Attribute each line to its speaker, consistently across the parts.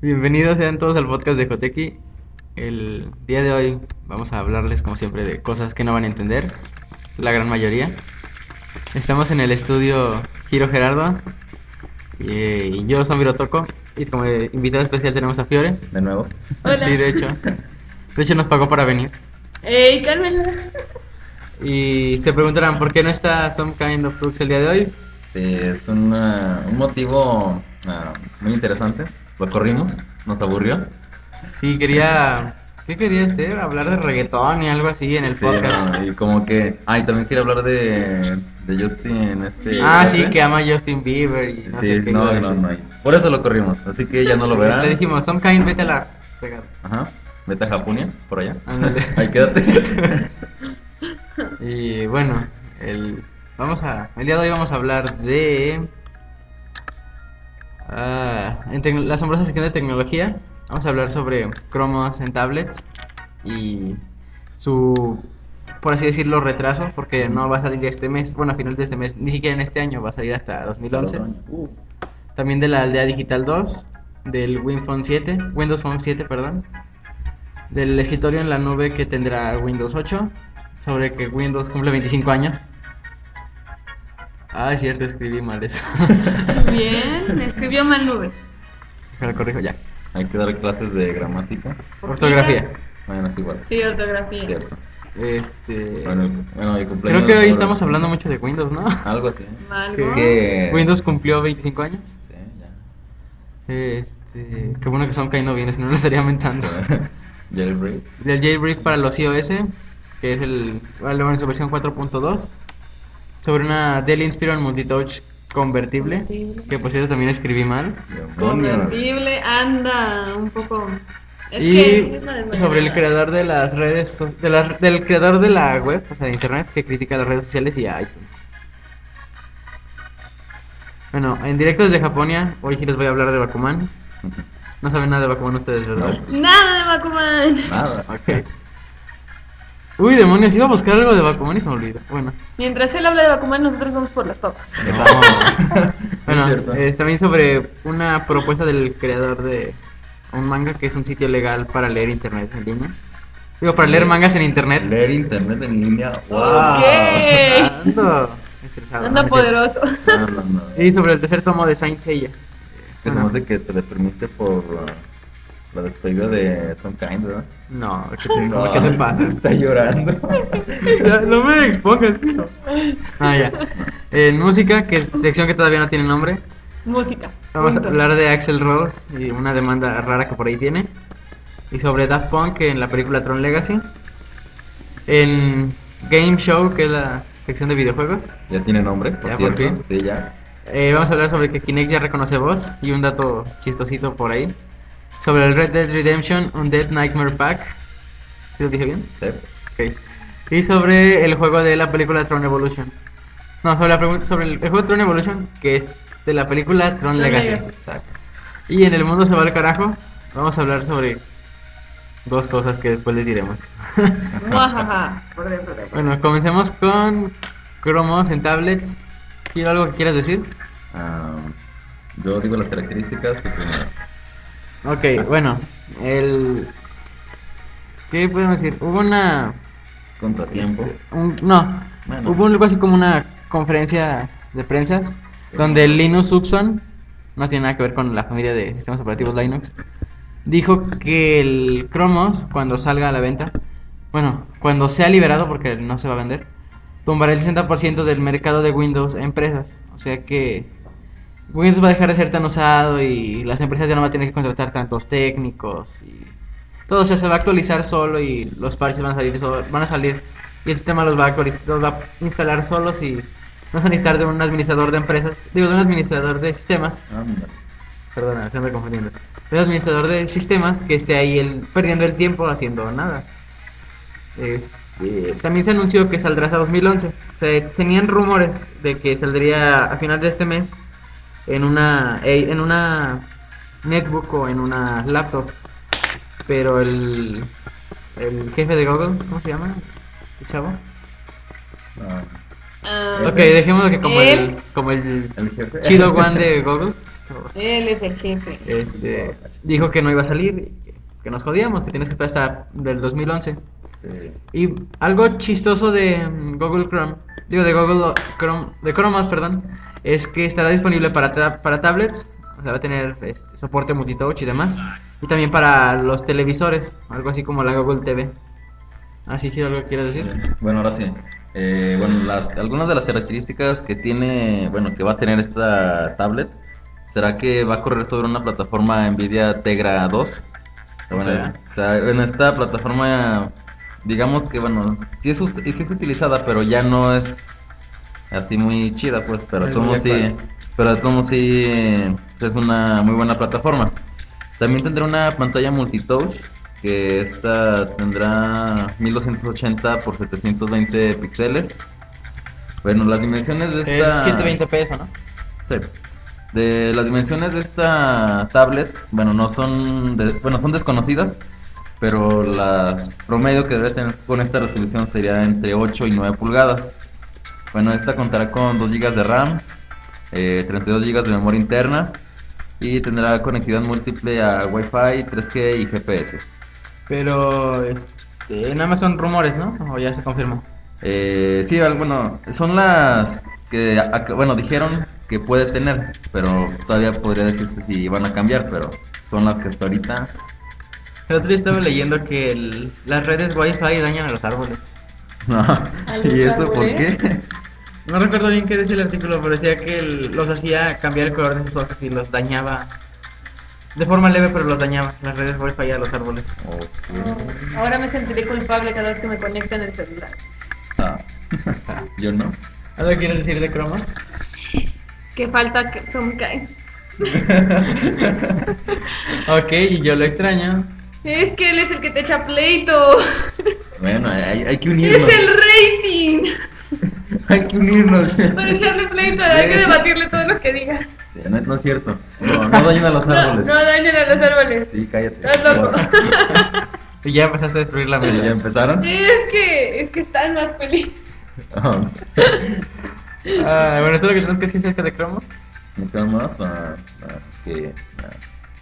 Speaker 1: Bienvenidos sean todos al podcast de Joteki. El día de hoy vamos a hablarles, como siempre, de cosas que no van a entender, la gran mayoría. Estamos en el estudio Giro Gerardo. eh, Y yo, Zombiro Toco. Y como eh, invitado especial tenemos a Fiore.
Speaker 2: De nuevo.
Speaker 3: Hola.
Speaker 1: Sí, de hecho. De hecho, nos pagó para venir.
Speaker 3: ¡Ey, cálmela!
Speaker 1: Y se preguntarán por qué no está Some Kind of Crooks el día de hoy.
Speaker 2: Este, es una- un motivo ah, muy interesante. Lo corrimos, nos aburrió.
Speaker 1: Sí, quería. ¿Qué quería hacer? Hablar de reggaetón y algo así en el
Speaker 2: Sí,
Speaker 1: podcast.
Speaker 2: no, y como que. Ay, también quiero hablar de, de Justin. Este,
Speaker 1: Ah, sí,
Speaker 2: ¿eh?
Speaker 1: que ama a Justin Bieber y no
Speaker 2: Sí,
Speaker 1: sé qué.
Speaker 2: no,
Speaker 1: cosas
Speaker 2: no,
Speaker 1: así.
Speaker 2: no hay. Por eso lo corrimos, así que ya no lo verán.
Speaker 1: Le dijimos, Some Kind, vete a la. fregada".
Speaker 2: Ajá. Vete a Japunia, por allá.
Speaker 1: Ándale.
Speaker 2: Ahí quédate.
Speaker 1: Y bueno, el, vamos a, el día de hoy vamos a hablar de ah, en tec- la asombrosa sección de tecnología. Vamos a hablar sobre cromos en tablets y su, por así decirlo, retraso, porque no va a salir este mes, bueno, a final de este mes, ni siquiera en este año, va a salir hasta 2011.
Speaker 2: Uh,
Speaker 1: También de la Aldea Digital 2, del Win Phone 7, Windows Phone 7, perdón. Del escritorio en la nube que tendrá Windows 8, sobre que Windows cumple 25 años. Ah, es cierto, escribí mal eso.
Speaker 3: Muy bien, escribió mal nube.
Speaker 1: Lo corrijo ya.
Speaker 2: Hay que dar clases de gramática.
Speaker 1: Ortografía.
Speaker 2: Bueno, es igual.
Speaker 3: Sí, ortografía.
Speaker 2: Cierto.
Speaker 1: Este,
Speaker 2: Bueno, el- bueno, el cumpleaños
Speaker 1: creo que hoy
Speaker 2: sobre-
Speaker 1: estamos hablando mucho de Windows, ¿no?
Speaker 2: Algo así.
Speaker 3: Algo.
Speaker 2: Es que.
Speaker 1: Windows cumplió 25 años.
Speaker 2: Sí, ya.
Speaker 1: Este, qué bueno que son no viene, si no lo estaría mentando.
Speaker 2: Jailbreak.
Speaker 1: del jailbreak para los iOS, que es el bueno, en su versión 4.2, sobre una Dell Inspiron Multitouch convertible,
Speaker 3: Convertible.
Speaker 1: que por cierto también escribí mal.
Speaker 3: Convertible, anda un poco. Es
Speaker 1: y
Speaker 3: que es una desmayada.
Speaker 1: sobre el creador de las redes, so- de la- del creador de la web, o sea, de internet, que critica las redes sociales y a iTunes. Bueno, en directos de Japonia, hoy sí les voy a hablar de Bakuman. No saben nada de Bakuman ustedes, ¿verdad?
Speaker 3: Nada de Bakuman.
Speaker 2: Nada.
Speaker 1: Ok. Uy, demonios, iba a buscar algo de Bakuman y se me olvidó. Bueno.
Speaker 3: Mientras él habla de Bakuman, nosotros vamos por las papas.
Speaker 2: Estamos- Es
Speaker 1: Bueno,
Speaker 2: cierto.
Speaker 1: es también sobre una propuesta del creador de un manga que es un sitio legal para leer internet en línea. Digo, para leer mangas en internet. Ah,
Speaker 2: Leer internet en línea. ¡Wow!
Speaker 3: Ok.
Speaker 1: Ando estresado.
Speaker 3: Anda
Speaker 1: Ah, no, no es cierto.
Speaker 3: poderoso.
Speaker 2: No, no, no.
Speaker 1: Y sobre el tercer tomo de Saint Seiya.
Speaker 2: Que se me hace que te deprimiste por uh, la despedida de Some Kind, ¿verdad?
Speaker 1: No, ¿qué te, ¿qué te pasa?
Speaker 2: Está llorando.
Speaker 1: Ya, no me expongas, tío. Ah, ya. En música, que sección que todavía no tiene nombre.
Speaker 3: Música.
Speaker 1: Vamos a
Speaker 3: Punto.
Speaker 1: hablar de Axel Rose y una demanda rara que por ahí tiene. Y sobre Daft Punk en la película Tron Legacy. En Game Show, que es la sección de videojuegos.
Speaker 2: ya tiene nombre, por
Speaker 1: Ya, por
Speaker 2: cierto.
Speaker 1: fin.
Speaker 2: Sí, ya.
Speaker 1: Eh, vamos a hablar sobre que Kinect ya reconoce voz y un dato chistosito por ahí. Sobre el Red Dead Redemption Undead Nightmare Pack. ¿Sí lo dije bien?
Speaker 2: Sí.
Speaker 1: Ok. Y sobre el juego de la película Tron Evolution. No, sobre, la pregun- sobre el, el juego Tron Evolution, que es de la película Tron
Speaker 3: Tron
Speaker 1: Legacy.
Speaker 3: Legacy.
Speaker 2: Exacto.
Speaker 1: Y en el mundo se va al carajo, vamos a hablar sobre dos cosas que después les diremos.
Speaker 3: Muajaja. Por dentro de-
Speaker 1: bueno, comencemos con cromos en tablets. ¿Quiero algo que quieras decir?
Speaker 2: Ah, yo digo las características que primero.
Speaker 1: Ok, bueno, el... ¿Qué podemos decir? Hubo una...
Speaker 2: Contratiempo.
Speaker 1: un- no,
Speaker 2: Bueno.
Speaker 1: hubo algo así como una conferencia de prensas donde Linus Upson, no tiene nada que ver con la familia de sistemas operativos Linux, dijo que el Chromos, cuando salga a la venta, bueno, cuando sea liberado, porque no se va a vender, tumbará el 60% del mercado de Windows a empresas. O sea que Windows Pues va a dejar de ser tan usado y las empresas ya no van a tener que contratar tantos técnicos y todo, o sea, se va a actualizar solo y los parches van a salir, solo- van a salir y el sistema los va a actualizar, los va a instalar solos y no se van a necesitar de un administrador de empresas, digo, de un administrador de sistemas
Speaker 2: Anda.
Speaker 1: Perdona, se me confundiendo. Un administrador de sistemas que esté ahí el, perdiendo el tiempo haciendo nada. Es-
Speaker 2: Sí.
Speaker 1: también se anunció que saldrá hasta 2011. Se tenían rumores de que saldría a final de este mes en una eh, en una netbook o en una laptop. Pero el el jefe de Google, ¿cómo se llama? ¿El chavo?
Speaker 2: Ah,
Speaker 3: Ah,
Speaker 1: Ok, dejémoslo que como
Speaker 3: Él.
Speaker 1: el como el
Speaker 2: el jefe.
Speaker 1: chido Juan de Google.
Speaker 3: Él es el jefe.
Speaker 1: Este, dijo que no iba a salir, que nos jodíamos, que tienes que esperar hasta del 2011.
Speaker 2: Sí.
Speaker 1: Y algo chistoso de mm, Google Chrome, digo de Google Chrome, de Chrome OS, perdón, es que estará disponible para, ta- para tablets, o sea, va a tener este, soporte multitouch y demás, y también para los televisores, algo así como la Google TV. Así que algo que quieras decir.
Speaker 2: Bueno, ahora sí. Eh, bueno, las, algunas de las características que tiene, bueno, que va a tener esta tablet, será que va a correr sobre una plataforma NVIDIA Tegra 2. Bueno,
Speaker 1: Ok.
Speaker 2: o sea, en esta plataforma, digamos que, bueno, sí es, ut- sí es utilizada, pero ya no es así muy chida, pues, pero de
Speaker 1: Es
Speaker 2: todos
Speaker 1: muy
Speaker 2: modos sí,
Speaker 1: actual.
Speaker 2: pero de todos modos sí pues, es una muy buena plataforma. También tendrá una pantalla multitouch que esta tendrá 1280 por 720 píxeles. Bueno, las dimensiones de
Speaker 1: Es
Speaker 2: esta
Speaker 1: 720 pesos, ¿no?
Speaker 2: Sí. De las dimensiones de esta tablet, bueno, no son de- bueno, son desconocidas, pero las promedio que debe tener con esta resolución sería entre 8 y 9 pulgadas. Bueno, esta contará con 2 GB de RAM, eh, 32 GB de memoria interna y tendrá conectividad múltiple a Wi-Fi, 3G y GPS.
Speaker 1: Pero este, nada más son rumores, ¿no? O ya se confirmó.
Speaker 2: Eh, sí, al- bueno, son las que, a- que- bueno, dijeron que puede tener, pero todavía podría decirse si van a cambiar, pero son las que hasta ahorita.
Speaker 1: El otro día estaba leyendo que el- las redes Wi-Fi dañan a los árboles.
Speaker 2: No.
Speaker 3: los
Speaker 2: ¿Y eso por
Speaker 3: árboles?
Speaker 2: qué?
Speaker 1: No recuerdo bien qué decía el artículo, pero decía que el- los hacía cambiar el color de sus hojas y los dañaba. De forma leve, pero los dañaba. Las redes Wi-Fi a los árboles.
Speaker 2: Ok.
Speaker 3: Ahora me sentiré culpable cada vez que me conectan el celular.
Speaker 2: Ah, Yo no.
Speaker 1: ¿Algo quieres decir de croma?
Speaker 3: Qué falta que son cae.
Speaker 1: Ok, y yo lo extraño.
Speaker 3: Es que él es el que te echa pleito.
Speaker 2: Bueno, hay, hay que unirnos.
Speaker 3: Es el rating.
Speaker 2: Hay que unirnos.
Speaker 3: Para echarle pleito hay que debatirle todo lo que diga.
Speaker 2: Sí, no, no es cierto. No, no dañen a los
Speaker 3: No,
Speaker 2: árboles.
Speaker 3: no dañen a los árboles.
Speaker 2: Sí, cállate.
Speaker 3: Estás loco.
Speaker 1: Y ya empezaste a destruir la
Speaker 2: Sí, ¿Ya
Speaker 1: mesa.
Speaker 2: empezaron?
Speaker 3: Sí, es que, es que están más felices.
Speaker 2: Ah,
Speaker 1: Ah, bueno, esto es lo que tenemos que decir acerca de croma.
Speaker 2: ¿Nunca más? Ah, ah, ¿qué? Ah,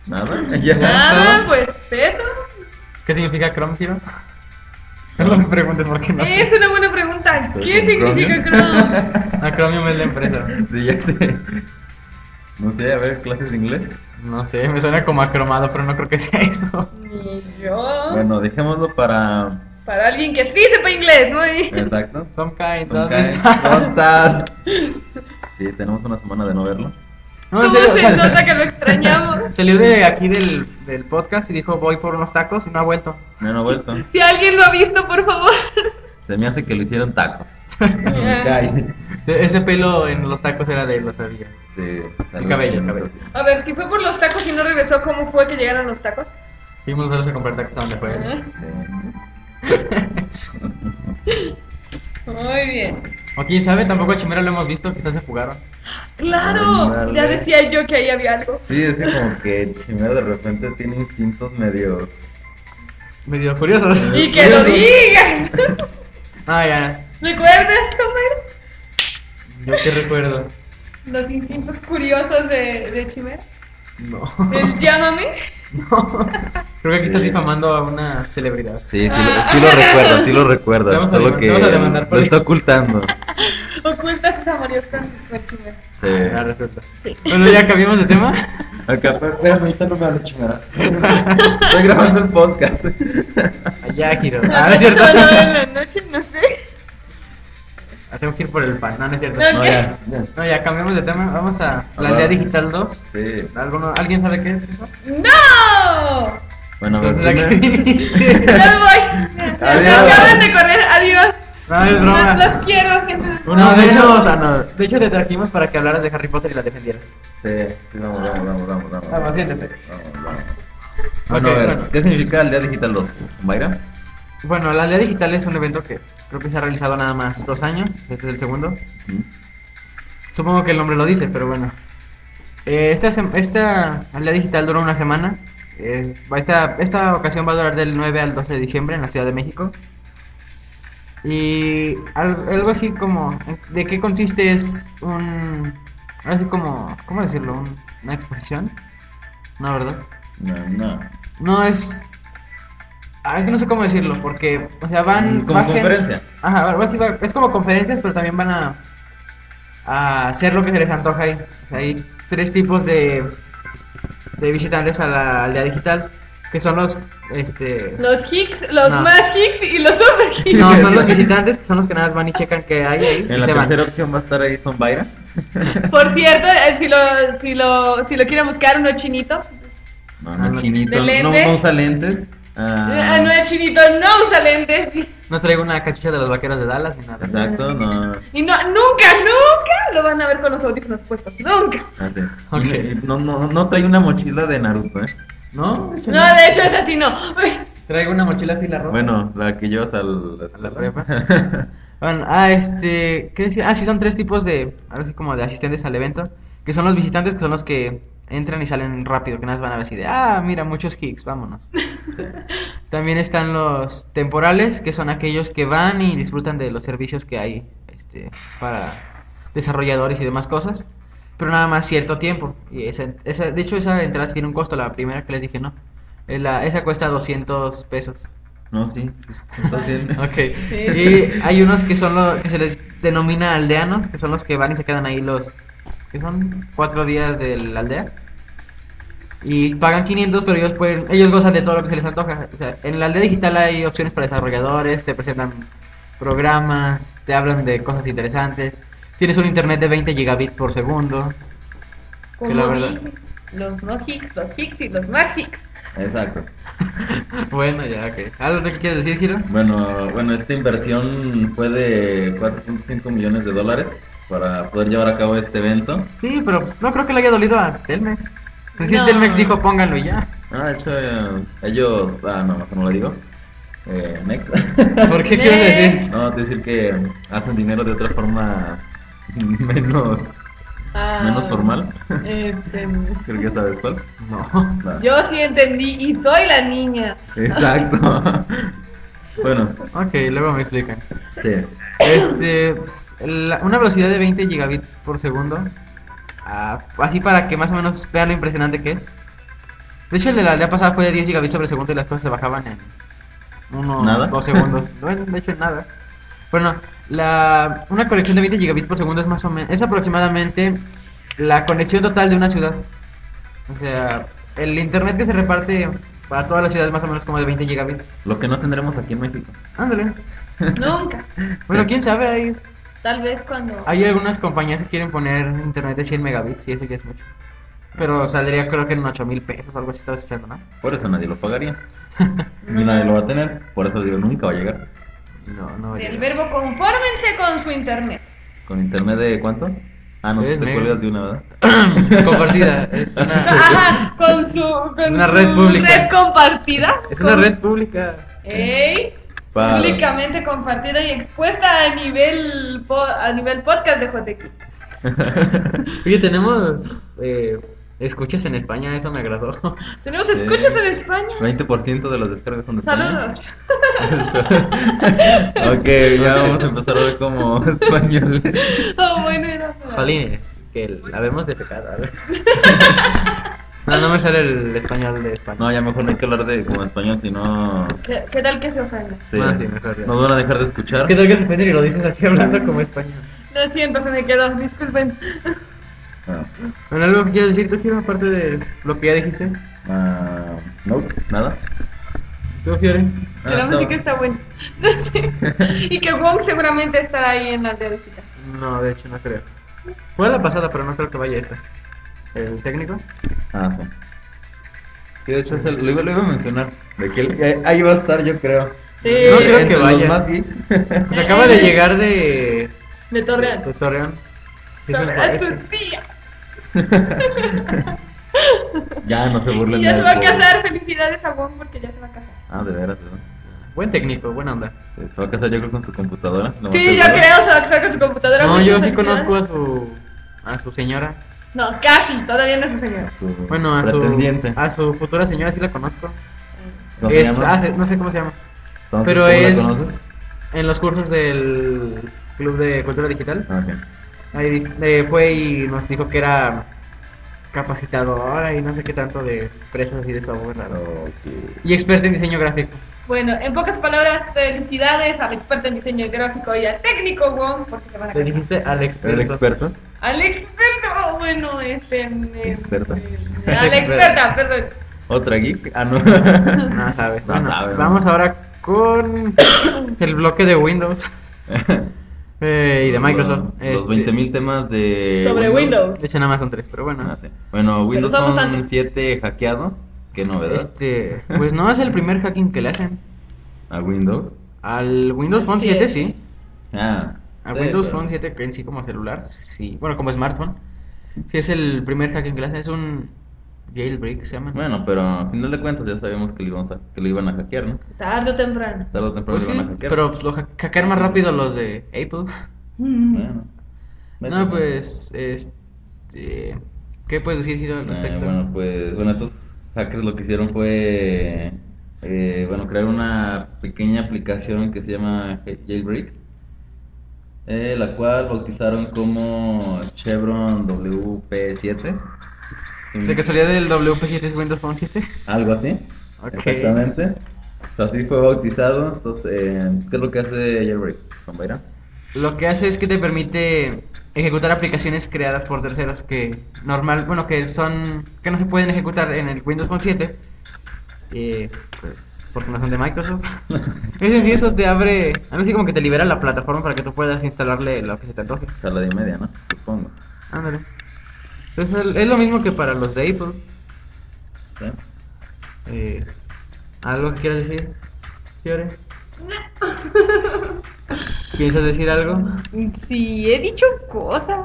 Speaker 2: ¿Nada? Ya.
Speaker 3: Nada,
Speaker 1: está.
Speaker 3: pues eso.
Speaker 1: ¿Qué significa croma, Ciro? No me preguntes por qué no
Speaker 3: es
Speaker 1: sé. Pues,
Speaker 3: una buena pregunta. ¿Qué
Speaker 2: Entonces, ¿un
Speaker 3: significa
Speaker 2: cromio?
Speaker 3: Chrome?
Speaker 1: Acromium es la empresa.
Speaker 2: Sí, ya sé. No sé, a ver, clases de inglés.
Speaker 1: No sé, me suena como acromado, pero no creo que sea eso.
Speaker 3: Ni yo.
Speaker 2: Bueno, dejémoslo para.
Speaker 3: Para alguien que sí sepa inglés, muy
Speaker 1: Eh.
Speaker 3: bien.
Speaker 2: Exacto.
Speaker 1: Some kind,
Speaker 2: Son
Speaker 1: ¿dónde
Speaker 2: Kai.
Speaker 1: está?
Speaker 2: ¿Dónde estás? Sí, tenemos una semana de no verlo.
Speaker 1: No, en
Speaker 3: ¿Cómo
Speaker 1: serio, o
Speaker 3: se
Speaker 1: sea,
Speaker 3: nota que lo extrañamos?
Speaker 1: salió de aquí del, del podcast y dijo voy por unos tacos y no ha vuelto.
Speaker 2: No, no he vuelto.
Speaker 3: Si alguien lo ha visto, por favor.
Speaker 2: Se me hace que lo hicieron tacos.
Speaker 3: Ah.
Speaker 2: Me cae.
Speaker 1: E- Ese pelo en los tacos era de los sabía.
Speaker 2: Sí, saludos.
Speaker 1: El cabello, el cabello.
Speaker 3: A ver, si fue por los tacos y no regresó, ¿cómo fue que llegaron los tacos?
Speaker 1: Fuimos nosotros a comprar tacos a donde fue. él.
Speaker 3: Ah, Muy bien.
Speaker 1: O quién sabe, tampoco a Chimera lo hemos visto, quizás se fugaron.
Speaker 3: Claro,
Speaker 2: Ándale.
Speaker 3: ya decía yo que ahí había algo.
Speaker 2: Sí, es que como que Chimera de repente tiene instintos medios.
Speaker 1: Medio curiosos.
Speaker 3: Y que lo digan.
Speaker 1: Ah, ya,
Speaker 3: ¿Recuerdas, Tomer?
Speaker 1: yo qué recuerdo.
Speaker 3: Los instintos curiosos de, de Chimera.
Speaker 1: No.
Speaker 3: El llámame.
Speaker 1: Creo que aquí estás
Speaker 2: Sí.
Speaker 1: difamando a una celebridad.
Speaker 2: Sí, sí, lo,
Speaker 3: Ah.
Speaker 2: sí lo recuerda, sí lo recuerda.
Speaker 1: Te vamos a
Speaker 2: solo
Speaker 1: demandar-
Speaker 2: que
Speaker 1: te vamos a demandar por
Speaker 2: lo
Speaker 1: ahí.
Speaker 2: está ocultando.
Speaker 3: Oculta sus amoríos con, con Chimera.
Speaker 2: Sí.
Speaker 1: Ya Ah, resulta. Bueno, ya cambiamos de tema.
Speaker 2: Acá, espérame, ahorita no me hablo chingada. Estoy grabando el podcast.
Speaker 1: Allá, Giro.
Speaker 3: No,
Speaker 1: Ah, no es cierto.
Speaker 3: no, no, en la noche, no sé.
Speaker 1: Ah, Tengo que ir por el pan. No, no es cierto.
Speaker 3: No,
Speaker 2: No, ya, ya.
Speaker 1: No, ya cambiamos de tema. Vamos a la aldea digital 2.
Speaker 2: Sí.
Speaker 1: ¿Alguno, ¿Alguien sabe qué es eso?
Speaker 3: ¡No!
Speaker 2: Bueno, a ver,
Speaker 1: Entonces, ¿a qué
Speaker 2: dime.
Speaker 1: viniste?
Speaker 3: ¡Ya voy! Me
Speaker 2: Adiós.
Speaker 3: acaban de correr, adiós.
Speaker 1: No, es broma.
Speaker 3: Los, los quiero, gente.
Speaker 1: No, de
Speaker 2: vez.
Speaker 1: hecho, o sea, no, de hecho te trajimos para que hablaras de Harry Potter y la defendieras.
Speaker 2: Sí, sí, vamos, vamos, vamos, vamos. Vamos,
Speaker 1: Vamos, siéntate.
Speaker 2: Vamos, vamos.
Speaker 1: Ah, pues, Ok,
Speaker 2: Bueno, a ver,
Speaker 1: bueno.
Speaker 2: ¿qué significa Aldea Digital 2? ¿Mayra?
Speaker 1: Bueno, la aldea digital es un evento que creo que se ha realizado nada más dos años, este es el segundo. Mm. Supongo que el nombre lo dice, pero bueno. Eh, esta, sem- esta aldea digital dura una semana. Eh, va- esta, esta ocasión va a durar del 9 al 12 de diciembre en la Ciudad de México. Y al- algo así como, ¿de qué consiste? Es un, Ahora sí como, ¿cómo decirlo? Un- Una exposición. No, ¿verdad?
Speaker 2: No, no.
Speaker 1: No es... Ah, es que no sé cómo decirlo, porque, o sea, van...
Speaker 2: Mm, Como
Speaker 1: va gen-
Speaker 2: conferencia.
Speaker 1: Ajá, va- va- sí, va- es como conferencias, pero también van a, a hacer lo que se les antoja ahí. O sea, hay tres tipos de, de visitantes a la aldea digital, que son los, este...
Speaker 3: Los Hicks, los
Speaker 1: No.
Speaker 3: más Hicks y los super Hicks.
Speaker 1: No, son los visitantes, que son los que nada más van y checan que hay ahí. y
Speaker 2: En la
Speaker 1: se van.
Speaker 2: tercera opción va a estar ahí Zombaira.
Speaker 3: Por cierto, eh, si lo, si lo, si lo quieren buscar, uno es chinito.
Speaker 2: No,
Speaker 1: Ah,
Speaker 2: no
Speaker 1: no.
Speaker 2: es chinito.
Speaker 3: ¿De
Speaker 2: No,
Speaker 3: lentes?
Speaker 2: no usa lentes. Ah,
Speaker 3: Ah, no es chinito, no usa lentes.
Speaker 1: No traigo una cachucha de los vaqueros de Dallas ni nada.
Speaker 2: Exacto, no.
Speaker 3: Y no, nunca, nunca lo van a ver con los audífonos puestos. Nunca.
Speaker 2: Así.
Speaker 1: Ok.
Speaker 2: Y Ah, No, no, no trae una mochila de Naruto, ¿eh?
Speaker 1: ¿No?
Speaker 3: No, de hecho es así, no.
Speaker 1: Traigo una mochila fila roja.
Speaker 2: Bueno, la que llevas al,
Speaker 1: A la prepa. Bueno, ah, este, ¿qué decía? Ah, sí, son tres tipos de, ahora sí como de asistentes al evento, que son los visitantes, que son los que entran y salen rápido, que nada más van a ver así de, ah, mira, muchos kicks, vámonos. También están los temporales, que son aquellos que van y disfrutan de los servicios que hay este, para desarrolladores y demás cosas, pero nada más cierto tiempo. Y esa, esa- de hecho, esa entrada sí tiene un costo, la primera que les dije, no. Es la- esa cuesta 200 pesos.
Speaker 2: No, sí. Está bien.
Speaker 1: Ok. Y hay unos que son los que se les denomina aldeanos, que son los que van y se quedan ahí los que son cuatro días de la aldea. Y pagan 500, pero ellos pueden, ellos gozan de todo lo que se les antoja. O sea, en la aldea digital hay opciones para desarrolladores, te presentan programas, te hablan de cosas interesantes. Tienes un internet de 20 gigabit por segundo. Que la
Speaker 3: Como
Speaker 1: verdad-
Speaker 3: dije, los no Hicks, los Hicks y los más Hicks.
Speaker 2: Exacto.
Speaker 1: Bueno, ya, ok. ¿Algo que quieres decir, Giro?
Speaker 2: Bueno, bueno, esta inversión fue de 4.5 millones de dólares para poder llevar a cabo este evento.
Speaker 1: Sí, pero no creo que le haya dolido a Telmex. Pues sí,
Speaker 3: No.
Speaker 1: Telmex dijo pónganlo y ya.
Speaker 2: Ah, de hecho, eh, ellos... Ah, no, mejor no lo digo. Eh, next.
Speaker 1: ¿Por qué quieres decir?
Speaker 2: no, te decir que hacen dinero de otra forma menos,
Speaker 3: Ah,
Speaker 2: menos formal.
Speaker 3: este,
Speaker 2: Creo que sabes cuál.
Speaker 1: No.
Speaker 2: No.
Speaker 3: yo sí entendí y soy la niña.
Speaker 2: Exacto. bueno,
Speaker 1: Ok, luego me explican.
Speaker 2: sí.
Speaker 1: Este, la- una velocidad de 20 gigabits por segundo. Ah, así para que más o menos vean lo impresionante que es. De hecho, el de la aldea pasada fue de 10 gigabits sobre segundo y las cosas se bajaban en uno,
Speaker 2: Nada.
Speaker 1: dos segundos. No, en- de hecho, en nada. Bueno, la, una conexión de 20 gigabits por segundo es más o menos, es aproximadamente la conexión total de una ciudad. O sea, el internet que se reparte para toda la ciudad es más o menos como de 20 gigabits.
Speaker 2: Lo que no tendremos aquí en México.
Speaker 1: Ándale.
Speaker 3: Nunca.
Speaker 1: Bueno, quién sabe, hay,
Speaker 3: Tal vez cuando.
Speaker 1: hay algunas compañías que quieren poner internet de 100 megabits y ese ya es mucho. Pero saldría creo que en 8 mil pesos o algo así, estaba escuchando, ¿no?
Speaker 2: Por eso nadie lo pagaría. Ni nadie lo va a tener. Por eso digo, nunca va a llegar.
Speaker 1: No, no.
Speaker 3: El
Speaker 1: llega.
Speaker 3: verbo confórmense con su internet.
Speaker 2: ¿Con internet de cuánto? Ah, no,
Speaker 1: Tres
Speaker 2: te
Speaker 1: megas.
Speaker 2: cuelgas de una, ¿verdad?
Speaker 1: Compartida. Es una,
Speaker 3: Ajá, con su. Con
Speaker 1: Una
Speaker 3: su
Speaker 1: red pública.
Speaker 3: red compartida.
Speaker 1: es una red pública.
Speaker 3: ¡Ey!
Speaker 2: Para-
Speaker 3: Públicamente compartida y expuesta a nivel po- a nivel podcast de Jotequi.
Speaker 1: Oye, tenemos eh, escuchas en España, eso me agradó.
Speaker 3: Tenemos
Speaker 2: Sí.
Speaker 3: escuchas en España.
Speaker 2: 20% de las descargas son de España.
Speaker 3: Saludos.
Speaker 2: ok, ya vamos a empezar a ver como español.
Speaker 3: Oh, bueno, era para-
Speaker 1: Jolines, eh, que el- la vemos de pecado, a ver. No, no me sale el español de España.
Speaker 2: No, ya mejor no hay que hablar de como español, si no...
Speaker 3: ¿Qué, qué tal que se ofenda?
Speaker 2: sí,
Speaker 1: Bueno, sí, mejor ya.
Speaker 2: nos van a dejar de escuchar.
Speaker 1: ¿Qué tal que se ofende y lo dices así hablando como español?
Speaker 3: Lo siento, se me quedó, disculpen.
Speaker 2: Ah,
Speaker 1: Bueno, ¿algo que quieras decir tú, Giro, aparte de lo que ya dijiste?
Speaker 2: ah, no, nada.
Speaker 1: ¿Tú, Fiore?
Speaker 3: Que la
Speaker 2: Ah,
Speaker 3: música
Speaker 2: no.
Speaker 3: está buena. y que Wong seguramente estará ahí en la visita.
Speaker 1: No, de hecho no creo. Fue la pasada, pero no creo que vaya esta. ¿El técnico?
Speaker 2: Ah, sí. Sí, de hecho, es el- lo, iba, lo iba a mencionar. De que él- eh, ahí va a estar, yo creo.
Speaker 3: Sí.
Speaker 1: No creo
Speaker 2: Entre
Speaker 1: que vaya.
Speaker 2: Los más geeks.
Speaker 1: Pues acaba de llegar de,
Speaker 3: De Torreón.
Speaker 1: de Torreón. pues, Sí, se me
Speaker 3: a su
Speaker 1: parece.
Speaker 3: tía.
Speaker 2: ya no se burlen
Speaker 3: Y ya
Speaker 2: de
Speaker 3: se va a
Speaker 2: él.
Speaker 3: casar. Felicidades a Wong porque ya se va a casar.
Speaker 2: Ah, de veras, ¿verdad?
Speaker 1: Buen técnico, buena onda.
Speaker 2: Sí, Se va a casar, yo creo, con su computadora. lo más
Speaker 3: Sí, yo
Speaker 2: seguro.
Speaker 3: creo, se va a casar con su computadora.
Speaker 1: No,
Speaker 3: muchas
Speaker 1: yo sí
Speaker 3: felicidades.
Speaker 1: conozco a su a su señora.
Speaker 3: No, casi, todavía no es su señora.
Speaker 2: Su
Speaker 1: Bueno, a su,
Speaker 2: pretendiente.
Speaker 1: a su futura señora sí la conozco.
Speaker 2: ¿Cómo se
Speaker 1: Es,
Speaker 2: llama?
Speaker 1: ah, se- no sé cómo se llama.
Speaker 2: Entonces,
Speaker 1: Pero
Speaker 2: ¿cómo la
Speaker 1: es
Speaker 2: conoces?
Speaker 1: en los cursos del Club de Cultura Digital.
Speaker 2: Ah, ok.
Speaker 1: Ahí dice- eh, fue y nos dijo que era capacitadora y no sé qué tanto de empresas y de software raro.
Speaker 4: Ok.
Speaker 1: Y experta en diseño gráfico.
Speaker 3: Bueno, en pocas palabras, felicidades al experto en diseño gráfico y al técnico Wong, porque se van a
Speaker 1: Le
Speaker 3: casar.
Speaker 1: dijiste al
Speaker 4: ¿El
Speaker 1: experto.
Speaker 4: experto?
Speaker 3: Al experto, bueno, este. este,
Speaker 4: Experta.
Speaker 3: A la experta, perdón.
Speaker 4: ¿Otra geek? Ah, no.
Speaker 1: No sabes.
Speaker 4: No
Speaker 1: Bueno,
Speaker 4: sabe,
Speaker 1: vamos
Speaker 4: no.
Speaker 1: ahora con el bloque de Windows eh, y de Microsoft.
Speaker 2: Los
Speaker 1: Este,
Speaker 2: 20.000 temas de.
Speaker 3: Sobre Windows.
Speaker 1: De hecho, nada más son tres, pero bueno.
Speaker 2: Ah, sí. Bueno, Windows
Speaker 3: somos
Speaker 2: son
Speaker 3: tantos.
Speaker 2: 7 hackeado. Qué novedad.
Speaker 1: Este, pues no es el primer hacking que le hacen.
Speaker 2: A Windows.
Speaker 1: Al Windows Phone
Speaker 3: Así
Speaker 1: 7
Speaker 3: es.
Speaker 1: sí.
Speaker 2: Ah.
Speaker 1: A
Speaker 2: sí,
Speaker 1: Windows
Speaker 2: pero-
Speaker 1: Phone 7 que en sí como celular, sí. Bueno, como smartphone. Sí es el primer hacking que le hacen, es un jailbreak, se llama.
Speaker 2: Bueno, pero a final de cuentas ya sabíamos que lo, íbamos a- que lo iban a hackear, ¿no?
Speaker 3: Tarde o temprano.
Speaker 2: Tarde o temprano
Speaker 1: Pues
Speaker 2: lo
Speaker 1: sí,
Speaker 2: iban a hackear.
Speaker 1: pero pues, lo ha- hackear más rápido los de Apple.
Speaker 3: Mm,
Speaker 2: Bueno.
Speaker 1: No, pues, este, ¿qué puedes decir Giro, al
Speaker 2: Eh,
Speaker 1: respecto?
Speaker 2: bueno, pues, bueno, estos hackers lo que hicieron fue, eh, bueno, crear una pequeña aplicación que se llama Jailbreak, eh, la cual bautizaron como Chevron WP7. Sí,
Speaker 1: ¿De casualidad el WP7 es Windows Phone 7?
Speaker 2: Algo así,
Speaker 1: Ok.
Speaker 2: exactamente. O sea, así fue bautizado. Entonces, eh, ¿qué es lo que hace Jailbreak? Zombaira?
Speaker 1: Lo que hace es que te permite ejecutar aplicaciones creadas por terceros que normal, bueno, que son que no se pueden ejecutar en el Windows Phone 7 eh, pues, porque no son de Microsoft. es decir, eso te abre, algo así como que te libera la plataforma para que tú puedas instalarle lo que se te antoje.
Speaker 2: Charla de media, ¿no? Supongo.
Speaker 1: Ándale. Es, el- es lo mismo que para los de Apple.
Speaker 2: ¿sí?
Speaker 1: Eh, ¿Algo que quieras decir, Fiore? ¿Piensas decir algo?
Speaker 3: Sí, he dicho cosas.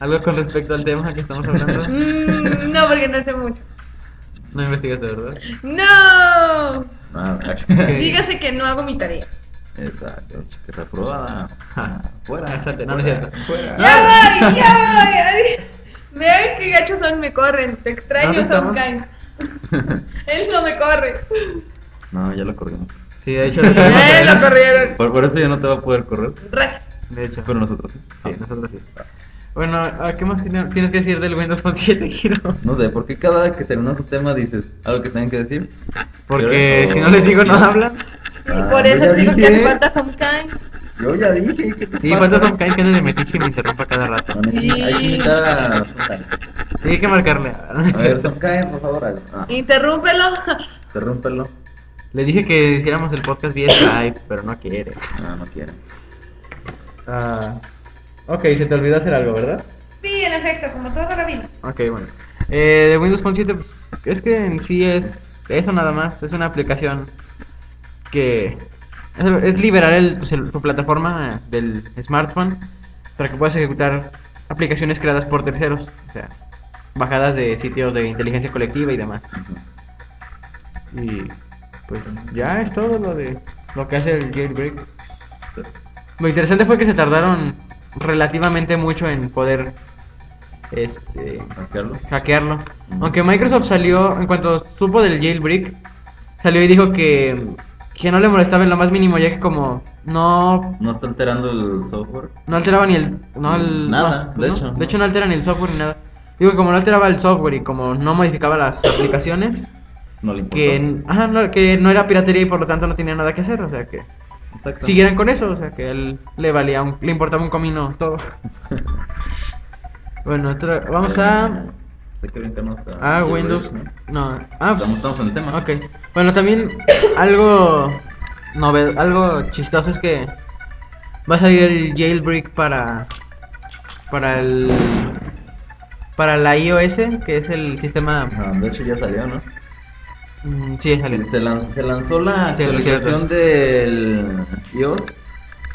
Speaker 1: ¿Algo con respecto al tema que estamos hablando?
Speaker 3: Mm, no, porque no sé mucho.
Speaker 1: No investigaste, ¿verdad?
Speaker 3: ¡No!
Speaker 2: Ah,
Speaker 3: Dígase que no hago mi tarea.
Speaker 2: Exacto, que reprobada.
Speaker 1: Ja.
Speaker 3: Ah,
Speaker 2: Fuera.
Speaker 1: Exacto, no, no es
Speaker 2: fuera,
Speaker 1: cierto.
Speaker 2: fuera.
Speaker 3: ¡Ya
Speaker 1: Ah.
Speaker 3: voy! ¡Ya voy! Adiós. Vean qué gachos son, me corren.
Speaker 1: ¿Dónde
Speaker 3: Te extraño,
Speaker 1: estamos?
Speaker 3: Sonkai. Él no me corre.
Speaker 2: No, ya lo corrimos.
Speaker 1: Sí, de hecho,
Speaker 3: A él lo corrieron.
Speaker 2: Por, por eso ya no te va a poder correr.
Speaker 3: Gracias.
Speaker 1: de hecho,
Speaker 2: Pero nosotros sí.
Speaker 1: sí, nosotros sí. Bueno, ¿a ¿qué más que no- tienes que decir del Windows Phone 7, Giro?
Speaker 2: No sé, ¿por qué cada vez que terminas tu tema dices algo que tengan que decir?
Speaker 1: Porque
Speaker 2: Pero-
Speaker 1: si no les digo, no hablan.
Speaker 3: Y
Speaker 2: Ah,
Speaker 3: por
Speaker 2: yo ya
Speaker 3: eso digo que
Speaker 2: dije.
Speaker 3: hace falta Sonkai.
Speaker 2: Yo ya dije que te
Speaker 1: Sí,
Speaker 2: pasa?
Speaker 1: falta son que anda de metiche y me interrumpa cada rato.
Speaker 2: Bueno,
Speaker 3: Sí.
Speaker 2: Hay que invitar a Sonkai.
Speaker 1: Sí, hay que marcarle.
Speaker 2: A ver, Sonkai, por favor. algo. Ah,
Speaker 3: Interrúmpelo.
Speaker 2: interrúmpelo.
Speaker 1: Le dije que hiciéramos el podcast vía Skype, pero no quiere.
Speaker 2: No, no quiere.
Speaker 1: Ah, ok, se te olvidó hacer algo, ¿verdad?
Speaker 3: Sí, en efecto, como todo rabino.
Speaker 1: Ok, bueno. Eh, de Windows Phone 7, pues, es que en sí es eso nada más. Es una aplicación que es, es liberar el, pues, el- tu plataforma del smartphone para que puedas ejecutar aplicaciones creadas por terceros. O sea, bajadas de sitios de inteligencia colectiva y demás.
Speaker 2: Ujú.
Speaker 1: Y pues ya es todo lo de lo que hace el jailbreak. Lo interesante fue que se tardaron relativamente mucho en poder este
Speaker 2: ¿Hackearlo?
Speaker 1: hackearlo.
Speaker 2: Mm.
Speaker 1: Aunque Microsoft salió, en cuanto supo del jailbreak, salió y dijo que, que no le molestaba en lo más mínimo, ya que como no,
Speaker 2: No está alterando el software.
Speaker 1: no alteraba ni el... No el-
Speaker 2: Nada,
Speaker 1: no, pues
Speaker 2: de
Speaker 1: no.
Speaker 2: hecho.
Speaker 1: De hecho no altera ni el software ni nada. Digo que como no alteraba el software y como no modificaba las aplicaciones,
Speaker 2: Pues No le importa.
Speaker 1: que, ajá, no, que no era piratería y por lo tanto no tenía nada que hacer, o sea que
Speaker 2: Exacto.
Speaker 1: siguieran con eso, o sea que a él le valía, un- le importaba un comino todo. bueno, otra- vamos a...
Speaker 2: Sé que brincarnos a.
Speaker 1: Ah, Windows. No. Ah, pues-
Speaker 2: Estamos- estamos en el tema.
Speaker 1: Ok. Bueno, también algo noved- algo chistoso es que va a salir el jailbreak para para el para la iOS, que es el sistema
Speaker 2: Ah, de hecho ya salió, ¿no?
Speaker 1: mm, sí, salió.
Speaker 2: Se lanzó, se lanzó la
Speaker 1: Sí, lo
Speaker 2: actualización del iOS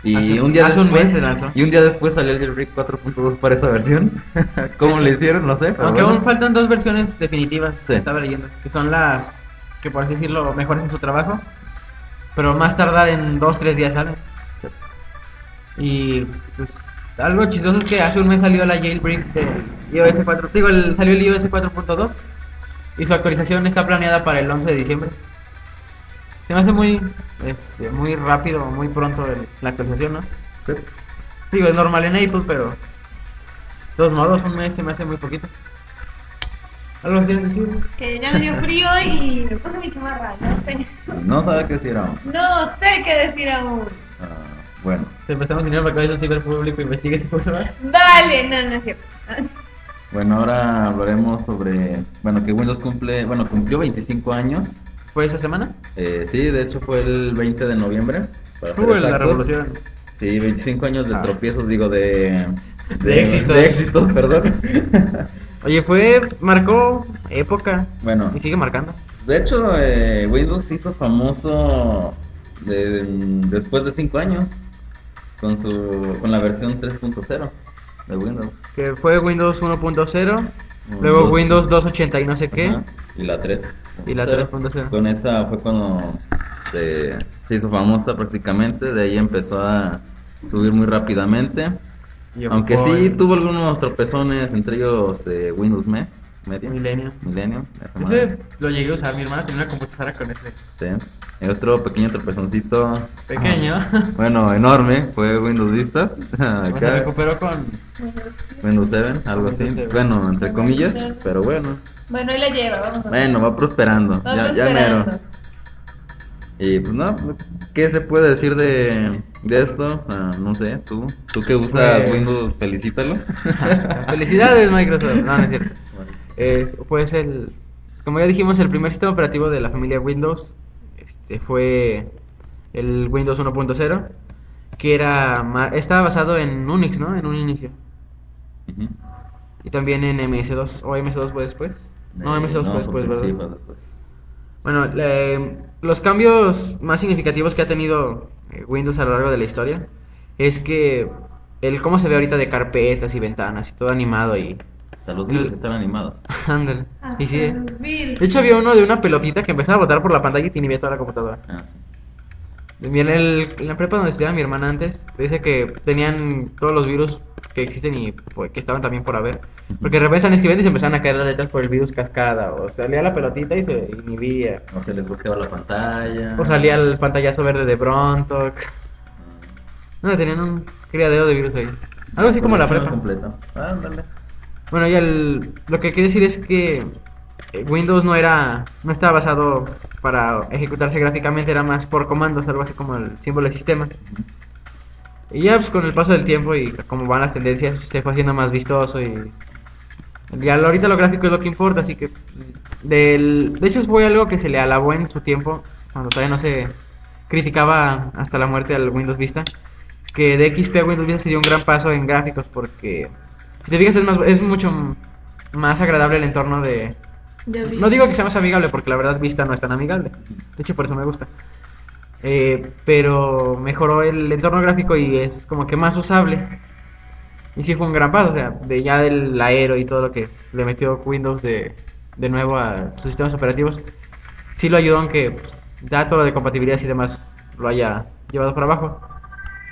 Speaker 2: y
Speaker 1: Hace-
Speaker 2: un día
Speaker 1: hace un
Speaker 2: después,
Speaker 1: mes se lanzó.
Speaker 2: y un día después salió el jailbreak 4.2 para esa versión. ¿Cómo le hicieron? No sé. pero
Speaker 1: Aunque
Speaker 2: bueno.
Speaker 1: aún faltan dos versiones definitivas,
Speaker 2: Sí.
Speaker 1: estaba leyendo, que son las que por así decirlo mejores en su trabajo, pero más tardar en dos, tres días salen.
Speaker 2: Sí.
Speaker 1: Y pues algo chistoso es que hace un mes salió la jailbreak de iOS 4, digo, el- salió el iOS 4.2 y su actualización está planeada para el 11 de diciembre. Se me hace muy, este, muy rápido, muy pronto el- la actualización, ¿no?
Speaker 2: Sí.
Speaker 1: Digo, es normal en Apple, pero. De todos modos, un mes se me hace muy poquito. ¿Algo que quieres decir?
Speaker 3: Que ya me dio frío y me puse mi chamarra. No sé,
Speaker 2: No sabe qué decir aún.
Speaker 3: no sé qué decir aún.
Speaker 2: Ah, bueno.
Speaker 1: Te prestamos dinero para que vayas al ciberpúblico, investigues y pruebas.
Speaker 3: Dale, no, no es cierto.
Speaker 2: Bueno, ahora hablaremos sobre, bueno, que Windows cumple, bueno, cumplió 25 años.
Speaker 1: ¿Fue esa semana?
Speaker 2: Eh, sí, de hecho fue el 20 de noviembre. Para ser
Speaker 1: Fue la
Speaker 2: exactos.
Speaker 1: revolución.
Speaker 2: Sí, 25 años de
Speaker 1: Ah.
Speaker 2: tropiezos, digo, de...
Speaker 1: De éxitos.
Speaker 2: De éxitos, perdón.
Speaker 1: Oye, fue. Marcó época.
Speaker 2: bueno,
Speaker 1: Y sigue marcando.
Speaker 2: de hecho, eh, Windows se hizo famoso de- después de 5 años con, su, con la versión 3.0 de Windows.
Speaker 1: Que fue Windows 1.0.
Speaker 2: Mm,
Speaker 1: Luego
Speaker 2: dos.
Speaker 1: Windows 280 y no sé qué.
Speaker 2: Ajá, Y la 3.
Speaker 1: Y la 3.0.
Speaker 2: Con esa fue cuando se, se hizo famosa prácticamente, de ahí empezó a subir muy rápidamente.
Speaker 1: Y
Speaker 2: Aunque
Speaker 1: ocupó
Speaker 2: sí
Speaker 1: el
Speaker 2: tuvo algunos tropezones, entre ellos eh, Windows Me, Media,
Speaker 1: Milenio.
Speaker 2: Millennium, esa
Speaker 1: Ese
Speaker 2: madre.
Speaker 1: lo llegué a usar. Mi hermana tenía una computadora con ese.
Speaker 2: Sí. El otro pequeño tropezoncito, Ah,
Speaker 1: Pequeño.
Speaker 2: bueno, enorme, fue Windows Vista,
Speaker 1: Bueno, se
Speaker 2: acá,
Speaker 1: recuperó con.
Speaker 2: Windows 7, algo así,
Speaker 1: Windows 7.
Speaker 2: bueno, entre comillas, pero bueno,
Speaker 3: Bueno, ahí la lleva, vamos a
Speaker 2: bueno, va prosperando, ya,
Speaker 3: Vamos
Speaker 2: ya
Speaker 3: esperando.
Speaker 2: mero. Y pues no, ¿qué se puede decir de, de esto? Ah, no sé, tú, tú que usas
Speaker 1: Pues-
Speaker 2: Windows, felicítalo.
Speaker 1: Felicidades, Microsoft. No, no es cierto. Eh, pues el, como ya dijimos, el primer sistema operativo de la familia Windows este, fue el Windows 1.0, que era ma- estaba basado en Unix, ¿no? En un inicio.
Speaker 2: Ujú.
Speaker 1: Y también en MS2, o MS2 fue después. No,
Speaker 2: Eh,
Speaker 1: MS2 fue
Speaker 2: porque
Speaker 1: después,
Speaker 2: sí,
Speaker 1: ¿verdad?
Speaker 2: fue después.
Speaker 1: Bueno, le- los cambios más significativos que ha tenido eh, Windows a lo largo de la historia es que el cómo se ve ahorita de carpetas y ventanas y todo animado y...
Speaker 2: Hasta los videos están animados.
Speaker 1: Ándale.
Speaker 3: Ah,
Speaker 1: Y sí, eh. De
Speaker 3: De
Speaker 1: hecho, había uno de una pelotita que empezaba a botar por la pantalla y tenía toda la computadora.
Speaker 2: Ah, sí.
Speaker 1: También el, en la prepa donde estudiaba mi hermana antes, dice que tenían todos los virus que existen y pues, que estaban también por haber. Porque de repente están escribiendo y se empezaban a caer las letras por el virus cascada. O salía la pelotita y se inhibía.
Speaker 2: O se les bloqueaba la pantalla. Ah.
Speaker 1: O salía el pantallazo verde de Brontok. No, tenían un criadero de virus ahí. Algo así como la
Speaker 2: Producción
Speaker 1: prepa.
Speaker 2: completa. Ándale.
Speaker 1: Bueno, y el, lo que quiero decir es que eh, Windows no era, no estaba basado para ejecutarse gráficamente, era más por comandos, algo así como el símbolo del sistema. Y ya pues con el paso del tiempo y como van las tendencias, pues, se fue haciendo más vistoso y ya lo- ahorita lo gráfico es lo que importa, así que del, de hecho fue algo que se le alabó en su tiempo, cuando todavía no se criticaba hasta la muerte al Windows Vista, que de XP a Windows Vista se dio un gran paso en gráficos porque si te fijas es, más, es mucho m- más agradable el entorno de... No digo que sea más amigable porque la verdad Vista no es tan amigable, de hecho por eso me gusta. Eh, pero mejoró el entorno gráfico y es como que más usable. Y sí fue un gran paso, o sea, de ya del aero y todo lo que le metió Windows de, de nuevo a sus sistemas operativos, sí lo ayudó aunque pues, ya todo lo de compatibilidad y demás lo haya llevado para abajo.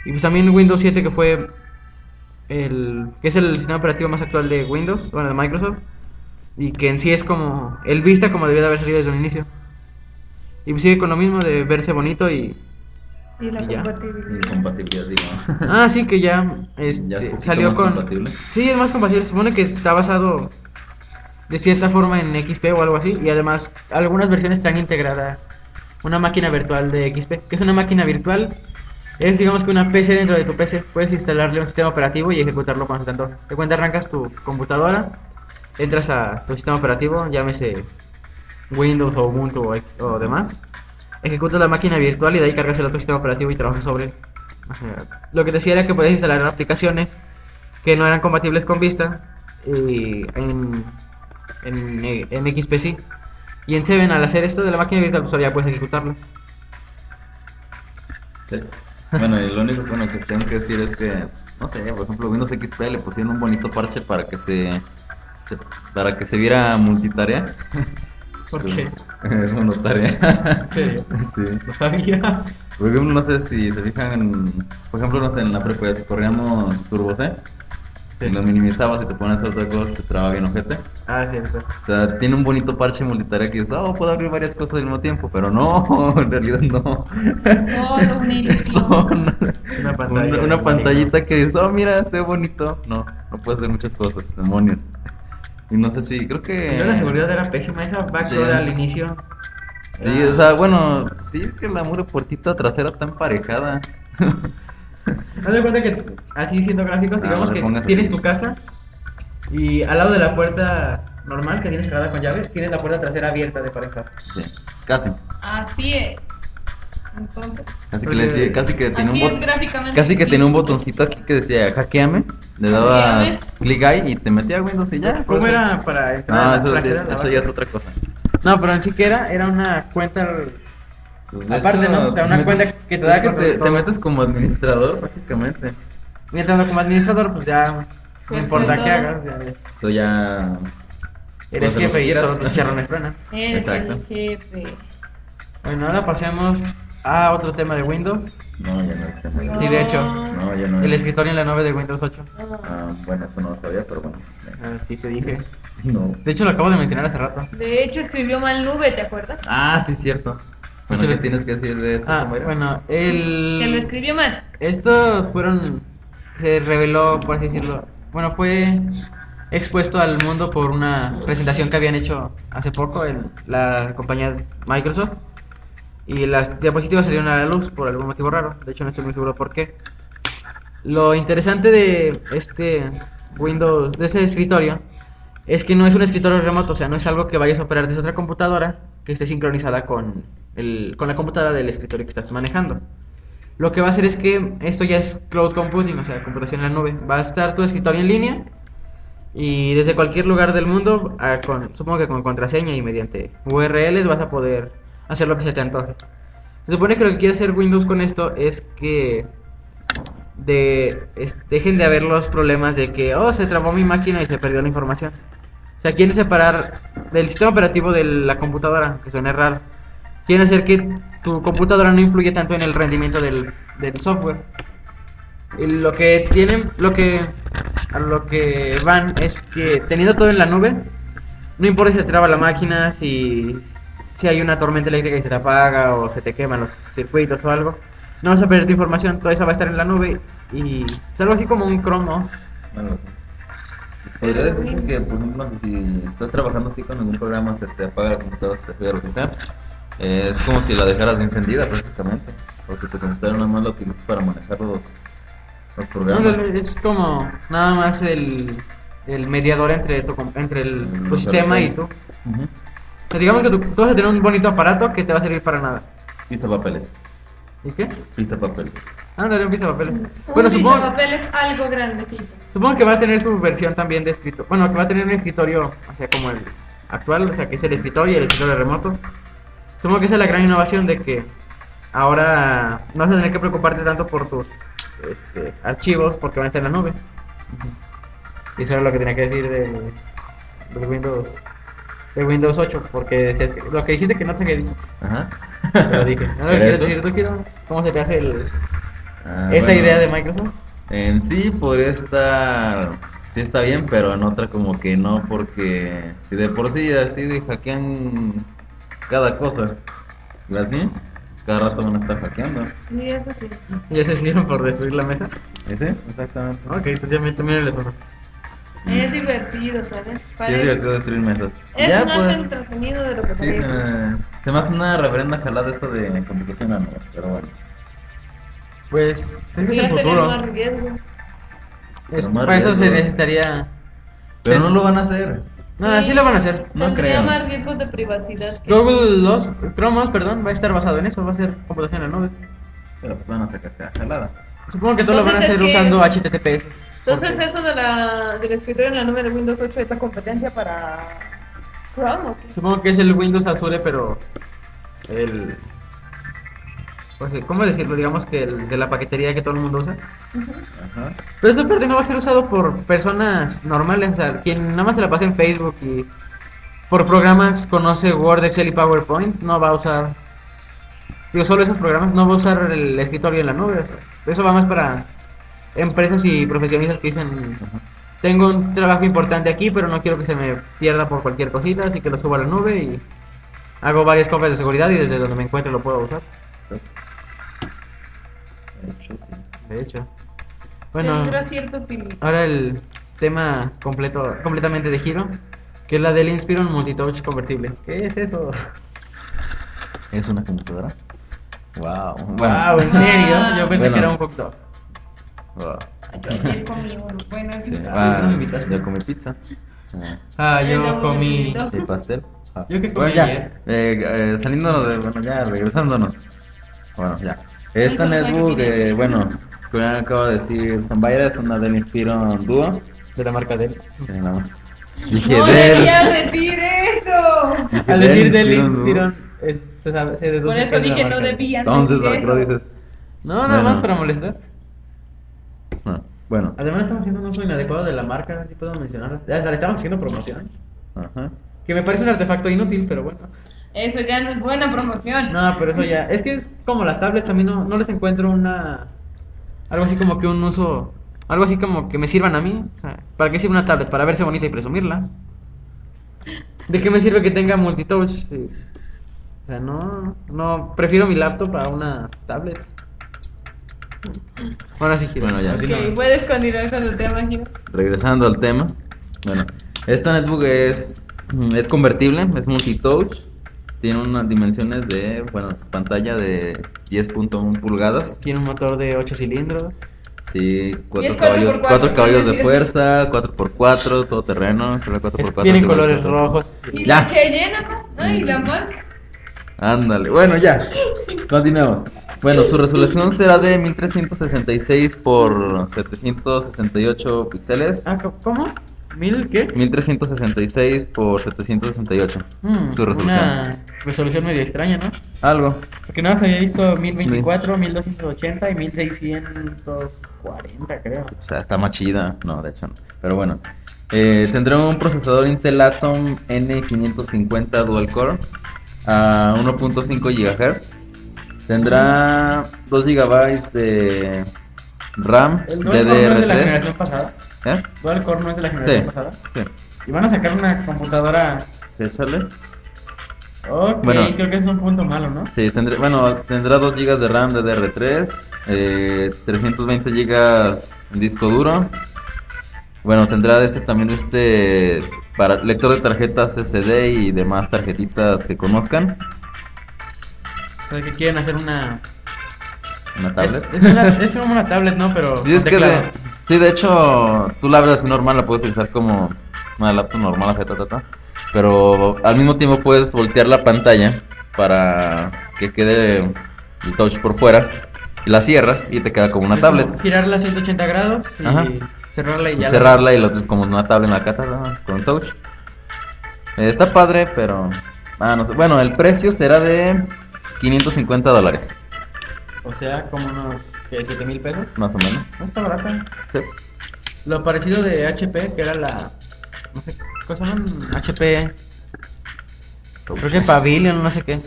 Speaker 1: Y pues también Windows 7 que fue el que es el sistema operativo más actual de Windows, bueno, de Microsoft, y que en sí es como el Vista como debía de haber salido desde un inicio. Y pues sigue con lo mismo de verse bonito y
Speaker 3: Y la
Speaker 1: Y ya.
Speaker 3: compatibilidad.
Speaker 2: Incompatibilidad, digo.
Speaker 1: Ah, sí, que ya, este,
Speaker 2: es poquito
Speaker 1: salió
Speaker 2: más
Speaker 1: con...
Speaker 2: compatible.
Speaker 1: Sí, es más compatible. Se supone que está basado de cierta forma en XP o algo así. Y además, algunas versiones traen integrada una máquina virtual de XP. que es una máquina virtual? Es, digamos, que una PC dentro de tu PC. Puedes instalarle un sistema operativo y ejecutarlo cuando tanto. De cuenta, arrancas tu computadora, entras a tu sistema operativo, llámese Windows o Ubuntu o, ex- o demás. Ejecutas la máquina virtual y de ahí cargas el otro sistema operativo y trabajas sobre él. O sea, Lo que decía era que podías instalar aplicaciones que no eran compatibles con Vista y en, en, en XP sí. Y en Seven, al hacer esto de la máquina virtual, pues ahora ya puedes ejecutarlas.
Speaker 2: Sí. Bueno, y lo único bueno, que tengo que decir es que, no sé, por ejemplo, Windows XP le pusieron un bonito parche para que se, se- para que se viera multitarea.
Speaker 1: ¿Por qué?
Speaker 2: Es monotarea.
Speaker 1: serio?
Speaker 2: Sí.
Speaker 1: No sabía.
Speaker 2: Por ejemplo, no sé si se fijan, en- por ejemplo, no sé, en la prepa corríamos Turbo C Si lo minimizabas y te pones a otra cosa, se traba bien ojete.
Speaker 5: Ah, es cierto.
Speaker 2: O sea, tiene un bonito parche multitarea que dices, oh, puedo abrir varias cosas al mismo tiempo, pero no, en realidad no.
Speaker 3: Solo un iris.
Speaker 2: Son
Speaker 5: Una pantalla
Speaker 2: una-
Speaker 5: de
Speaker 2: una
Speaker 5: bonito.
Speaker 2: pantallita que dices, oh, mira, se ve bonito. No, no puedes hacer muchas cosas, demonios. Y no sé si, creo que...
Speaker 5: Yo la seguridad era pésima, esa backdoor
Speaker 2: Eh, Sí.
Speaker 5: al inicio.
Speaker 2: Sí, o sea, bueno, sí, es que la mura puertita trasera está emparejada.
Speaker 5: Ah, Haz de cuenta que así siendo gráficos,
Speaker 2: Ah,
Speaker 5: digamos
Speaker 2: no le
Speaker 5: que
Speaker 2: pongas
Speaker 5: tienes
Speaker 2: así.
Speaker 5: tu casa y al lado de la puerta normal que tienes cerrada con llaves, tienes la puerta trasera abierta de pareja.
Speaker 2: Sí, casi.
Speaker 3: Así es. Entonces,
Speaker 2: Casi que, le decía- casi que tiene un
Speaker 3: así es
Speaker 2: botón.
Speaker 3: gráficamente.
Speaker 2: Casi que
Speaker 3: difícil.
Speaker 2: tenía un botoncito aquí que decía hackeame, le dabas clic ahí y te metía a Windows y ya.
Speaker 5: ¿Cómo
Speaker 2: pues,
Speaker 5: era para entrar
Speaker 2: No,
Speaker 5: a la
Speaker 2: eso, sí
Speaker 5: trasera
Speaker 2: es-
Speaker 5: de la
Speaker 2: eso
Speaker 5: vaca?
Speaker 2: ya es otra cosa.
Speaker 1: No, pero en sí que era, era una cuenta.
Speaker 2: Pues, de
Speaker 1: Aparte,
Speaker 2: hecho,
Speaker 1: ¿no? O sea, una
Speaker 2: metes-
Speaker 1: cuenta que te
Speaker 2: es
Speaker 1: da
Speaker 2: que
Speaker 1: con
Speaker 2: te, te
Speaker 1: todo.
Speaker 2: metes como administrador prácticamente.
Speaker 1: Mientras no como administrador, pues ya. No
Speaker 3: Pues,
Speaker 1: importa
Speaker 3: pues,
Speaker 1: qué
Speaker 3: no.
Speaker 1: hagas, ya eres-
Speaker 2: Eso ya.
Speaker 1: eres
Speaker 2: Pues,
Speaker 1: jefe y
Speaker 2: los-
Speaker 1: solo tus charrones truenan.
Speaker 3: Eres
Speaker 2: Exacto.
Speaker 3: el jefe.
Speaker 1: Bueno, ahora pasemos a otro tema de Windows.
Speaker 2: No, ya no. ya no.
Speaker 1: Sí, de hecho.
Speaker 2: No, ya no.
Speaker 1: El escritorio en la 9 de Windows 8.
Speaker 3: Ah,
Speaker 2: Ah, bueno, eso no lo sabía, pero bueno.
Speaker 5: Ah,
Speaker 1: Así te dije.
Speaker 2: No.
Speaker 1: De hecho, lo acabo de mencionar hace rato.
Speaker 3: De hecho, escribió mal nube, ¿te acuerdas?
Speaker 2: Ah, sí, cierto. Bueno,
Speaker 1: Sí,
Speaker 2: ¿qué
Speaker 1: lo-
Speaker 2: tienes que decir de eso?
Speaker 1: Ah,
Speaker 2: Samira?
Speaker 1: bueno,
Speaker 2: Mm.
Speaker 3: Que lo
Speaker 1: el.
Speaker 3: escribió mal.
Speaker 1: Estos fueron. Se reveló, por así decirlo. Bueno, fue expuesto al mundo por una presentación que habían hecho hace poco en la compañía Microsoft. Y las diapositivas salieron a la luz por algún motivo raro. De hecho, no estoy muy seguro por qué. Lo interesante de este Windows, de ese escritorio, es que no es un escritorio remoto, o sea, no es algo que vayas a operar desde otra computadora que esté sincronizada con, el, con la computadora del escritorio que estás manejando. Lo que va a hacer es que esto ya es cloud computing, o sea, computación en la nube. Va a estar tu escritorio en línea y desde cualquier lugar del mundo, ah, con- supongo que con contraseña y mediante URLs vas a poder hacer lo que se te antoje. Se supone que lo que quiere hacer Windows con esto es que de, es- dejen de haber los problemas de que, oh, se trabó mi máquina y se perdió la información. O sea, quieren separar del sistema operativo de la computadora, que suena raro. Quieren hacer que tu computadora no influya tanto en el rendimiento del, del software. Y lo que tienen, lo que a lo que van es que teniendo todo en la nube, no importa si se traba la máquina, si, si hay una tormenta eléctrica y se te apaga o se te queman los circuitos o algo, no vas a perder tu información, toda esa va a estar en la nube y es algo así como un Chromos.
Speaker 2: Bueno, podría decirse que, por ejemplo, no sé si estás trabajando así con algún programa, se te apaga la computadora, se te fría, lo que sea, eh, es como si la dejaras encendida prácticamente, porque tu computadora nada más la utilizas para manejar los, los
Speaker 1: No,
Speaker 2: programas.
Speaker 1: es como nada más el, el mediador entre tu, com- entre el, tu
Speaker 2: Los
Speaker 1: sistema Pues y tú.
Speaker 2: algoritmos. Ujú.
Speaker 1: O sea, digamos que tú, tú vas a tener un bonito aparato que te va a servir para nada.
Speaker 2: Pisa papeles,
Speaker 1: ¿Y qué?
Speaker 2: pisa papeles.
Speaker 1: Ah, no, era un pisapapeles.
Speaker 3: un
Speaker 1: Bueno, supongo,
Speaker 3: papel es algo grandecito.
Speaker 1: supongo que va a tener su versión también de escritorio. Bueno, que va a tener un escritorio, o sea, como el actual, o sea, que es el escritorio y el escritorio remoto. Supongo que esa es la gran innovación de que ahora no vas a tener que preocuparte tanto por tus este, archivos porque van a estar en la nube. Y eso era lo que tenía que decir del del Windows, de Windows 8, porque se- lo que dijiste que no te había dicho,
Speaker 2: Ajá.
Speaker 1: te lo dije. ¿No lo
Speaker 2: ¿Era
Speaker 1: quieres
Speaker 2: eso?
Speaker 1: decir tú, Kiro? ¿Cómo se te hace el-
Speaker 2: Ah,
Speaker 1: esa
Speaker 2: bueno,
Speaker 1: idea de Microsoft?
Speaker 2: En sí podría estar, sí está bien, pero en otra como que no, porque si de por sí así de hackean cada cosa, ¿las bien? Cada rato van a estar hackeando.
Speaker 3: Sí, eso sí.
Speaker 1: ¿Ya se hicieron por destruir la mesa?
Speaker 2: ¿Ese? Exactamente.
Speaker 1: Ok, entonces ya me terminé el asunto.
Speaker 3: Es divertido, ¿sabes?
Speaker 2: Mm. Sí, es
Speaker 3: Parece-
Speaker 2: divertido destruir mesas.
Speaker 3: Es
Speaker 2: ya
Speaker 3: más
Speaker 2: pues,
Speaker 3: entretenido de lo que
Speaker 2: sí, se
Speaker 3: parece.
Speaker 2: me, se me hace una reverenda jalada esto de computación a nuevo, pero bueno.
Speaker 1: Pues ese es
Speaker 3: Podría
Speaker 1: el
Speaker 3: tener
Speaker 1: futuro.
Speaker 3: más riesgo.
Speaker 1: Es-
Speaker 2: Pero más
Speaker 1: para eso se
Speaker 2: riesgo.
Speaker 1: necesitaría.
Speaker 2: Pero
Speaker 1: Sí.
Speaker 2: no lo van a hacer.
Speaker 1: No, así lo van a hacer.
Speaker 2: No
Speaker 3: Tendría
Speaker 2: creo.
Speaker 3: más riesgos de privacidad. que-
Speaker 1: Google 2, Chrome OS, perdón, va a estar basado en eso, va a ser computación en la nube.
Speaker 2: Pero pues van a sacar cada jalada.
Speaker 1: Supongo que todo lo van a
Speaker 3: Entonces,
Speaker 1: hacer
Speaker 3: ¿el qué?
Speaker 1: usando HTTPS.
Speaker 3: Entonces,
Speaker 1: porque-
Speaker 3: eso de la, del escritorio en la nube de Windows 8 es la competencia para Chrome, ¿o qué?
Speaker 1: Supongo que es el Windows Azure, pero el pues cómo decirlo, digamos que el de la paquetería que todo el mundo usa.
Speaker 2: Ajá.
Speaker 1: Pero esa parte no va a ser usado por personas normales, o sea, quien nada más se la pasa en Facebook y por programas conoce Word, Excel y PowerPoint, no va a usar, digo, solo esos programas, no va a usar el escritorio en la nube. o sea, eso va más para empresas y profesionistas que dicen, tengo un trabajo importante aquí, pero no quiero que se me pierda por cualquier cosita, así que lo subo a la nube y hago varias copias de seguridad y desde donde me encuentre lo puedo usar.
Speaker 2: De hecho, sí.
Speaker 1: De hecho. Bueno,
Speaker 3: Tendrá cierto fin.
Speaker 1: ahora el tema completo, completamente de giro, que es la del Inspiron Multitouch convertible. ¿Qué es eso?
Speaker 2: ¿Es una computadora? Wow. Ah, Bueno.
Speaker 1: Wow, en serio, yo pensé
Speaker 2: Bueno.
Speaker 1: que era un hot dog.
Speaker 2: Wow.
Speaker 3: Ayer comí uno. Bueno,
Speaker 2: Sí.
Speaker 3: sí.
Speaker 2: Ah,
Speaker 1: no me invitaste.
Speaker 2: yo comí pizza. Ah,
Speaker 1: Ah,
Speaker 3: Yo
Speaker 1: yo
Speaker 3: no
Speaker 1: comí.
Speaker 3: me
Speaker 2: Y pastel. Ah.
Speaker 1: Yo que comí
Speaker 2: Bueno, ya.
Speaker 1: ayer.
Speaker 2: eh, eh, saliéndonos de. Bueno, ya, regresándonos. Bueno, ya. Esta
Speaker 3: Ay, no,
Speaker 2: netbook,
Speaker 3: no, no, no.
Speaker 2: eh, bueno, como ya acabo de decir, Zambaira es una del Inspiron Duo.
Speaker 1: De la marca de él.
Speaker 2: Eh, no. Dije
Speaker 3: no
Speaker 2: del.
Speaker 3: debías decir eso.
Speaker 2: dije
Speaker 1: Al decir del
Speaker 2: Inspiron Duo.
Speaker 1: Inspiron, es- se, sabe- se deduce
Speaker 3: Por
Speaker 1: que
Speaker 3: eso
Speaker 1: es de la
Speaker 3: dije no
Speaker 1: marca de él.
Speaker 3: debías.
Speaker 2: Entonces, ¿para
Speaker 3: decir
Speaker 2: qué lo
Speaker 3: eso.
Speaker 2: dices?
Speaker 1: No, nada
Speaker 2: Bueno.
Speaker 1: más para molestar.
Speaker 2: No. Ah, Bueno.
Speaker 1: Además estamos haciendo un uso inadecuado de la marca, no sé si puedo mencionarla. Ya, Le estamos haciendo promoción.
Speaker 2: Ajá.
Speaker 1: Que me parece un artefacto inútil, pero bueno.
Speaker 3: Eso ya no es buena promoción.
Speaker 1: No, pero eso ya. Es que es como las tablets, a mí no, no les encuentro una. Algo así como que un uso. Algo así como que me sirvan a mí. O sea, ¿Para qué sirve una tablet? Para verse bonita y presumirla. ¿De qué me sirve que tenga multitouch? Sí. O sea, no, no. Prefiero mi laptop a una tablet. Bueno, sí, Gil,
Speaker 2: Bueno, ya.
Speaker 1: continúa.
Speaker 3: Ok, puedes continuar con el tema, Gino.
Speaker 2: regresando al tema, bueno, esta netbook es, mm, es convertible, es multitouch, tiene unas dimensiones de, bueno, su pantalla de 10.1 pulgadas,
Speaker 1: Tiene un motor de 8 cilindros.
Speaker 2: sí,
Speaker 3: Y es
Speaker 2: 4
Speaker 3: cuatro
Speaker 2: caballos,
Speaker 3: por cuatro,
Speaker 2: cuatro caballos de
Speaker 3: sí.
Speaker 2: fuerza, 4x4, todo terreno, creo que 4x4.
Speaker 1: Es- Vienen
Speaker 2: igual,
Speaker 1: colores
Speaker 2: 4x4.
Speaker 1: rojos.
Speaker 3: Y
Speaker 2: Ya. Mm.
Speaker 3: la Cheyenne, ¿no? ¿no? Y la marca.
Speaker 2: Ándale, bueno, ya. Continuemos. Bueno, su resolución será de 1366 por 768 píxeles.
Speaker 1: Ah, co- ¿Cómo? ¿Mil qué?
Speaker 2: 1366 por 768.
Speaker 1: Mm,
Speaker 2: Su resolución.
Speaker 1: Una resolución medio extraña, ¿no?
Speaker 2: Algo.
Speaker 1: Porque nada más había visto 1024, 1280 y 1640, creo.
Speaker 2: O sea, está más chida. No, de hecho no. Pero bueno. Eh, tendrá un procesador Intel Atom N550 Dual Core a 1.5 GHz. Tendrá 2 GB de RAM
Speaker 1: El Dual Core no es de la generación
Speaker 2: DDR3.
Speaker 1: pasada.
Speaker 2: ¿Eh?
Speaker 1: Dual Core no es de la generación
Speaker 2: Sí,
Speaker 1: pasada.
Speaker 2: sí.
Speaker 1: Y van a sacar una computadora.
Speaker 2: Sí, échale.
Speaker 1: Ok,
Speaker 2: Bueno.
Speaker 1: creo que es un punto malo, ¿no?
Speaker 2: Sí, tendré- bueno, tendrá 2 GB de RAM DDR3, eh, 320 GB en disco duro. Bueno, tendrá este también este para lector de tarjetas SD y demás tarjetitas que conozcan.
Speaker 1: O sea, que quieren hacer una.
Speaker 2: Una
Speaker 1: Es,
Speaker 2: tablet.
Speaker 1: es una, es como una tablet, ¿no? Pero.
Speaker 2: Sí, es
Speaker 1: con
Speaker 2: que de-
Speaker 1: teclado.
Speaker 2: sí, de hecho, tú la abres normal, la puedes utilizar como una laptop normal, así, ta, ta, ta. Pero al mismo tiempo puedes voltear la pantalla para que quede el touch por fuera. Y la cierras y te queda como una
Speaker 1: Es como
Speaker 2: tablet.
Speaker 1: Girarla a 180 grados y
Speaker 2: Ajá.
Speaker 1: cerrarla y
Speaker 2: y
Speaker 1: ya. la-
Speaker 2: cerrarla y lo tienes como una tabla en la cata con touch. Eh, está padre, pero. Ah, no sé. Bueno, el precio será de 550 dólares,
Speaker 1: O sea, como unos 7 mil pesos.
Speaker 2: más o menos.
Speaker 1: No está barata.
Speaker 2: Sí.
Speaker 1: Lo parecido de HP, que era la. No sé, ¿cómo se llaman? HP. Creo que Pavilion, no sé qué.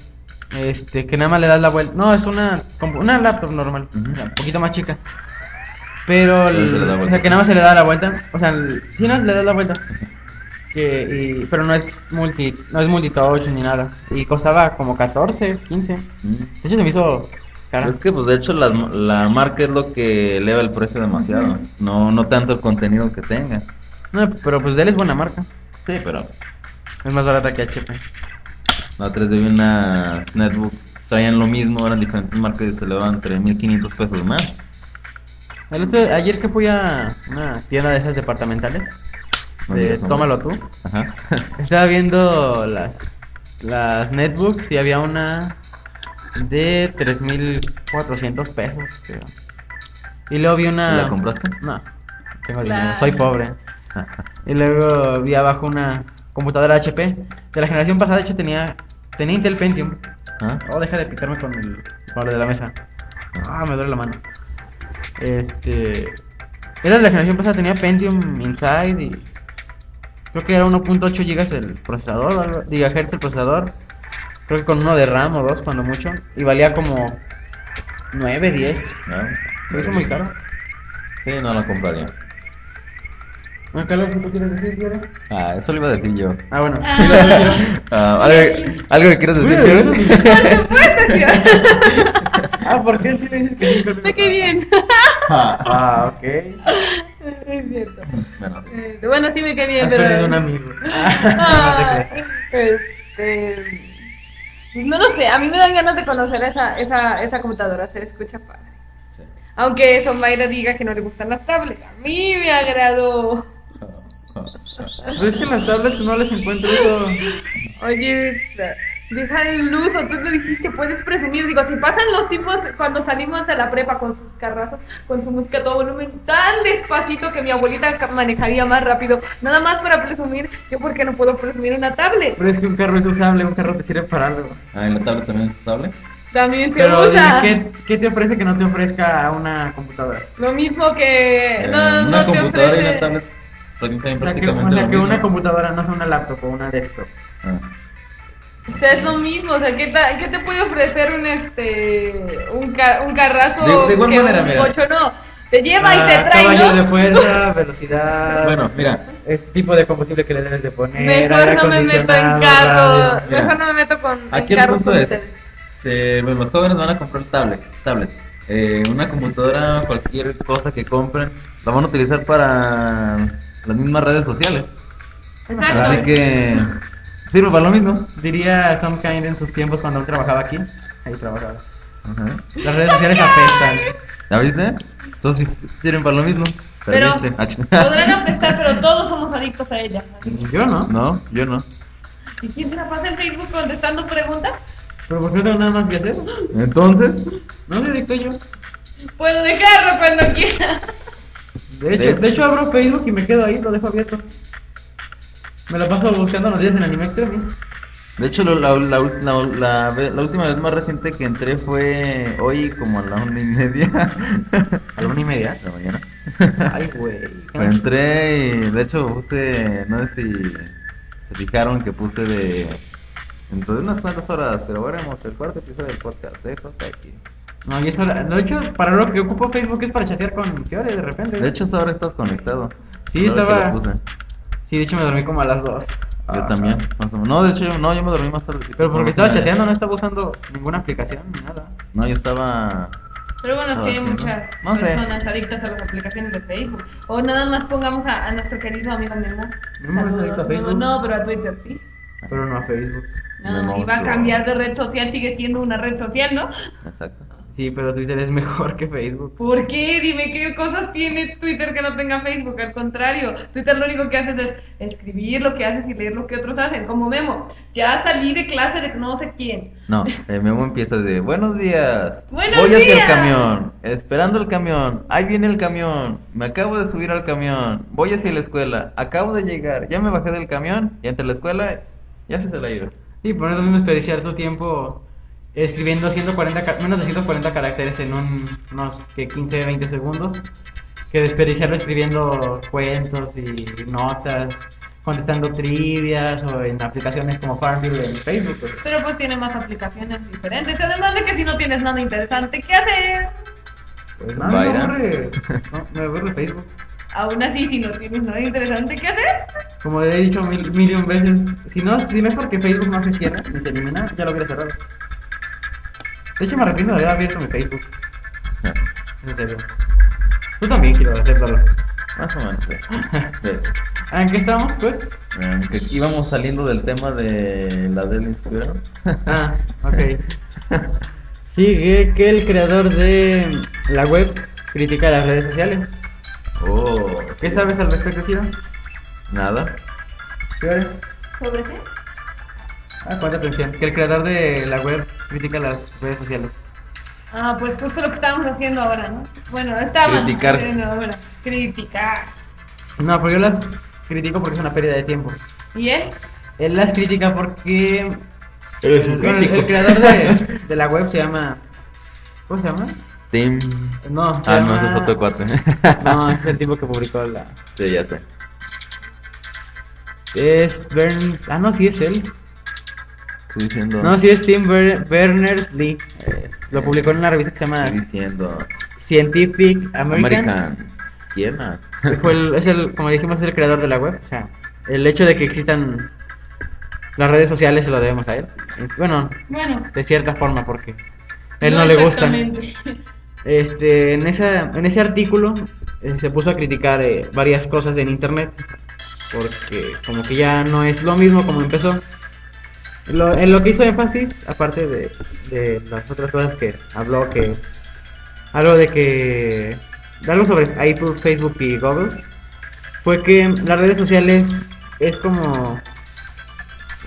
Speaker 1: Este, que nada más le das la vuelta. No, es una, compu- una laptop normal.
Speaker 2: Ujú.
Speaker 1: o sea, un poquito más chica. Pero.
Speaker 2: Pero
Speaker 1: el-
Speaker 2: se le da
Speaker 1: o
Speaker 2: vuelta.
Speaker 1: sea, que nada más se le da la vuelta. O sea, el- sí, no, le das la vuelta. Que, y- pero no es multi no es multitouch ni nada. Y costaba como 14, 15. De
Speaker 2: Mm.
Speaker 1: hecho, se me hizo cara.
Speaker 2: Es que, pues, de hecho, la, la marca es lo que eleva el precio demasiado. No no tanto el contenido que tenga.
Speaker 1: No, pero pues de él es buena marca.
Speaker 2: Sí, pero pues,
Speaker 1: Es más barata que HP.
Speaker 2: la otra vez vi unas netbook. Traían lo mismo, eran diferentes marcas y se elevaban entre 1500 pesos más.
Speaker 1: El otro- ayer que fui a una tienda de esas departamentales,
Speaker 2: No
Speaker 1: de
Speaker 2: digas nombres.
Speaker 1: Tómalo tú,
Speaker 2: Ajá.
Speaker 1: estaba viendo las, las netbooks y había una de 3.400 pesos, creo. Y luego vi una...
Speaker 2: ¿La compraste?
Speaker 1: No, tengo
Speaker 3: Claro.
Speaker 1: dinero, soy pobre.
Speaker 2: Ah.
Speaker 1: Y luego vi abajo una computadora HP. De la generación pasada, de hecho, tenía, tenía Intel Pentium.
Speaker 2: ¿Ah?
Speaker 1: Oh, deja de picarme con el con lo de la mesa. Ah, me duele la mano. Este. Era de la generación pasada, tenía Pentium Inside y. Creo que era 1.8 GB el procesador, o algo- gigahertz el procesador. Creo que con uno de RAM o dos, cuando mucho. Y valía como 9, 10.
Speaker 2: ¿No?
Speaker 1: Lo hizo muy caro.
Speaker 2: Sí, no la compraría.
Speaker 1: Bueno, Carlos, ¿qué tú quieres decir, Diego?
Speaker 6: Ah, eso lo iba a decir yo.
Speaker 1: Ah, bueno.
Speaker 3: Ah,
Speaker 6: Ah, ¿algo, algo que quieras decir, Kiro?
Speaker 3: por supuesto, tío.
Speaker 1: Ah, ¿por qué sí le dices que sí, Carlos?
Speaker 3: Qué bien.
Speaker 1: Ah, ok.
Speaker 3: Es cierto.
Speaker 2: Bueno, sí.
Speaker 3: Eh, Bueno, sí me cae bien,
Speaker 1: Has
Speaker 3: pero.
Speaker 1: perdido un amigo.
Speaker 3: Ay,
Speaker 1: Ah,
Speaker 3: este, pues no lo sé, a mí me dan ganas de conocer esa, esa, esa computadora, se escucha padre. Aunque eso Mayra diga que no le gustan las tablets, a mí me agradó.
Speaker 1: Pues es que en las tablets no les encuentro eso.
Speaker 3: Oye, esa- deja el uso, tú te dijiste, puedes presumir. Digo, si pasan los tipos cuando salimos de la prepa con sus carrazos, con su música a todo volumen, tan despacito que mi abuelita ca- manejaría más rápido, nada más para presumir, yo porque no puedo presumir una tablet.
Speaker 1: Pero es que un carro es usable, un carro te sirve para algo.
Speaker 2: Ah, en la tablet también es usable.
Speaker 3: También se
Speaker 1: Pero dime,
Speaker 3: usa.
Speaker 1: ¿qué, ¿qué te ofrece que no te ofrezca una computadora?
Speaker 3: Lo mismo que.
Speaker 2: Eh,
Speaker 3: no, no
Speaker 2: una
Speaker 3: te
Speaker 2: computadora y
Speaker 3: ofrece-
Speaker 2: una tablet
Speaker 1: O
Speaker 2: permiten
Speaker 1: sea, que,
Speaker 2: prácticamente
Speaker 1: o sea,
Speaker 2: lo
Speaker 1: que
Speaker 2: mismo.
Speaker 1: una computadora no sea una laptop o una desktop.
Speaker 2: Ah.
Speaker 3: O sea, es lo mismo. O sea, ¿qué, ta- qué te puede ofrecer un este. un, ca- un carrazo
Speaker 2: De- de igual
Speaker 3: que
Speaker 2: manera,
Speaker 3: un
Speaker 2: mira.
Speaker 3: cocho no? Te lleva y te
Speaker 1: Ah,
Speaker 3: trae,
Speaker 1: Caballo de
Speaker 3: ¿no?
Speaker 1: fuerza, velocidad.
Speaker 2: Bueno, mira,
Speaker 1: El tipo de combustible que le debes de poner. aire
Speaker 3: Mejor no me meto en
Speaker 1: acondicionado,
Speaker 3: carro.
Speaker 1: radio.
Speaker 2: Mira.
Speaker 3: Mejor no me meto con. en
Speaker 2: Aquí el
Speaker 3: carros
Speaker 2: punto
Speaker 3: con
Speaker 2: es-
Speaker 3: ustedes.
Speaker 2: se- bueno, los jóvenes van a comprar tablets. tablets. Eh, una computadora, cualquier cosa que compren, la van a utilizar para las mismas redes sociales.
Speaker 3: Exacto.
Speaker 2: Así Ah, que sirve para lo mismo.
Speaker 1: Diría Some Kind en sus tiempos cuando aún trabajaba aquí. Ahí trabajaba.
Speaker 2: Ajá.
Speaker 1: Las redes sociales apestan.
Speaker 2: ¿Ya viste? Entonces sirven para lo mismo.
Speaker 3: Pero-
Speaker 2: Perdiste. Ah, ch-
Speaker 3: Podrán apestar, pero todos somos adictos a ella. Así que,
Speaker 1: Yo no.
Speaker 2: no, yo no.
Speaker 3: ¿Y quién se la pasa en Facebook contestando preguntas?
Speaker 1: Pero ¿por qué no tengo nada más que hacer?
Speaker 2: Entonces,
Speaker 1: No me dicto yo.
Speaker 3: Puedo dejarlo cuando quiera.
Speaker 1: De hecho,
Speaker 2: De-
Speaker 1: de hecho abro Facebook y me quedo ahí, lo dejo abierto. Me la paso buscando noticias en Anime Extremis.
Speaker 2: de hecho, lo- la, la, la, la ve- la última vez más reciente que entré fue hoy, como a la una y media.
Speaker 1: ¿A la una y media?
Speaker 2: De la mañana.
Speaker 1: Ay, güey.
Speaker 2: Pero entré y, de hecho, puse, no sé si se fijaron que puse de. Dentro de unas cuantas horas celebraremos el cuarto episodio del podcast. ¿eh? Jota, aquí.
Speaker 1: No, y eso, de hecho, para lo que ocupo Facebook es para chatear con Fiore de repente.
Speaker 2: De hecho, esa hora estás conectado.
Speaker 1: Sí,
Speaker 2: Ahora que
Speaker 1: estaba-
Speaker 2: lo puse.
Speaker 1: Sí, de hecho me dormí como a las 2.
Speaker 2: Yo también, más o menos. No, de hecho, yo- no, yo me dormí más tarde.
Speaker 1: Ah, Pero porque estaba chateando, no estaba usando ninguna aplicación ni nada.
Speaker 2: No, yo estaba.
Speaker 3: Pero bueno,
Speaker 2: Ah,
Speaker 3: sí
Speaker 2: sí,
Speaker 3: hay
Speaker 2: ¿no?
Speaker 3: muchas
Speaker 2: No sé.
Speaker 3: personas adictas a las aplicaciones de Facebook. O nada más pongamos a, a nuestro querido amigo Memo.
Speaker 1: Memo es
Speaker 3: Saludos,
Speaker 1: adicto a
Speaker 3: Memo.
Speaker 1: Facebook.
Speaker 3: No, pero a Twitter sí.
Speaker 1: Pero no a Facebook.
Speaker 3: No,
Speaker 2: Memo
Speaker 3: y va a
Speaker 2: su-
Speaker 3: cambiar de red social, sigue siendo una red social, ¿no?
Speaker 2: Exacto.
Speaker 1: Sí, pero Twitter es mejor que Facebook.
Speaker 3: ¿Por qué? Dime qué cosas tiene Twitter que no tenga Facebook. Al contrario, Twitter lo único que haces es escribir lo que haces y leer lo que otros hacen. Como Memo, ya salí de clase de no sé quién.
Speaker 2: No, el memo empieza de Buenos días.
Speaker 3: ¡Buenos
Speaker 2: Voy hacia
Speaker 3: días!
Speaker 2: el camión. Esperando el camión. Ahí viene el camión. Me acabo de subir al camión. Voy hacia la escuela. Acabo de llegar. Ya me bajé del camión. Y entre la escuela ya se se la ha ido.
Speaker 1: Sí, por eso mismo desperdiciar tu tiempo escribiendo 140, ca- menos de 140 caracteres en un- unos que 15, 20 segundos que desperdiciarlo escribiendo cuentos y notas, contestando trivias o en aplicaciones como Farmville en Facebook. pues.
Speaker 3: Pero pues tiene más aplicaciones diferentes. Además de que si no tienes nada interesante que hacer,
Speaker 1: Pues no, me
Speaker 2: Vaira.
Speaker 1: aburre, no, me aburre Facebook.
Speaker 3: aún así si no tienes nada interesante que hacer,
Speaker 1: Como he dicho mil, millón veces, si no, si no es porque Facebook no se cierra ni se elimina, ya lo hubiera cerrado. De hecho, me arrepiento de haber abierto mi Facebook. En serio. Tú también quiero aceptarlo.
Speaker 2: Más o menos. sí. De hecho.
Speaker 1: ¿Ah, ¿En qué estamos, pues?
Speaker 2: Eh, que íbamos saliendo del tema de la del Inspiración.
Speaker 1: Ah, ok. Sigue que el creador de la web critica las redes sociales.
Speaker 2: Oh,
Speaker 1: ¿Qué sabes al respecto, Kira?
Speaker 2: Nada.
Speaker 1: Fiore.
Speaker 3: ¿sobre qué?
Speaker 1: Ah, cuánta atención. Que el creador de la web critica las redes sociales.
Speaker 3: Ah, pues justo lo que estábamos haciendo ahora, ¿no? Bueno, estábamos
Speaker 2: Criticar.
Speaker 3: haciendo ahora. Criticar.
Speaker 1: No, pero yo las critico porque es una pérdida de tiempo.
Speaker 3: ¿Y él?
Speaker 1: Él las critica porque
Speaker 2: Eres
Speaker 1: el,
Speaker 2: un
Speaker 1: bueno, el-
Speaker 2: crítico.
Speaker 1: el creador de, de la web se llama ¿Cómo se llama?
Speaker 2: Tim.
Speaker 1: No, se
Speaker 2: Ah, no, ese es
Speaker 1: llama-
Speaker 2: otro cuate.
Speaker 1: No, es el tipo que publicó la
Speaker 2: sí, ya sé.
Speaker 1: es Bern Ah, no, sí es él.
Speaker 2: Estoy diciendo.
Speaker 1: No, sí es Tim Ber- Berners-Lee. Eh, lo publicó en una revista que se llama
Speaker 2: Estoy diciendo.
Speaker 1: Scientific American,
Speaker 2: American. ¿Quién? Ah,
Speaker 1: Fue el- es el, como dijimos, es el creador de la web. O sea, el hecho de que existan las redes sociales se lo debemos a él. Bueno,
Speaker 3: Bueno.
Speaker 1: de cierta forma, porque a él no, le gustan.
Speaker 3: exactamente.
Speaker 1: Este, en, esa, en ese artículo eh, se puso a criticar eh, varias cosas en internet, porque como que ya no es lo mismo como empezó. Lo, en lo que hizo énfasis, aparte de, de las otras cosas que habló, que algo de que algo sobre Apple, Facebook y Google, fue que las redes sociales es como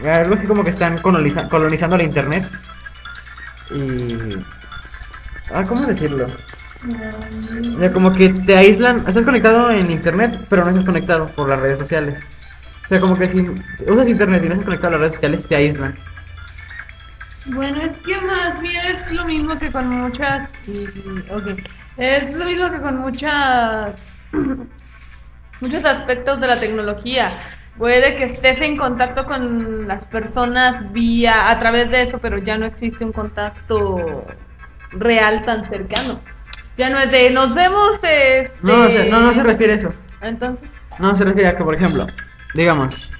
Speaker 1: algo así como que están coloniza- colonizando la internet y ah, ¿cómo decirlo? O sea, como que te aíslan, estás conectado en internet, pero no estás conectado por las redes sociales. O sea, como que si usas internet y no estás conectado a las redes sociales, te aíslan.
Speaker 3: Bueno, es que más bien es lo mismo que con muchas. y- ok. Es lo mismo que con muchas. muchos aspectos de la tecnología. Puede que estés en contacto con las personas vía. a través de eso, pero ya no existe un contacto real tan cercano. Ya no es de nos vemos. este,
Speaker 1: No, no, se, no, no se refiere a eso.
Speaker 3: Entonces.
Speaker 1: No, se refiere a que, por ejemplo, digamos...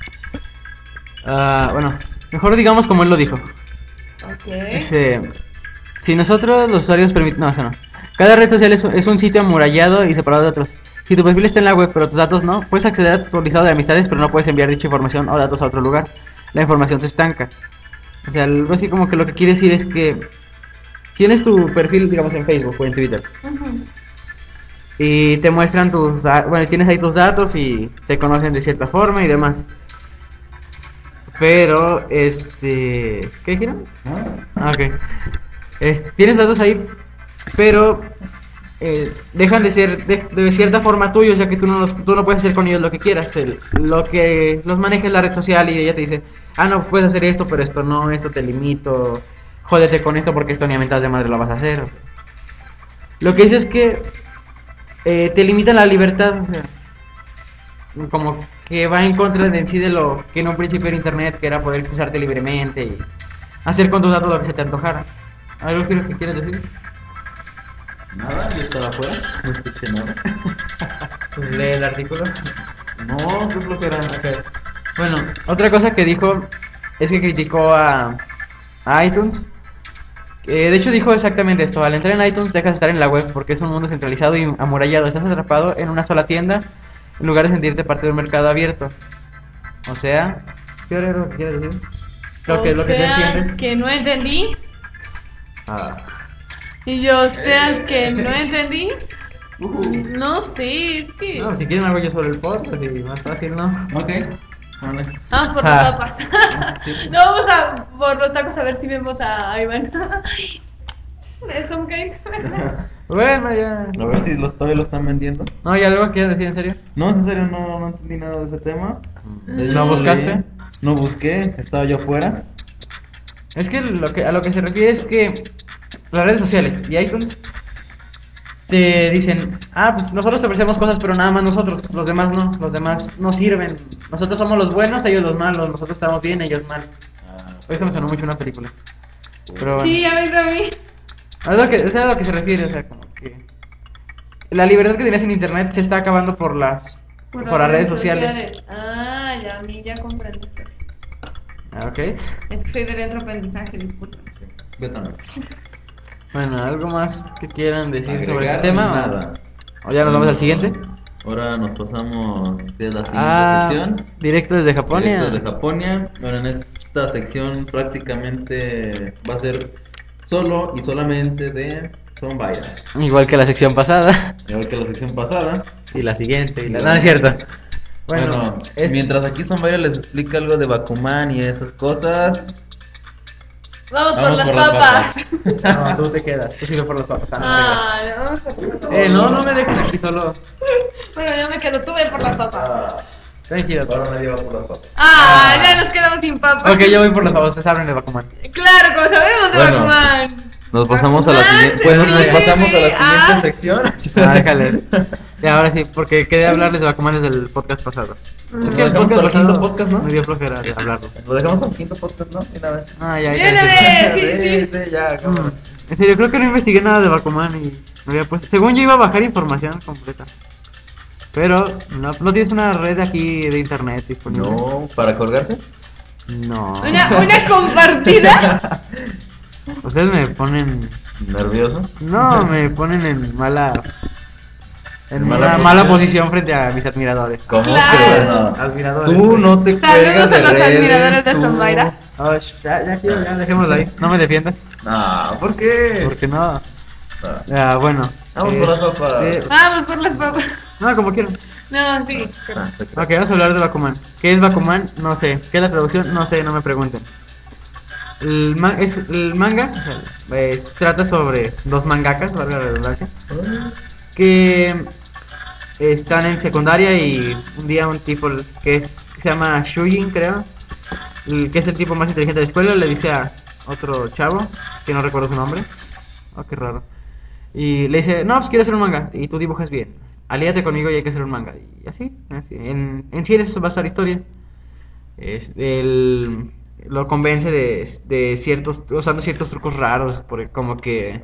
Speaker 1: ah, bueno, mejor digamos como él lo dijo.
Speaker 3: Ok.
Speaker 1: Dice, si nosotros los usuarios permitimos... No, eso no. Cada red social es, es un sitio amurallado y separado de otros. Si tu perfil está en la web pero tus datos no, puedes acceder a tu listado de amistades pero no puedes enviar dicha información o datos a otro lugar. La información se estanca. O sea, algo así como que lo que quiere decir es que tienes tu perfil, digamos, en Facebook o en Twitter
Speaker 3: Ujú.
Speaker 1: y te muestran tus da- bueno tienes ahí tus datos y te conocen de cierta forma y demás pero este qué dijeron ah, ok Este, tienes datos ahí pero eh, dejan de ser de, de cierta forma tuyos ya que tú no los- tú no puedes hacer con ellos lo que quieras el- lo que los manejes la red social y ella te dice ah no puedes hacer esto pero esto no esto te limito jódete con esto porque esto ni a mentas de madre lo vas a hacer lo que dice es que eh, te limitan la libertad, o sea, como que va en contra de en sí de lo que en un principio era internet, que era poder expresarte libremente y hacer con tus datos lo que se te antojara. ¿Algo que que quieres decir?
Speaker 2: Nada, yo estaba afuera, no escuché nada.
Speaker 1: Pues lee el artículo.
Speaker 2: No, qué flojera.
Speaker 1: Bueno, otra cosa que dijo es que criticó a, a iTunes. Eh, de hecho dijo exactamente esto, al entrar en iTunes dejas de estar en la web porque es un mundo centralizado y amurallado, estás atrapado en una sola tienda en lugar de sentirte parte de un mercado abierto. O sea, ¿qué era lo que quieres decir? Lo que,
Speaker 3: O
Speaker 1: lo que tú
Speaker 3: sea,
Speaker 1: entiendes.
Speaker 3: que no entendí.
Speaker 2: Ah.
Speaker 3: Y yo, o sea, que no entendí.
Speaker 2: Ujú.
Speaker 3: No sé, es que.
Speaker 1: No, si quieren algo yo sobre el podcast y más fácil, ¿no?
Speaker 2: Ok. Bueno, es-
Speaker 3: Vamos por
Speaker 1: Ah.
Speaker 3: los papas. no, vamos a por los tacos a ver si vemos a Iván. Es un cake.
Speaker 1: Bueno, ya.
Speaker 2: A ver si los, todavía lo están vendiendo.
Speaker 1: No, ¿y algo que quieres decir en serio?
Speaker 2: No, en serio, no, no entendí nada de ese tema.
Speaker 3: ¿No
Speaker 2: Yo
Speaker 1: buscaste?
Speaker 2: leí, No busqué, estaba yo afuera.
Speaker 1: Es que, lo que a lo que se refiere es que las redes sociales y iTunes te dicen, ah, pues nosotros te ofrecemos cosas, pero nada más nosotros, los demás no, los demás no sirven. Nosotros somos los buenos, ellos los malos, nosotros estamos bien, ellos mal.
Speaker 2: Ah,
Speaker 1: Eso me sonó mucho una película. Pero bueno,
Speaker 3: Sí, a mí también.
Speaker 1: es, lo que, es a lo que se refiere, o sea, como que la libertad que tenías en internet se está acabando por las por, las redes sociales.
Speaker 3: Ah, ya, a mí ya comprendí.
Speaker 1: Ah, Ok.
Speaker 3: Es que soy de retroaprendizaje, disculpa.
Speaker 2: Cuéntame.
Speaker 1: Bueno, ¿algo más que quieran decir sobre
Speaker 2: Agregar
Speaker 1: este tema? o-
Speaker 2: Nada.
Speaker 1: ¿O ya nos vamos al siguiente?
Speaker 2: Ahora nos pasamos de la siguiente
Speaker 1: Ah,
Speaker 2: sección.
Speaker 1: directo desde Japón.
Speaker 2: Directos
Speaker 1: ya.
Speaker 2: de Japonia. Bueno, en esta sección prácticamente va a ser solo y solamente de Zombaya.
Speaker 1: Igual que la sección pasada.
Speaker 2: Igual que la sección pasada.
Speaker 1: Y la siguiente. Y la... No, no es cierto.
Speaker 2: Bueno,
Speaker 1: Bueno, es-
Speaker 2: mientras aquí Zombaya les explica algo de Bakuman y esas cosas.
Speaker 3: Vamos,
Speaker 2: Vamos
Speaker 3: por,
Speaker 2: por
Speaker 3: las
Speaker 2: las
Speaker 3: papas.
Speaker 1: este- No, tú te quedas. Tú sigues por los papas. Ah,
Speaker 3: Ah, no, vamos por las
Speaker 1: no,
Speaker 3: papas.
Speaker 1: te creas. eh, no, no me dejes aquí solo.
Speaker 3: Bueno, yo me quedo, tú ve por las papas.
Speaker 1: Tranquilo.
Speaker 2: Ahora nadie va por las papas.
Speaker 3: Ah, ya nos quedamos sin papas.
Speaker 1: Ok, yo voy por los papas. Ustedes abren el Bakuman.
Speaker 3: Claro, como sabemos de
Speaker 2: Bueno.
Speaker 3: Bakuman.
Speaker 2: Nos pasamos a la
Speaker 3: Bakuman,
Speaker 2: siguiente. Pues nos
Speaker 3: sí,
Speaker 2: pasamos a la
Speaker 3: ah.
Speaker 2: siguiente sección.
Speaker 1: Ah, déjale. Ya, ahora sí, porque quería hablarles de Bakuman desde el podcast pasado.
Speaker 2: Pues Lo
Speaker 1: Es que el
Speaker 2: dejamos
Speaker 1: podcast
Speaker 2: para el quinto
Speaker 1: pasado
Speaker 2: podcast, ¿no?
Speaker 1: me dio flojera de hablarlo.
Speaker 2: Lo dejamos con quinto podcast, ¿no? De Una vez.
Speaker 1: Ah, ya,
Speaker 3: Bien, a
Speaker 1: ya.
Speaker 2: Ya,
Speaker 3: ver. sí,
Speaker 2: de- de- ya,
Speaker 1: Mm,
Speaker 2: cámara.
Speaker 1: En serio, creo que no investigué nada de Bakuman y me había puesto. Según yo iba a bajar información completa. Pero, no, ¿no tienes una red aquí de internet disponible?
Speaker 2: No, para colgarse.
Speaker 1: No.
Speaker 3: Una, una compartida.
Speaker 1: Ustedes me ponen.
Speaker 2: Nervioso.
Speaker 1: No, me ponen en mala. En
Speaker 2: En mala
Speaker 1: una mala
Speaker 2: posición.
Speaker 1: posición frente a mis admiradores.
Speaker 2: ¿Cómo
Speaker 3: Claro.
Speaker 2: que no?
Speaker 1: Admiradores.
Speaker 2: Tú no te cuelgas
Speaker 3: Saludos a
Speaker 2: de
Speaker 3: los admiradores
Speaker 2: redes.
Speaker 3: de
Speaker 2: tú.
Speaker 3: Zomaira.
Speaker 1: Oh, ya, ya quiero, ya, dejémoslo ahí. No me defiendas.
Speaker 2: Ah, ¿por qué?
Speaker 1: Porque no.
Speaker 2: Ah,
Speaker 1: Ah, bueno.
Speaker 2: Vamos
Speaker 1: Eh,
Speaker 2: por las papas.
Speaker 1: eh,
Speaker 3: Vamos Ah, pues por las papas.
Speaker 1: no, como quieran.
Speaker 3: No, sí.
Speaker 2: ah, te creo.
Speaker 1: Ok, vamos a hablar de Bakuman. ¿Qué es Bakuman? No sé. ¿Qué es la traducción? No sé, no me pregunten. El, ma- es, el manga o sea, eh, trata sobre dos mangakas, valga la redundancia,
Speaker 2: Ah,
Speaker 1: que eh, están en secundaria y un día un tipo que, es, que se llama Shujin, creo, el que es el tipo más inteligente de la escuela, le dice a otro chavo, que no recuerdo su nombre, oh, qué raro, y le dice, no, pues quiero hacer un manga, y tú dibujas bien, alíate conmigo y hay que hacer un manga, y así, así. En, en sí eso va a estar la historia. Es, él lo convence de, de ciertos, usando ciertos trucos raros, por- como que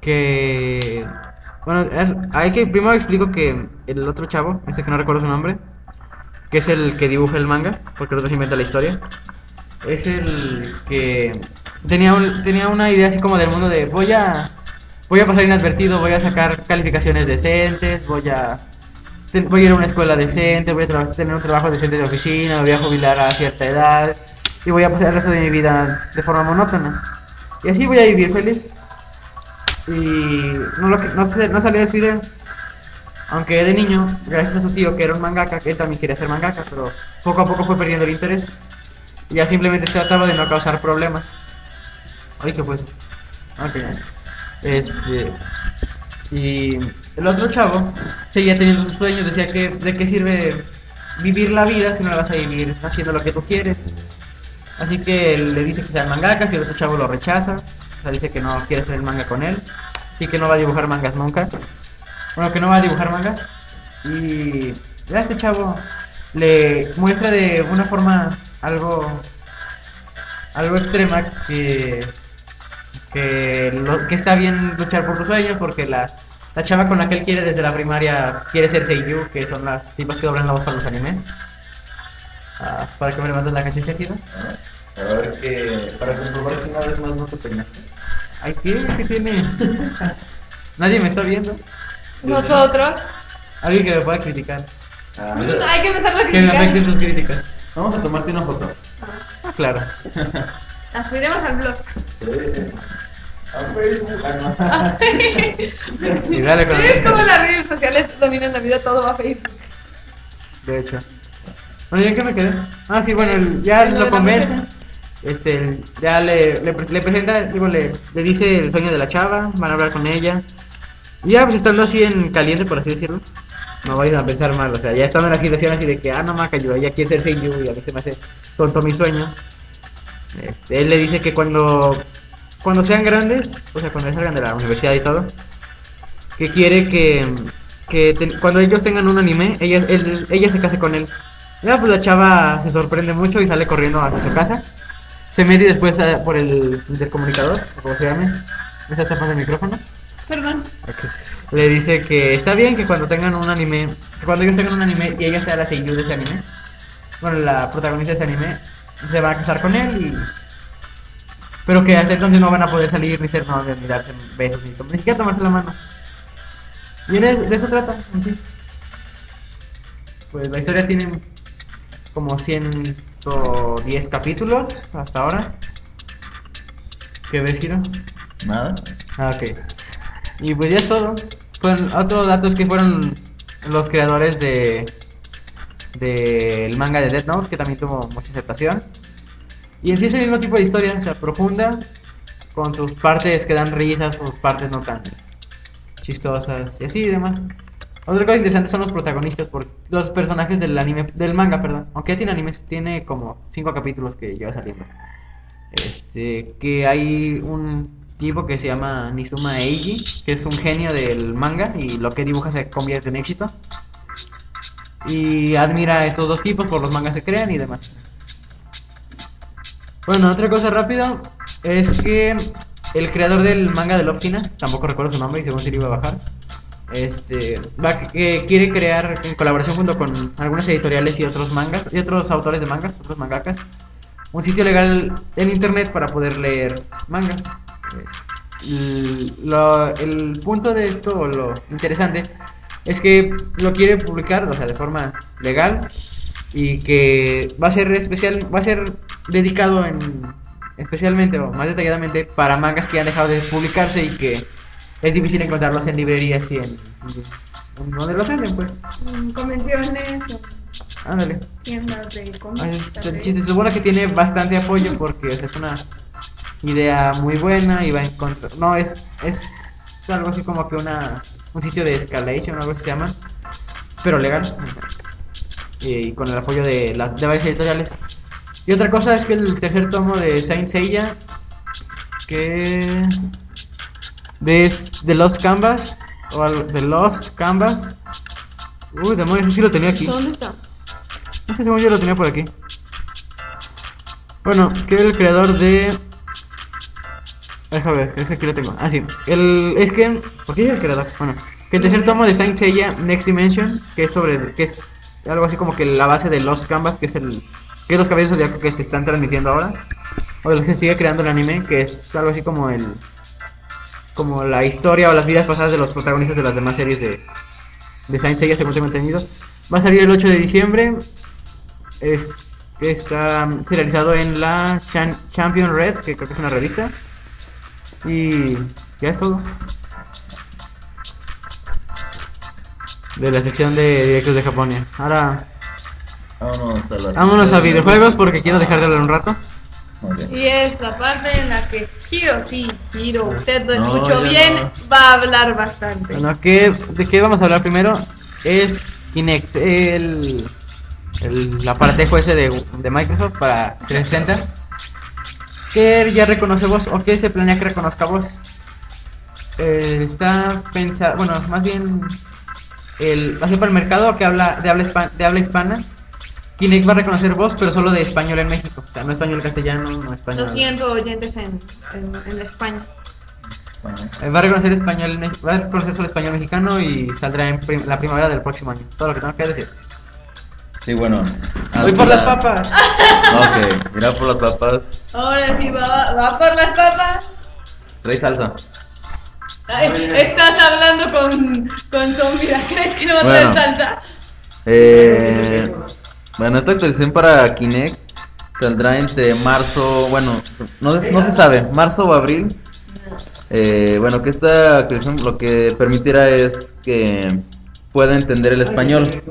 Speaker 1: que bueno es- hay que primero explico que el otro chavo ese que no recuerdo su nombre que es el que dibuja el manga porque el otro se inventa la historia es el que tenía un- tenía una idea así como del mundo de voy a voy a pasar inadvertido voy a sacar calificaciones decentes voy a te- voy a ir a una escuela decente voy a tra- tener un trabajo decente de oficina me voy a jubilar a cierta edad y voy a pasar el resto de mi vida de forma monótona y así voy a vivir feliz y no, lo que, no, se- no salió de su idea. Aunque de niño, gracias a su tío que era un mangaka, que él también quería ser mangaka, pero poco a poco fue perdiendo el interés. Y ya simplemente trataba de no causar problemas. Ay, qué fue eso? Ah, Ok. Este. Y el otro chavo seguía teniendo sus sueños, decía que de qué sirve vivir la vida si no la vas a vivir haciendo lo que tú quieres. Así que él le dice que sea mangaka, si el otro chavo lo rechaza, o sea, dice que no quiere hacer el manga con él y que no va a dibujar mangas nunca. Bueno, que no va a dibujar mangas. Y ya este chavo le muestra de una forma algo algo extrema que que, lo- que está bien luchar por tus sueños porque la, la chava con la que él quiere desde la primaria quiere ser Seiyu, que son las tipas que doblan la voz para los animes. Ah, para que me levantes la canción, Shakira.
Speaker 2: ah, A ver que para comprobar que una vez más no te peinaste.
Speaker 1: Ay, ¿qué? ¿Qué tiene? Nadie me está viendo.
Speaker 3: Nosotros.
Speaker 1: Alguien que me pueda criticar.
Speaker 2: Ah, mira.
Speaker 3: Hay que empezar a
Speaker 1: Que me
Speaker 3: criticar.
Speaker 1: afecten sus críticas.
Speaker 2: Vamos a tomarte una foto.
Speaker 1: Ah, claro.
Speaker 3: Las subiremos al blog.
Speaker 2: A Facebook. Ah,
Speaker 1: Y dale con
Speaker 3: Es como
Speaker 1: el...
Speaker 3: las redes sociales dominan la vida, todo va a Facebook.
Speaker 1: De hecho. Bueno, ¿ya en qué me quedé? Ah, sí, bueno, el- ya
Speaker 3: En lo
Speaker 1: lo
Speaker 3: de la
Speaker 1: convence.
Speaker 3: mujer.
Speaker 1: Este, el- ya le, le, pre- le presenta, digo, le, le dice el sueño de la chava, van a hablar con ella. Y ya, pues estando así en caliente, por así decirlo, no vayan a pensar mal, o sea, ya estando en la situación así de que, ah, no, maca, yo, ella quiere ser seiyuu y a mí se me hace tonto mi sueño. Este, él le dice que cuando, cuando sean grandes, o sea, cuando ya salgan de la universidad y todo, que quiere que, que te- cuando ellos tengan un anime, ella, él- ella se case con él. Ya, pues la chava se sorprende mucho y sale corriendo hacia su casa. Se mete después eh, por el intercomunicador, o como se llame, esa tapa de micrófono.
Speaker 3: Perdón.
Speaker 1: Le dice que está bien que cuando tengan un anime, que cuando ellos tengan un anime y ella sea la seiyuu de ese anime, bueno, la protagonista de ese anime, se va a casar con él y... Pero que hasta entonces no van a poder salir ni ser novios, ni darse besos, ni, ni siquiera tomarse la mano. Y de, de eso trata, en sí. Pues la historia tiene como 110 capítulos hasta ahora. ¿Qué ves, Giro?
Speaker 2: Nada.
Speaker 1: Ah, ok. Y pues ya es todo. Fueron- otro dato es que fueron los creadores de del manga de Death Note, que también tuvo mucha aceptación. Y en sí es el mismo tipo de historia, o sea, profunda, con sus partes que dan risas, sus partes no tan chistosas y así y demás. Otra cosa interesante son los protagonistas, por, los personajes del anime, del manga, perdón. Aunque ya tiene animes, tiene como cinco capítulos que lleva saliendo. Este, que hay un tipo que se llama Nizuma Eiji, que es un genio del manga y lo que dibuja se convierte en éxito. Y admira a estos dos tipos por los mangas que crean y demás. Bueno, otra cosa rápido es que el creador del manga de Lofkina, tampoco recuerdo su nombre y según si lo iba a bajar, Este, va, que quiere crear en colaboración junto con algunas editoriales y otros mangas y otros autores de mangas, otros mangakas, un sitio legal en internet para poder leer manga. Y lo- el punto de esto, o lo interesante, es que lo quiere publicar, o sea, de forma legal y que va a ser especial, va a ser dedicado en especialmente o más detalladamente para mangas que han dejado de publicarse y que es difícil encontrarlos en librerías y en, en donde los venden, pues.
Speaker 3: Mm, Convenciones, o
Speaker 1: Ándale.
Speaker 3: tiendas de cómics.
Speaker 1: Es
Speaker 3: tal
Speaker 1: el
Speaker 3: vez.
Speaker 1: chiste. Se supone que tiene bastante apoyo porque o sea, es una idea muy buena y va a encontrar. No, es, es algo así como que una un sitio de escalation, algo que se llama, pero legal. Y, con el apoyo de, las de varias editoriales. Y otra cosa es que el tercer tomo de Saint Seiya, que. de The Lost Canvas, o al- The Lost Canvas. Uy, demonios, ese sí lo tenía aquí.
Speaker 3: ¿Dónde está?
Speaker 1: Este según yo lo tenía por aquí. Bueno, que el creador de. Déjame ver, es que aquí lo tengo. Ah, sí. El, es que. ¿Por qué dije el creador? Bueno, que el tercer tomo de Saint Seiya Next Dimension, que es sobre. que es algo así como que la base de Lost Canvas, que es el. que es los cabellos zodiacos que se están transmitiendo ahora. O de los que sigue creando el anime, que es algo así como el. como la historia o las vidas pasadas de los protagonistas de las demás series de. de Saint Seiya, según tengo entendido. Va a salir el 8 de diciembre. Es, está serializado en la Chan- Champion Red, que creo que es una revista. Y ya es todo. De la sección de directos de Japonia. Ahora,
Speaker 2: Vámonos a, las-
Speaker 1: vámonos a videojuegos porque quiero dejar de hablar un rato.
Speaker 2: Muy bien.
Speaker 3: Y es la parte en la que Giro, sí, Giro, usted lo
Speaker 2: No,
Speaker 3: escuchó
Speaker 2: yo
Speaker 3: bien,
Speaker 2: no.
Speaker 3: va a hablar bastante.
Speaker 1: Bueno, ¿qué, ¿de qué vamos a hablar primero? Es Kinect, el, el aparatejo ese de, de Microsoft para 360. Que ya reconoce voz o que se planea que reconozca voz. Eh, está pensado, bueno, más bien el, va a ser para el mercado que habla de habla, hispa- de habla hispana. Kinect va a reconocer voz, pero solo de español en México. O sea, no español castellano, no español.
Speaker 3: Lo siento, oyentes en, en, en España.
Speaker 2: Bueno.
Speaker 1: Eh, Va a reconocer español, me- va a reconocer solo español mexicano y saldrá en prim- la primavera del próximo año. Todo lo que tengo que decir.
Speaker 2: Sí, bueno. Ah,
Speaker 1: Voy por las papas.
Speaker 2: Ok, irá por las papas.
Speaker 3: Ahora sí, va, va por las papas.
Speaker 2: Trae salsa.
Speaker 3: Ay, estás hablando con, con zombies, ¿crees que no va a
Speaker 2: Bueno.
Speaker 3: tener salsa?
Speaker 2: Eh, bueno, esta actualización para Kinect saldrá entre marzo, bueno, no, no se sabe, marzo o abril. Eh, bueno, que esta actualización lo que permitirá es que pueda entender el español.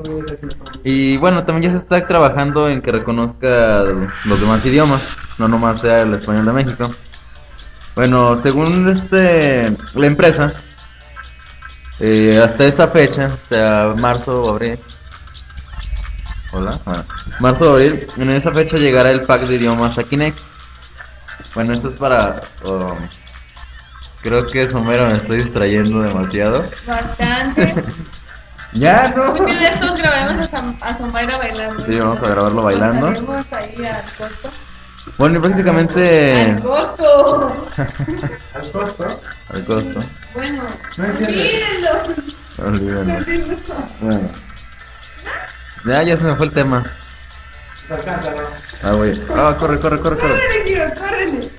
Speaker 2: Y bueno, también ya se está trabajando en que reconozca los demás idiomas, no nomás sea el español de México. Bueno, según este la empresa, eh, hasta esa fecha, o sea, marzo o abril. Hola, bueno, marzo o abril, en esa fecha llegará el pack de idiomas a Kinect. Bueno, esto es para. oh, creo que Somero me estoy distrayendo demasiado.
Speaker 3: Bastante.
Speaker 2: ¡Ya no!
Speaker 3: Un día de estos grabaremos a, Sam- a Zomaira bailando.
Speaker 2: Sí, vamos a grabarlo bailando.
Speaker 3: Pasaremos ahí al costo.
Speaker 2: Bueno, y prácticamente.
Speaker 3: Al costo.
Speaker 2: Al costo.
Speaker 3: Bueno, mírenlo.
Speaker 2: Olvídalo. Bueno. Ya, ya se me fue el tema. Ah, güey. Ah, corre, corre, corre, corre.
Speaker 3: Córrele, Giro, córrele.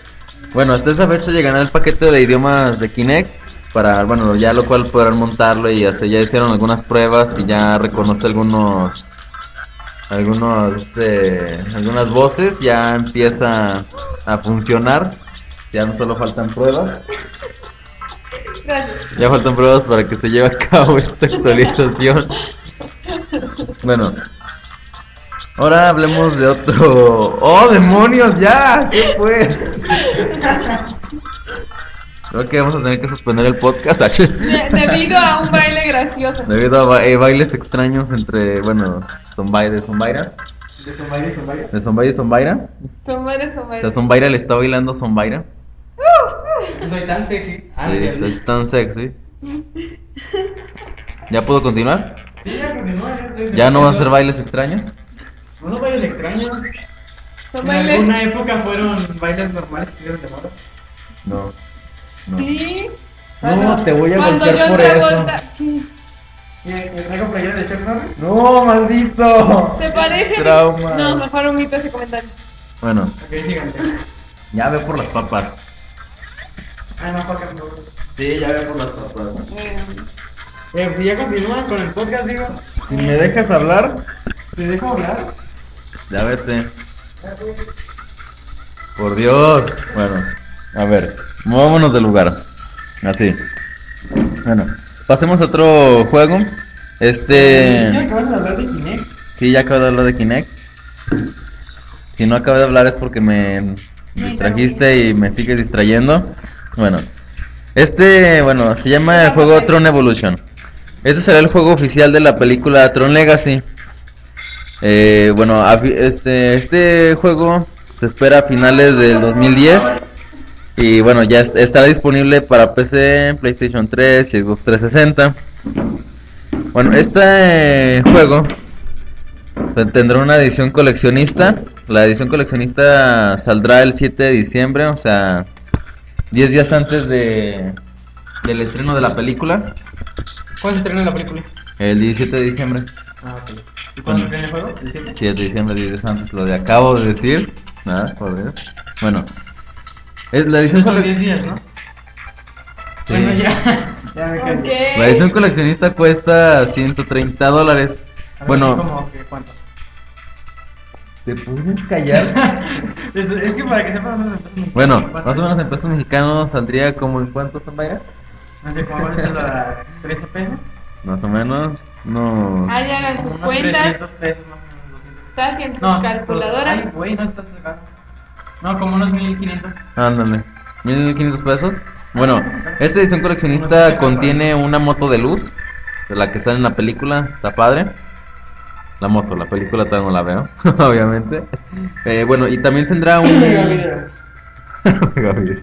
Speaker 2: Bueno, hasta esa fecha llegará el paquete de idiomas de Kinect para, bueno, ya lo cual podrán montarlo y hacer, ya hicieron algunas pruebas y ya reconoce algunos, algunos, este, algunas voces, ya empieza a funcionar, ya no solo faltan pruebas,
Speaker 3: Gracias.
Speaker 2: ya faltan pruebas para que se lleve a cabo esta actualización. Bueno, ahora hablemos de otro. ¡Oh, demonios! ¡Ya! ¿Qué pues? Creo que vamos a tener que suspender el podcast
Speaker 3: De- debido a un baile gracioso.
Speaker 2: debido a ba- eh, bailes extraños entre, bueno, Zombay de Zombaira. De Zombay y Zombaira.
Speaker 3: Zombaira,
Speaker 2: O
Speaker 3: Zombaira.
Speaker 2: sea, Zombaira le está bailando a Zombaira.
Speaker 1: Soy tan sexy. Ah,
Speaker 2: Ah, Sí, es, es tan sexy. ¿Ya puedo continuar? ¿Ya no va a ser bailes extraños?
Speaker 1: Unos bailes extraños. En
Speaker 3: Zombaira.
Speaker 1: alguna época fueron bailes normales que estuvieron de moda.
Speaker 2: No.
Speaker 3: Sí.
Speaker 2: No, te voy a
Speaker 3: Cuando
Speaker 2: golpear
Speaker 3: John
Speaker 2: por
Speaker 3: Travolta- Sí.
Speaker 1: ¿Qué? ¿Que eh, traigo playera de Chuck Norris?
Speaker 2: ¡No, maldito!
Speaker 3: ¿Te parece?
Speaker 2: Trauma.
Speaker 3: No, mejor omito ese comentario.
Speaker 2: Bueno,
Speaker 1: Ok, síganse.
Speaker 2: ya ve por las papas.
Speaker 1: Ah, no, para que no.
Speaker 2: Sí, ya ve por las papas.
Speaker 1: Eh, si ya continúan con el podcast, digo,
Speaker 7: Si me dejas hablar,
Speaker 1: ¿te dejo hablar?
Speaker 2: Ya vete. Por Dios. Bueno, a ver, movámonos del lugar. Así. Bueno, pasemos a otro juego.
Speaker 1: Ya
Speaker 2: Este.
Speaker 1: acabas de hablar de Kinect.
Speaker 2: Sí, ya acabo de hablar de Kinect. Si no acabo de hablar es porque me distrajiste y me sigues distrayendo. Bueno, este, bueno, se llama el juego Tron Evolution. Este será el juego oficial de la película Tron Legacy. Eh, bueno, a fi- este, este juego se espera a finales del 2010. Y bueno, ya est- estará disponible para PC, PlayStation 3 y Xbox 360. Bueno, este eh, juego te- Tendrá una edición coleccionista. La edición coleccionista saldrá el 7 de diciembre, o sea, 10 días antes de, del estreno de la película,
Speaker 1: ¿Cuándo se estrena la película?
Speaker 2: el 17 de diciembre.
Speaker 1: Ah, ok. ¿Y cuándo se estrena el juego? ¿El siete?
Speaker 2: 7 de diciembre, 10 días antes, lo de acabo de decir. Nada, por Dios. Bueno, es la edición
Speaker 1: Son
Speaker 2: cole-
Speaker 1: 10 días, ¿no?
Speaker 2: Sí.
Speaker 1: Bueno, ya. ya me cansé.
Speaker 2: La
Speaker 3: Ok.
Speaker 2: edición coleccionista cuesta 130 dólares.
Speaker 1: A ver,
Speaker 2: Bueno,
Speaker 1: ¿cómo que cuánto?
Speaker 2: ¿te puedes callar?
Speaker 1: Es, es que para que sepan más o menos-
Speaker 2: Bueno, más o menos en pesos mexicanos saldría como en cuánto son Mayra?
Speaker 1: No sé cómo van a ser a 13 pesos.
Speaker 2: Más o menos, no.
Speaker 3: Ahí hagan
Speaker 1: Como
Speaker 3: sus
Speaker 1: unos
Speaker 3: cuentas,
Speaker 1: 300 pesos, más o menos 200.
Speaker 3: saquen sus
Speaker 1: No,
Speaker 3: calculadoras.
Speaker 1: pues, ay, güey, no estás sacando. No, como unos 1500.
Speaker 2: Ándale, 1500 pesos. Bueno, esta edición coleccionista contiene una moto de luz, de la que sale en la película, está padre. La moto, la película todavía no la veo, obviamente. Eh, bueno, y también tendrá un... Gaby.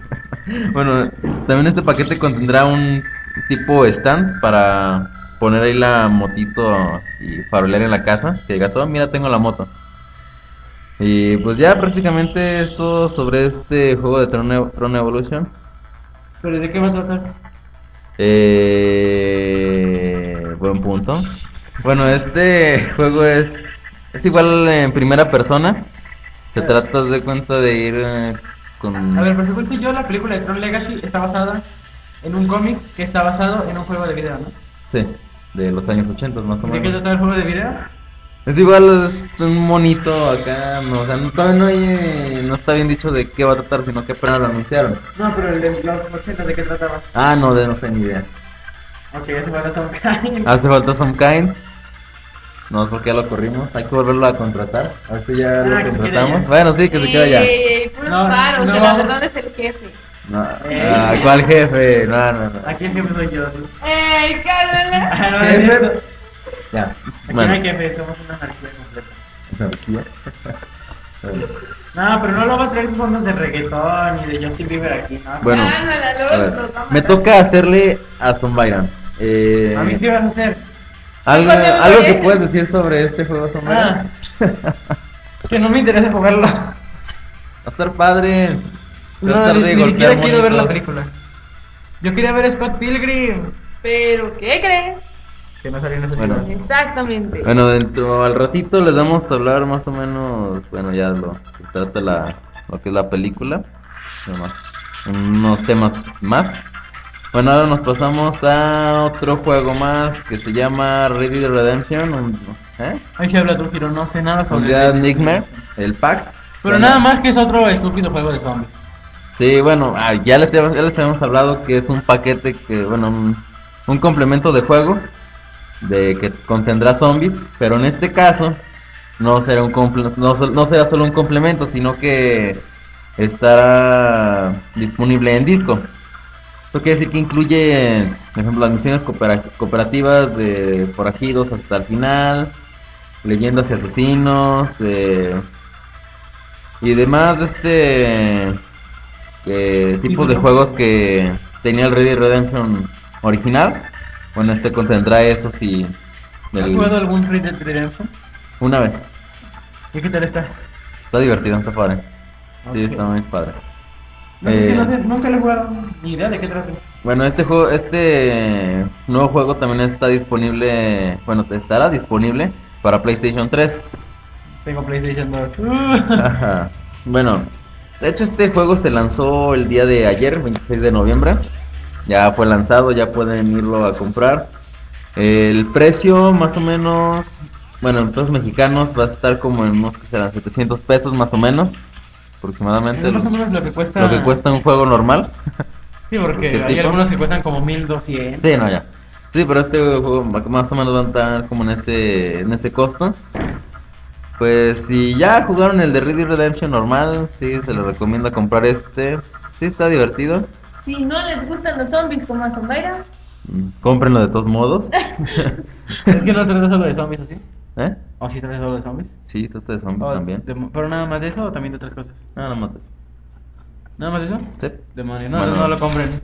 Speaker 2: bueno, también este paquete contendrá un tipo stand para poner ahí la motito y farolear en la casa. Que digas, oh, mira, tengo la moto. Y pues ya prácticamente es todo sobre este juego de Tron, Ev- Tron Evolution.
Speaker 1: ¿Pero de qué va a tratar?
Speaker 2: Eh, buen punto. Bueno, este juego es, es igual en primera persona. Te tratas de cuenta de ir eh, con...
Speaker 1: A ver, por supuesto, yo la película de Tron Legacy está basada en un cómic que está basado en un juego de video, ¿no?
Speaker 2: Sí, de los años 80 más o
Speaker 1: ¿De qué
Speaker 2: menos.
Speaker 1: trata el juego de video?
Speaker 2: Es igual, es un monito acá, no, o sea, no, todavía no, hay, eh, no está bien dicho de qué va a tratar, sino que apenas lo anunciaron.
Speaker 1: No, pero el de los 80, ¿de qué trataba?
Speaker 2: Ah, no, de no sé ni idea.
Speaker 1: Ok, ese fue la Sonkai.
Speaker 2: Hace falta Some Kind. No es porque ya lo corrimos, hay que volverlo a contratar. A ver si ya
Speaker 1: Ah,
Speaker 2: lo
Speaker 1: que se
Speaker 2: contratamos.
Speaker 1: quede ya.
Speaker 2: Bueno, sí, que se queda ya.
Speaker 3: Ey, puros
Speaker 1: No,
Speaker 3: paros,
Speaker 1: no.
Speaker 3: el ladrón es el jefe.
Speaker 2: No, ah, ¿Cuál jefe? No, no, no.
Speaker 1: Aquí siempre soy yo. ¿sí?
Speaker 3: ¡Ey, Eh, cálmala!
Speaker 1: Ah, no, no,
Speaker 2: Jefe.
Speaker 1: no. Aquí no
Speaker 2: Ya.
Speaker 1: hay
Speaker 2: Bueno.
Speaker 1: jefe, somos una anarquía completa.
Speaker 2: Anarquía. Bueno.
Speaker 1: No, pero no lo va a traer sus fondos de reggaetón ni de Justin Bieber aquí, Ah, ¿no?
Speaker 2: Bueno,
Speaker 3: cálmala,
Speaker 2: a
Speaker 3: luego
Speaker 2: ver,
Speaker 3: nos va a
Speaker 2: me
Speaker 3: matar.
Speaker 2: toca hacerle a Zombairan. Eh,
Speaker 1: ¿A mí qué vas a hacer?
Speaker 2: ¿Algo,
Speaker 3: Porque me
Speaker 2: algo que
Speaker 3: parece.
Speaker 2: puedas decir sobre este
Speaker 1: Ah.
Speaker 2: juego, Sombra?
Speaker 1: Que no me interesa jugarlo.
Speaker 2: Va a estar padre.
Speaker 1: No,
Speaker 2: Tratar
Speaker 1: ni,
Speaker 2: de
Speaker 1: ni
Speaker 2: golpear
Speaker 1: siquiera quiero ver la
Speaker 2: monitos.
Speaker 1: película. Yo quería ver a Scott Pilgrim.
Speaker 3: ¿Pero qué crees?
Speaker 1: Que no salió en esa
Speaker 2: Bueno.
Speaker 1: ciudad.
Speaker 3: Exactamente.
Speaker 2: Bueno, dentro al ratito les vamos a hablar más o menos. Bueno, ya lo que trata la, lo que es la película. nada más, Unos temas más. Bueno, ahora nos pasamos a otro juego más que se llama Red Dead Redemption. Un, ¿eh?
Speaker 1: Ahí se habla tú, pero no sé nada
Speaker 2: un
Speaker 1: sobre
Speaker 2: día
Speaker 1: él.
Speaker 2: Nightmare, el pack.
Speaker 1: Pero nada más que es otro estúpido juego de zombies.
Speaker 2: Sí, bueno, ah, ya, les, ya les habíamos hablado que es un paquete que, bueno, un, un complemento de juego de que contendrá zombies, pero en este caso no será un comple- no, sol- no será solo un complemento, sino que estará disponible en disco. Esto quiere decir que incluye, por ejemplo, las misiones coopera- cooperativas de forajidos hasta el final, leyendas y asesinos, eh, y demás de este eh, tipos de juegos que tenía el Red Dead Redemption original. Bueno, este contendrá esos y
Speaker 1: ¿Has
Speaker 2: el-
Speaker 1: jugado algún Red Dead Redemption?
Speaker 2: una vez.
Speaker 1: ¿Y qué tal está?
Speaker 2: Está divertido, está padre. Sí,
Speaker 1: Ok.
Speaker 2: está muy padre.
Speaker 8: No, es que
Speaker 2: Eh,
Speaker 8: no sé, nunca lo he jugado, ni idea de qué trata.
Speaker 2: Bueno, este juego, este nuevo juego también está disponible, bueno, estará disponible para PlayStation 3.
Speaker 8: Tengo PlayStation 2.
Speaker 2: Ajá. Bueno, de hecho este juego se lanzó el día de ayer, 26 de noviembre. Ya fue lanzado, ya pueden irlo a comprar. El precio más o menos, bueno, en pesos mexicanos va a estar como en unos que serán 700 pesos más o menos, aproximadamente
Speaker 8: es Eh, más o
Speaker 2: lo,
Speaker 8: menos lo que cuesta.
Speaker 2: lo que cuesta un juego normal.
Speaker 8: Sí, porque
Speaker 2: ¿Qué
Speaker 8: hay
Speaker 2: tipo?
Speaker 8: algunos que cuestan como 1200.
Speaker 2: Sí, no, ya. Sí, pero este juego ma- más o menos va a estar como en ese, en ese costo. Pues si ya jugaron el de Red Dead Redemption normal, sí, se les recomiendo comprar este. Sí, está divertido.
Speaker 3: Si no les gustan los zombies como a Zombaira,
Speaker 2: Mm, Cómprenlo de todos modos.
Speaker 8: Es que no trata solo de zombies, ¿o sí?
Speaker 2: ¿Eh?
Speaker 8: ¿O sí trata solo de zombies?
Speaker 2: Sí, tú de zombies
Speaker 1: Oh,
Speaker 8: ¿O
Speaker 2: Pues también.
Speaker 8: de- ¿Pero nada más de eso o también de otras cosas?
Speaker 2: No, no mates.
Speaker 8: ¿Nada más de eso?
Speaker 2: Sí.
Speaker 8: Demonios, no,
Speaker 2: Bueno.
Speaker 8: no, no lo compren.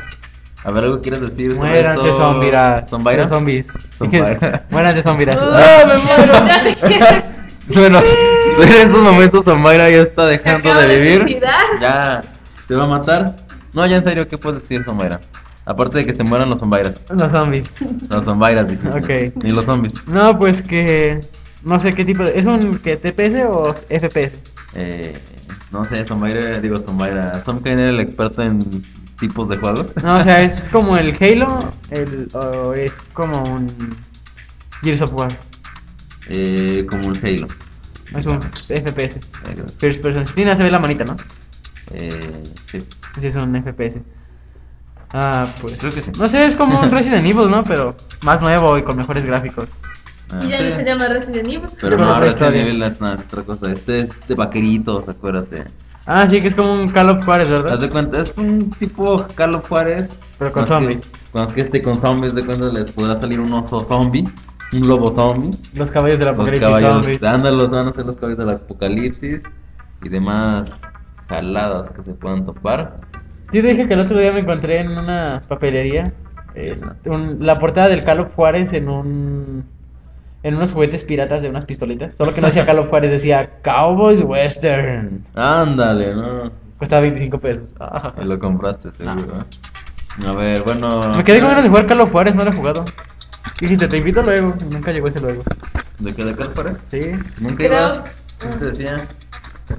Speaker 2: A ver, ¿algo quieres decir? sobre
Speaker 5: Muéranse
Speaker 2: esto?
Speaker 5: zombiras.
Speaker 2: ¿Zombaira?
Speaker 5: Los zombies.
Speaker 2: Zombaira.
Speaker 5: Muéranse zombiras.
Speaker 3: ¡Ah, me muero! Ya te quiero.
Speaker 2: Bueno, en esos momentos Zombaira ya está
Speaker 3: Te
Speaker 2: dejando
Speaker 3: acabo
Speaker 2: de vivir.
Speaker 3: suicidar.
Speaker 2: Ya, te va a matar. No, ya en serio, ¿qué puedes decir, Zombaira? Aparte de que se mueran los zombairas.
Speaker 5: Los zombies.
Speaker 2: Los zombairas, dijiste.
Speaker 5: Ok.
Speaker 2: Y los zombies.
Speaker 5: No, pues que. No sé qué tipo de. ¿Es un que TPS o FPS?
Speaker 2: Eh, no sé, zombaira, digo zombaira. Som Kane era el experto en tipos de juegos.
Speaker 5: No,
Speaker 3: Ah.
Speaker 5: o sea, es como el Halo. El, o es como un. Gears of War.
Speaker 2: Eh, como un Halo.
Speaker 5: Es un FPS.
Speaker 2: Eh,
Speaker 5: First person. Tiene se ve la manita, ¿no?
Speaker 2: Eh, sí.
Speaker 5: Sí, es un FPS. Ah, pues.
Speaker 2: Creo que sí.
Speaker 5: No sé, es como un Resident Evil, ¿no? Pero más nuevo y con mejores gráficos.
Speaker 2: Ah,
Speaker 3: Y ya
Speaker 2: sí.
Speaker 3: no se llama Resident Evil.
Speaker 5: Con
Speaker 2: Pero no,
Speaker 5: otra
Speaker 2: ahora este
Speaker 5: historia.
Speaker 2: nivel es una- otra cosa. Este es de vaqueritos, acuérdate.
Speaker 5: Ah, sí, que es como un Call of Juarez,
Speaker 2: Haz
Speaker 5: ¿verdad?
Speaker 2: de cuenta, es un tipo Carlos Juárez.
Speaker 5: Pero con
Speaker 2: más que-
Speaker 5: zombies.
Speaker 2: Más que este con zombies, de cuenta les podrá salir un oso zombie, un lobo zombie.
Speaker 5: Los caballos del
Speaker 2: Los
Speaker 5: apocalipsis
Speaker 2: caballos,
Speaker 5: zombies.
Speaker 2: andan los van a ser los caballos del apocalipsis y demás jaladas que se puedan topar.
Speaker 5: Yo te dije que el otro día me encontré en una papelería
Speaker 2: Es-
Speaker 5: un- la portada del Call of Juárez en un en unos juguetes piratas de unas pistolitas. Solo que no decía Call of Juárez, decía Cowboys Western.
Speaker 2: Ándale, ¿no?
Speaker 5: Costaba 25 pesos. Ah.
Speaker 2: Y Lo compraste, seguro. ¿eh? A ver, bueno.
Speaker 5: Me quedé con ganas de jugar Call of Juárez, no lo he jugado. Dijiste, te invito luego. y Nunca llegó ese luego.
Speaker 2: ¿De qué de Carlos Juárez?
Speaker 5: Sí.
Speaker 2: Nunca
Speaker 3: Creo-
Speaker 2: ibas. ¿Qué te decía?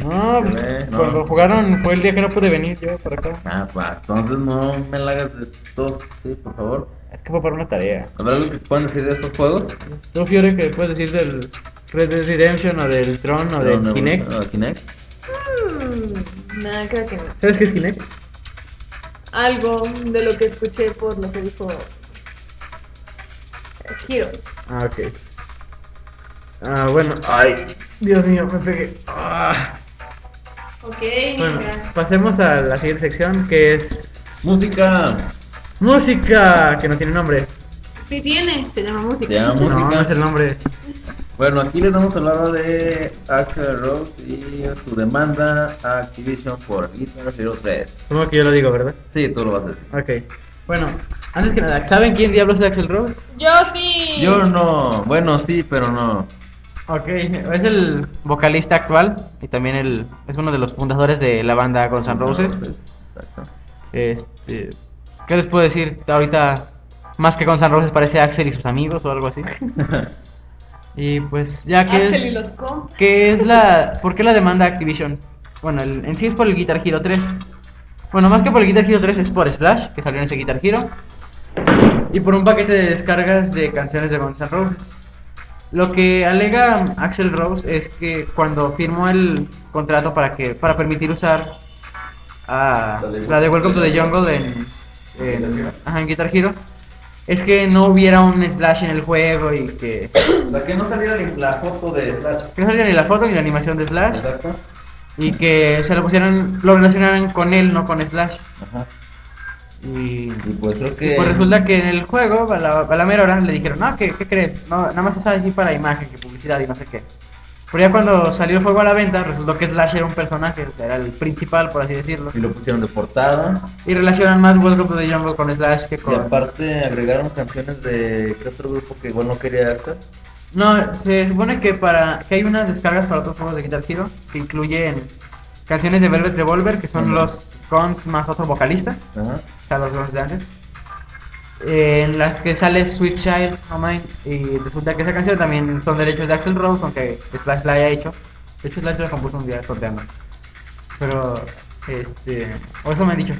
Speaker 5: No, pues
Speaker 2: Eh, no.
Speaker 5: cuando jugaron fue el día que no pude venir yo para acá.
Speaker 2: Ah, pa, entonces no me la hagas de todo, sí, por favor.
Speaker 5: Es que fue para una tarea.
Speaker 2: ¿Habrá algo que puedan decir de estos juegos?
Speaker 5: ¿Tú, Fiore, que puedes decir del Red Dead Redemption o del Tron o del
Speaker 2: No, no,
Speaker 5: Kinect?
Speaker 2: no, Kinect.
Speaker 3: Mm, No, creo que no.
Speaker 5: ¿Sabes qué es Kinect?
Speaker 3: Algo de lo que escuché por lo que dijo. Hiro.
Speaker 5: Ah, ok. Ah, bueno. Ay, Dios mío, me pegué. Ah.
Speaker 3: Ok,
Speaker 5: Bueno,
Speaker 3: mira.
Speaker 5: pasemos a la siguiente sección que es
Speaker 2: Música.
Speaker 5: música, que no tiene nombre.
Speaker 3: Sí tiene, se llama música.
Speaker 2: Se llama
Speaker 5: No,
Speaker 2: música.
Speaker 5: no es el nombre.
Speaker 2: Bueno, aquí les vamos a hablar de Axel Rose y su demanda a Activision por Guitar Hero 3.
Speaker 5: Supongo que yo lo digo, ¿verdad?
Speaker 2: Sí, tú lo vas a decir.
Speaker 5: Ok. Bueno, antes que nada, ¿saben quién diablos es Axel Rose?
Speaker 3: Yo sí.
Speaker 2: Yo no, bueno, sí, pero no.
Speaker 5: Ok,
Speaker 1: Es el vocalista actual y también el, es uno de los fundadores de la banda Guns N' Roses.
Speaker 2: Exacto.
Speaker 1: Este, ¿Qué les puedo decir? Ahorita, más que Guns N' Roses, parece Axel y sus amigos o algo así. y pues, ya que
Speaker 3: Axel y
Speaker 1: es.
Speaker 3: los compas.
Speaker 1: ¿Qué es la... ¿Por qué la demanda Activision? Bueno, el- en sí es por el Guitar Hero 3. Bueno, más que por el Guitar Hero 3 es por Slash, que salió en ese Guitar Hero. Y por un paquete de descargas de canciones de Guns N' Roses. Lo que alega Axel Rose es que cuando firmó el contrato para que para permitir usar ah, la de Welcome to the Jungle en, en- ajá, en Guitar Hero, es que no hubiera un Slash en el juego y que
Speaker 2: La que no saliera ni la foto de Slash.
Speaker 1: que no saliera ni la foto ni la animación de Slash
Speaker 2: Exacto.
Speaker 1: y que se lo pusieran, lo relacionaran con él, no con Slash.
Speaker 2: Ajá.
Speaker 1: Y,
Speaker 2: Y pues creo que.
Speaker 1: y pues resulta que en el juego, a la, a la mera hora, le dijeron, no, ¿qué, qué crees? No, nada más usas así para imagen, que publicidad y no sé qué. Pero ya cuando salió el juego a la venta, resultó que Slash era un personaje, o sea, era el principal, por así decirlo.
Speaker 2: Y lo pusieron de portada.
Speaker 1: Y relacionan más Welcome to the Jungle con Slash que
Speaker 2: Y
Speaker 1: con...
Speaker 2: aparte agregaron canciones de. ¿Qué otro grupo que igual no quería Axel?
Speaker 1: No, se supone que para que hay unas descargas para otros juegos de Guitar Hero que incluyen canciones de Velvet Revolver, que son los cons más otro vocalista,
Speaker 2: Ajá.
Speaker 1: o sea, los cons de antes. eh, en las que sale Sweet Child, No Mine, y resulta que esa canción también son derechos de Axel Rose, aunque Slash la haya hecho. De hecho, Slash la compuso un día sorteando. Pero, este, o eso me han dicho.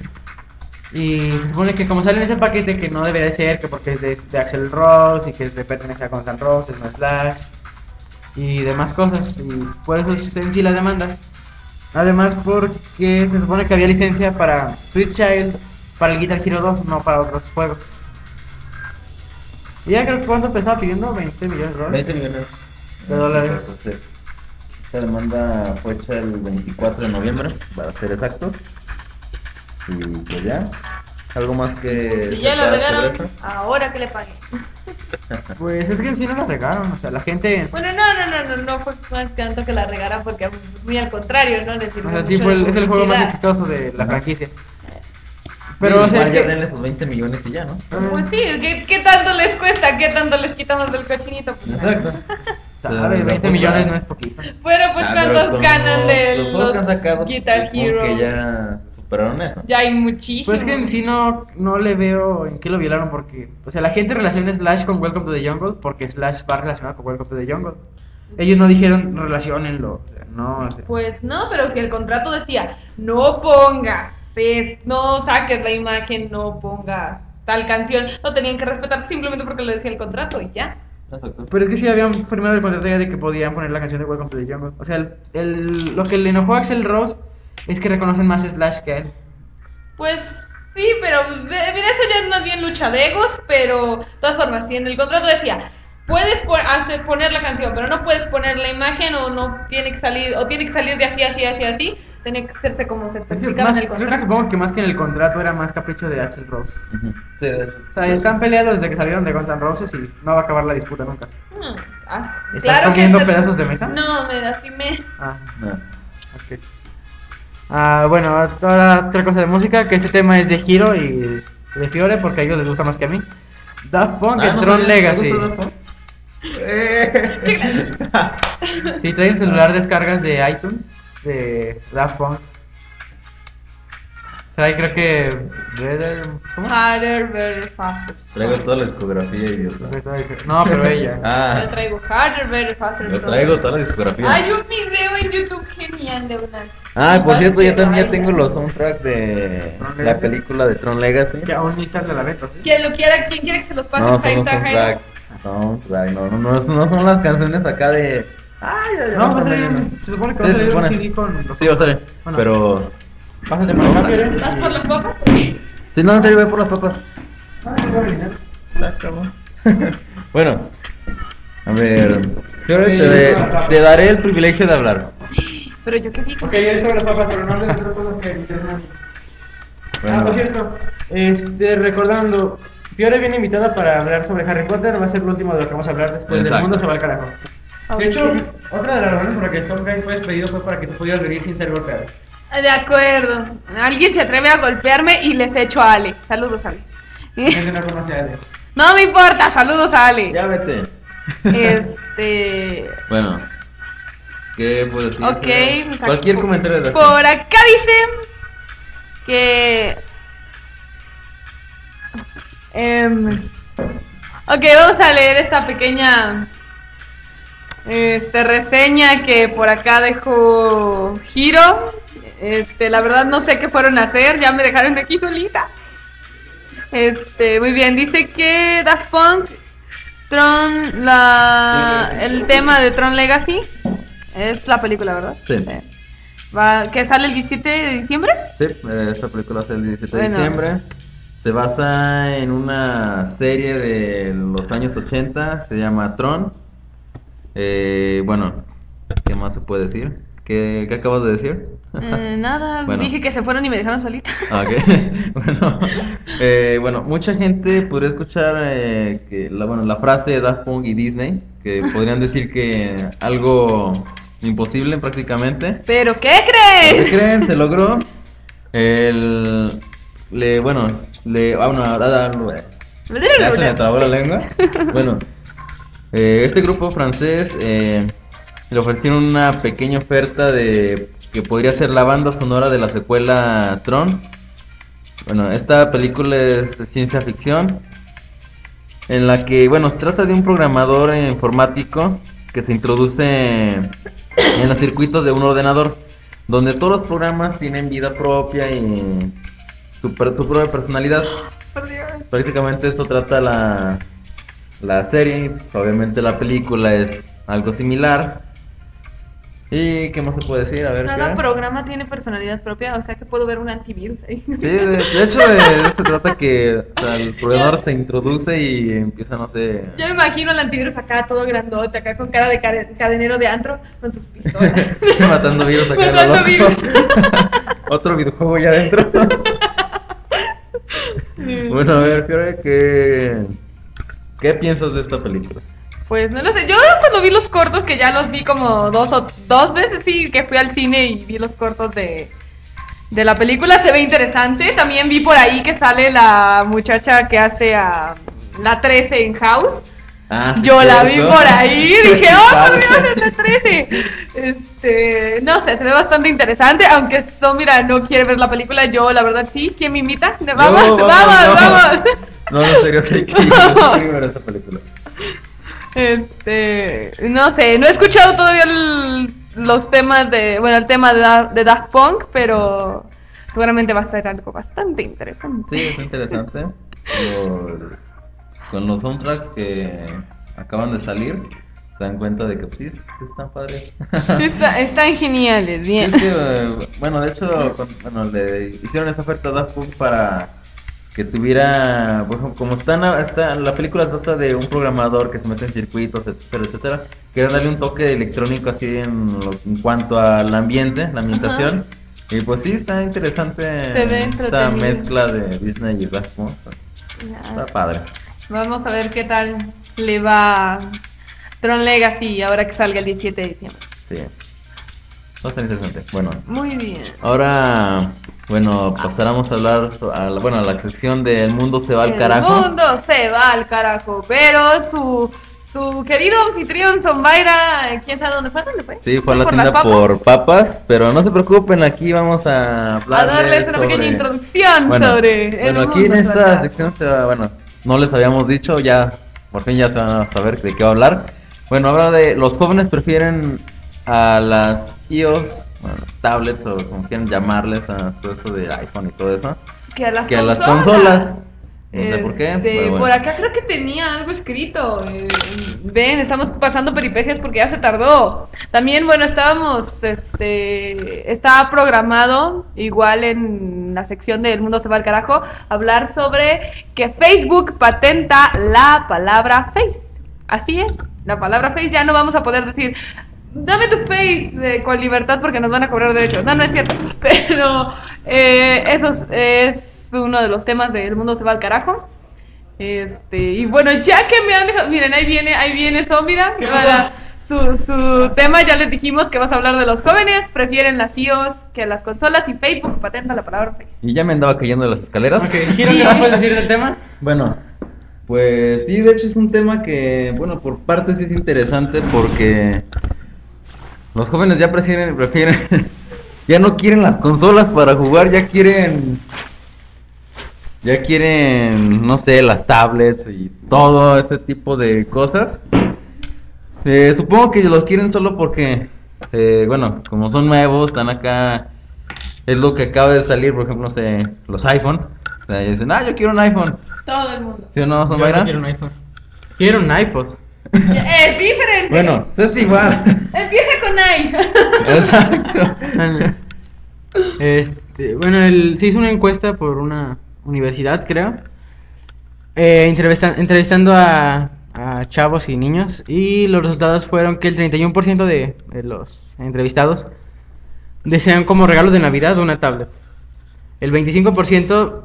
Speaker 1: Y se supone que como sale en ese paquete que no debería de ser, que porque es de, de Axel Rose y que es de pertenece a Constant Rose, es no Slash y demás cosas. Y por eso es en sí la demanda. Además porque se supone que había licencia para Sweet Child, para el Guitar Hero 2, no para otros juegos. Y ya creo que cuánto estaba pidiendo, 20 millones de dólares.
Speaker 2: 20 millones
Speaker 1: De dólares.
Speaker 2: Sí. Esta demanda fue hecha el 24 de noviembre, para ser exactos. Y pues ya. Algo más que.
Speaker 3: Y ya lo
Speaker 2: separar sobre
Speaker 3: regalan ahora que le pagué.
Speaker 1: Pues es que en sí no lo regaron, o sea, la gente...
Speaker 3: Bueno, no, no, no, no, no fue más tanto que la regaran porque muy al contrario, ¿no? Les sirvió
Speaker 1: O sea, sí
Speaker 3: mucho
Speaker 1: fue
Speaker 3: de
Speaker 1: el- es el juego más
Speaker 3: publicidad.
Speaker 1: exitoso de la
Speaker 2: Ajá.
Speaker 1: franquicia.
Speaker 2: Sí,
Speaker 1: Pero, o sea,
Speaker 2: igual
Speaker 1: es
Speaker 2: ya
Speaker 1: que...
Speaker 2: denle sus 20 millones y ya, ¿no?
Speaker 3: Pues sí, ¿qué, ¿qué tanto les cuesta? ¿Qué tanto les quitamos del cochinito? Pues,
Speaker 2: Exacto.
Speaker 1: ¿Sabes? 20 Ah, millones no es poquito.
Speaker 3: Bueno, pues
Speaker 2: Ah, pero
Speaker 3: cuántos
Speaker 2: como
Speaker 3: ganan de
Speaker 2: los juegos que han sacado, pues,
Speaker 3: Guitar
Speaker 2: supongo
Speaker 3: Hero.
Speaker 2: que
Speaker 3: ya...
Speaker 2: ya superaron eso.
Speaker 3: hay muchísimos.
Speaker 1: Pues es que en sí no, no le veo en qué lo violaron porque, o sea, la gente relaciona Slash con Welcome to the Jungle porque Slash va relacionado con Welcome to the Jungle. Ellos no dijeron relacionenlo, o sea, no, o sea,
Speaker 3: Pues no, pero si el contrato decía, no pongas, es- no saques la imagen, no pongas tal canción, lo tenían que respetar simplemente porque lo decía el contrato y ya.
Speaker 2: Exacto.
Speaker 1: Pero es que sí habían firmado el contrato ya de que podían poner la canción de Welcome to the Jungle. O sea, el, el- lo que le enojó a Axel Rose es que reconocen más Slash que a él.
Speaker 3: Pues sí, pero de- mira, eso ya es más bien lucha de egos, pero de todas formas, si en el contrato decía, puedes po- hacer, poner la canción, pero no puedes poner la imagen o no tiene que salir, o tiene que salir de así, así, así, así, tenía que hacerse como se
Speaker 1: Es que
Speaker 3: especificaba
Speaker 1: más-
Speaker 3: en el
Speaker 1: creo que
Speaker 3: contrato.
Speaker 1: supongo que más que en el contrato era más capricho de Axel Rose.
Speaker 2: Ujú. Sí, de hecho.
Speaker 1: O sea, están peleados desde que salieron de Guns N' Roses y no va a acabar la disputa nunca.
Speaker 3: Hmm, ah,
Speaker 1: ¿Estás
Speaker 3: claro que
Speaker 1: comiendo
Speaker 3: se-
Speaker 1: pedazos de mesa?
Speaker 3: No, me lastimé.
Speaker 1: Ah.
Speaker 2: No.
Speaker 1: Ok. Ah, bueno, ahora otra cosa de música, que este tema es de Hiro y de Fiore, porque a ellos les gusta más que a mí. Daft Punk
Speaker 2: Ah,
Speaker 1: en
Speaker 2: no
Speaker 1: Tron
Speaker 2: sabía,
Speaker 1: Legacy.
Speaker 2: ¿te gusta Daft Punk?
Speaker 1: Sí, trae un
Speaker 2: Ah.
Speaker 1: celular descargas de iTunes, de Daft Punk. Trae creo que... Redder- ¿Cómo?
Speaker 2: Ah.
Speaker 3: Harder, better, faster.
Speaker 2: Traigo toda la discografía y Dios.
Speaker 1: Pues,
Speaker 2: ¿no?
Speaker 1: No, pero ella.
Speaker 3: Yo
Speaker 2: Ah,
Speaker 3: traigo harder, better, faster.
Speaker 2: yo traigo toda la discografía.
Speaker 3: Hay un video en YouTube genial de una.
Speaker 2: Ah, por cierto, yo también ya
Speaker 3: baila.
Speaker 2: tengo los soundtracks de
Speaker 1: Tron
Speaker 2: la
Speaker 1: Legacy.
Speaker 2: película de Tron Legacy.
Speaker 1: Que aún ni sale a la beta, ¿sí?
Speaker 3: Quien lo quiera, quien quiera que se los pase, pues
Speaker 2: No,
Speaker 3: ahí
Speaker 2: son un
Speaker 3: está Jaime.
Speaker 2: soundtrack. Soundtrack, no, no, no, no son las canciones acá de. Ay, ay, ay,
Speaker 1: No, va a
Speaker 2: no,
Speaker 1: salir
Speaker 2: no,
Speaker 1: un-
Speaker 2: no.
Speaker 1: se supone que va a
Speaker 2: Sí, se
Speaker 1: salir un
Speaker 2: supone.
Speaker 1: CD con... los-
Speaker 2: Sí, va a salir.
Speaker 1: Bueno.
Speaker 2: Pero.
Speaker 1: Pásate por acá, Fiore.
Speaker 3: ¿Vas por las papas?
Speaker 2: Sí, no, en serio, voy por las papas. Ah, cabrón. bueno, a ver. Yo ahora te, te daré el privilegio de hablar.
Speaker 3: Pero yo qué digo.
Speaker 1: Ok, ya sobre las papas, pero no hables de otras cosas que internan. Ah, pues
Speaker 2: Bueno,
Speaker 1: por cierto, este, recordando, Fiore viene invitada para hablar sobre Harry Potter, va a ser lo último de lo que vamos a hablar después del
Speaker 2: Exacto.
Speaker 1: mundo se va al carajo.
Speaker 3: Ah,
Speaker 1: De hecho,
Speaker 3: ok.
Speaker 1: otra de las razones por las que Tom Guy fue despedido fue para que tú pudieras venir sin ser golpeado.
Speaker 3: Ah, De acuerdo. Alguien se atreve a golpearme y les echo a Ale. Saludos, Ale.
Speaker 1: Gente no conoce a Ale.
Speaker 3: No me importa, saludos a Ale.
Speaker 2: ya vete.
Speaker 3: Este.
Speaker 2: Bueno, ¿qué puedo decir?
Speaker 3: Ok, me saco-
Speaker 2: Cualquier comentario de
Speaker 3: Por acá dicen que. Em, ok, vamos a leer esta pequeña este, reseña que por acá dejó Giro. Este, la verdad no sé qué fueron a hacer, ya me dejaron aquí solita. Este, muy bien, dice que Daft Punk, Tron, la, el tema de Tron Legacy, es la película, ¿verdad?
Speaker 2: Sí.
Speaker 3: Va- que sale el 17 de diciembre.
Speaker 2: Sí, eh, esta película sale el 17 de
Speaker 3: Bueno.
Speaker 2: diciembre. Se basa en una serie de los años 80, se llama Tron. Eh, bueno, ¿qué más se puede decir? ¿Qué, qué acabas de decir?
Speaker 3: Eh, nada,
Speaker 2: Bueno.
Speaker 3: dije que se fueron y me dejaron solita.
Speaker 2: Ah, ok. bueno, eh, bueno, mucha gente podría escuchar eh, que la, bueno, la frase de Daft Punk y Disney, que podrían decir que algo imposible prácticamente.
Speaker 3: ¿Pero qué
Speaker 2: ¿Qué
Speaker 3: crees?
Speaker 2: creen? Se logró. El. Le, bueno, le. Ah, bueno, ahora- ahora- ya se me trabó la lengua. Bueno, eh, este grupo francés eh, le ofrecieron una pequeña oferta de que podría ser la banda sonora de la secuela Tron. Bueno, esta película es de ciencia ficción en la que, bueno, se trata de un programador informático que se introduce en los circuitos de un ordenador, donde todos los programas tienen vida propia y su, per- su propia personalidad.
Speaker 3: Por Dios.
Speaker 2: Prácticamente eso trata la, la serie, y, pues, obviamente la película es algo similar. ¿Y qué más se puede decir? A ver,
Speaker 3: Cada
Speaker 2: ¿qué?
Speaker 3: programa tiene personalidad propia, o sea que puedo ver un antivirus ahí.
Speaker 2: Sí, de, de hecho de eso se trata que o sea, el programador se introduce y empieza, no sé...
Speaker 3: Ya me imagino el antivirus acá, todo grandote, acá con cara de care- cadenero de antro, con sus pistolas.
Speaker 2: Matando virus acá a lo
Speaker 3: Matando
Speaker 2: loco.
Speaker 3: virus.
Speaker 2: Otro videojuego ya adentro.
Speaker 3: Mm,
Speaker 2: bueno, a ver, Fiore, ¿qué... ¿qué piensas de esta película?
Speaker 3: Pues no lo sé, yo cuando vi los cortos, que ya los vi como dos o dos veces, sí, que fui al cine y vi los cortos de, de la película, se ve interesante. También vi por ahí que sale la muchacha que hace a la 13 en House.
Speaker 2: Ah, sí,
Speaker 3: Yo la vi
Speaker 2: cierto.
Speaker 3: por ahí, dije, oh, por
Speaker 2: Padre.
Speaker 3: Dios, es la 13. Este, no sé, se ve bastante interesante, aunque eso, mira, no quiere ver la película, yo la verdad sí, ¿quién me invita? De- Vamos,
Speaker 2: No,
Speaker 3: vamos,
Speaker 2: no.
Speaker 3: vamos.
Speaker 2: No, en serio, sí, que yo primero esta película.
Speaker 3: Este, no sé, no he escuchado todavía el- los temas de, bueno, el tema de, Da- de Daft Punk, pero seguramente va a ser algo bastante interesante.
Speaker 2: Sí, es interesante. Lo- Con los soundtracks que acaban de salir, se dan cuenta de que pues, sí, sí están padres.
Speaker 3: Sí, está- están geniales,
Speaker 2: Sí,
Speaker 3: bien.
Speaker 2: es que, eh, bueno, de hecho, con- bueno, le hicieron esa oferta a Daft Punk para que tuviera, por ejemplo, como están, a- está, la película trata de un programador que se mete en circuitos, etcétera, etcétera, querían darle un toque electrónico así en, lo- en cuanto al ambiente, la ambientación. Y pues sí, está interesante
Speaker 3: ve
Speaker 2: esta
Speaker 3: entretenido. Ah.
Speaker 2: mezcla de Disney y Daft Punk. Está, está padre.
Speaker 3: Vamos a ver qué tal le va Tron Legacy ahora que salga el 17 de diciembre.
Speaker 2: Sí. Va a estar interesante. Bueno,
Speaker 3: Muy bien.
Speaker 2: ahora, bueno, pasáramos a hablar, so- a la- bueno, a la sección de El mundo se va al
Speaker 3: el
Speaker 2: carajo.
Speaker 3: mundo se va al carajo, pero su, su querido anfitrión Zombaira, eh, quién sabe dónde fue, dónde fue.
Speaker 2: Sí, fue a la
Speaker 3: ¿Por
Speaker 2: tienda
Speaker 3: las papas?
Speaker 2: por papas, pero no se preocupen, aquí vamos a
Speaker 3: A
Speaker 2: hablarles
Speaker 3: darles una pequeña
Speaker 2: sobre-
Speaker 3: introducción
Speaker 2: Bueno,
Speaker 3: sobre el
Speaker 2: bueno, aquí en
Speaker 3: mundo
Speaker 2: esta
Speaker 3: salvaje.
Speaker 2: sección se va, bueno, no les habíamos dicho, ya, por fin ya se van a saber de qué va a hablar. Bueno, habla de los jóvenes prefieren a las iOS, bueno, las tablets o como quieran llamarles, a todo eso de iPhone y todo eso,
Speaker 3: que a las
Speaker 2: que a las
Speaker 3: consolas.
Speaker 2: consolas. No sé por qué.
Speaker 3: Este,
Speaker 2: pero bueno.
Speaker 3: Por acá creo que tenía algo escrito. eh, ven, estamos pasando peripecias porque ya se tardó. También, bueno, estábamos, este, estaba programado, igual en la sección del mundo se va al carajo, hablar sobre que Facebook patenta la palabra face. Así es, la palabra face ya no vamos a poder decir. Dame tu face eh, con libertad porque nos van a cobrar derechos. No, no es cierto. Pero eh, eso es, es uno de los temas del mundo se va al carajo. Este, y bueno, ya que me han dejado, miren, ahí viene, ahí viene Zomira
Speaker 8: ¿Qué
Speaker 3: para su, su tema, ya les dijimos que vas a hablar de los jóvenes, prefieren las IOS que las consolas y Facebook patenta la palabra face.
Speaker 2: Y ya me andaba cayendo de las escaleras.
Speaker 8: Ok, Giro, ¿qué más puedes decir del tema?
Speaker 2: Bueno, pues sí, de hecho es un tema que, bueno, por parte sí es interesante porque los jóvenes ya prefieren, prefieren ya no quieren las consolas para jugar, ya quieren, ya quieren, no sé, las tablets y todo ese tipo de cosas. Eh, supongo que los quieren solo porque, eh, bueno, como son nuevos, están acá es lo que acaba de salir, por ejemplo, no sé, los iPhone. O sea, y dicen, ah, yo quiero un iPhone.
Speaker 3: Todo el mundo.
Speaker 2: ¿Sí o no,
Speaker 8: Yo
Speaker 2: Zombaira?
Speaker 8: no quiero un iPhone.
Speaker 5: Quiero un iPod.
Speaker 3: es diferente.
Speaker 2: Bueno, es igual.
Speaker 3: Empieza con ahí.
Speaker 2: Exacto.
Speaker 5: Ándale. Este, bueno, el- se hizo una encuesta por una universidad, creo. eh, entrevista- entrevistando a, a chavos y niños. Y los resultados fueron que el 31% de, de los entrevistados desean como regalo de Navidad una tablet. El 25%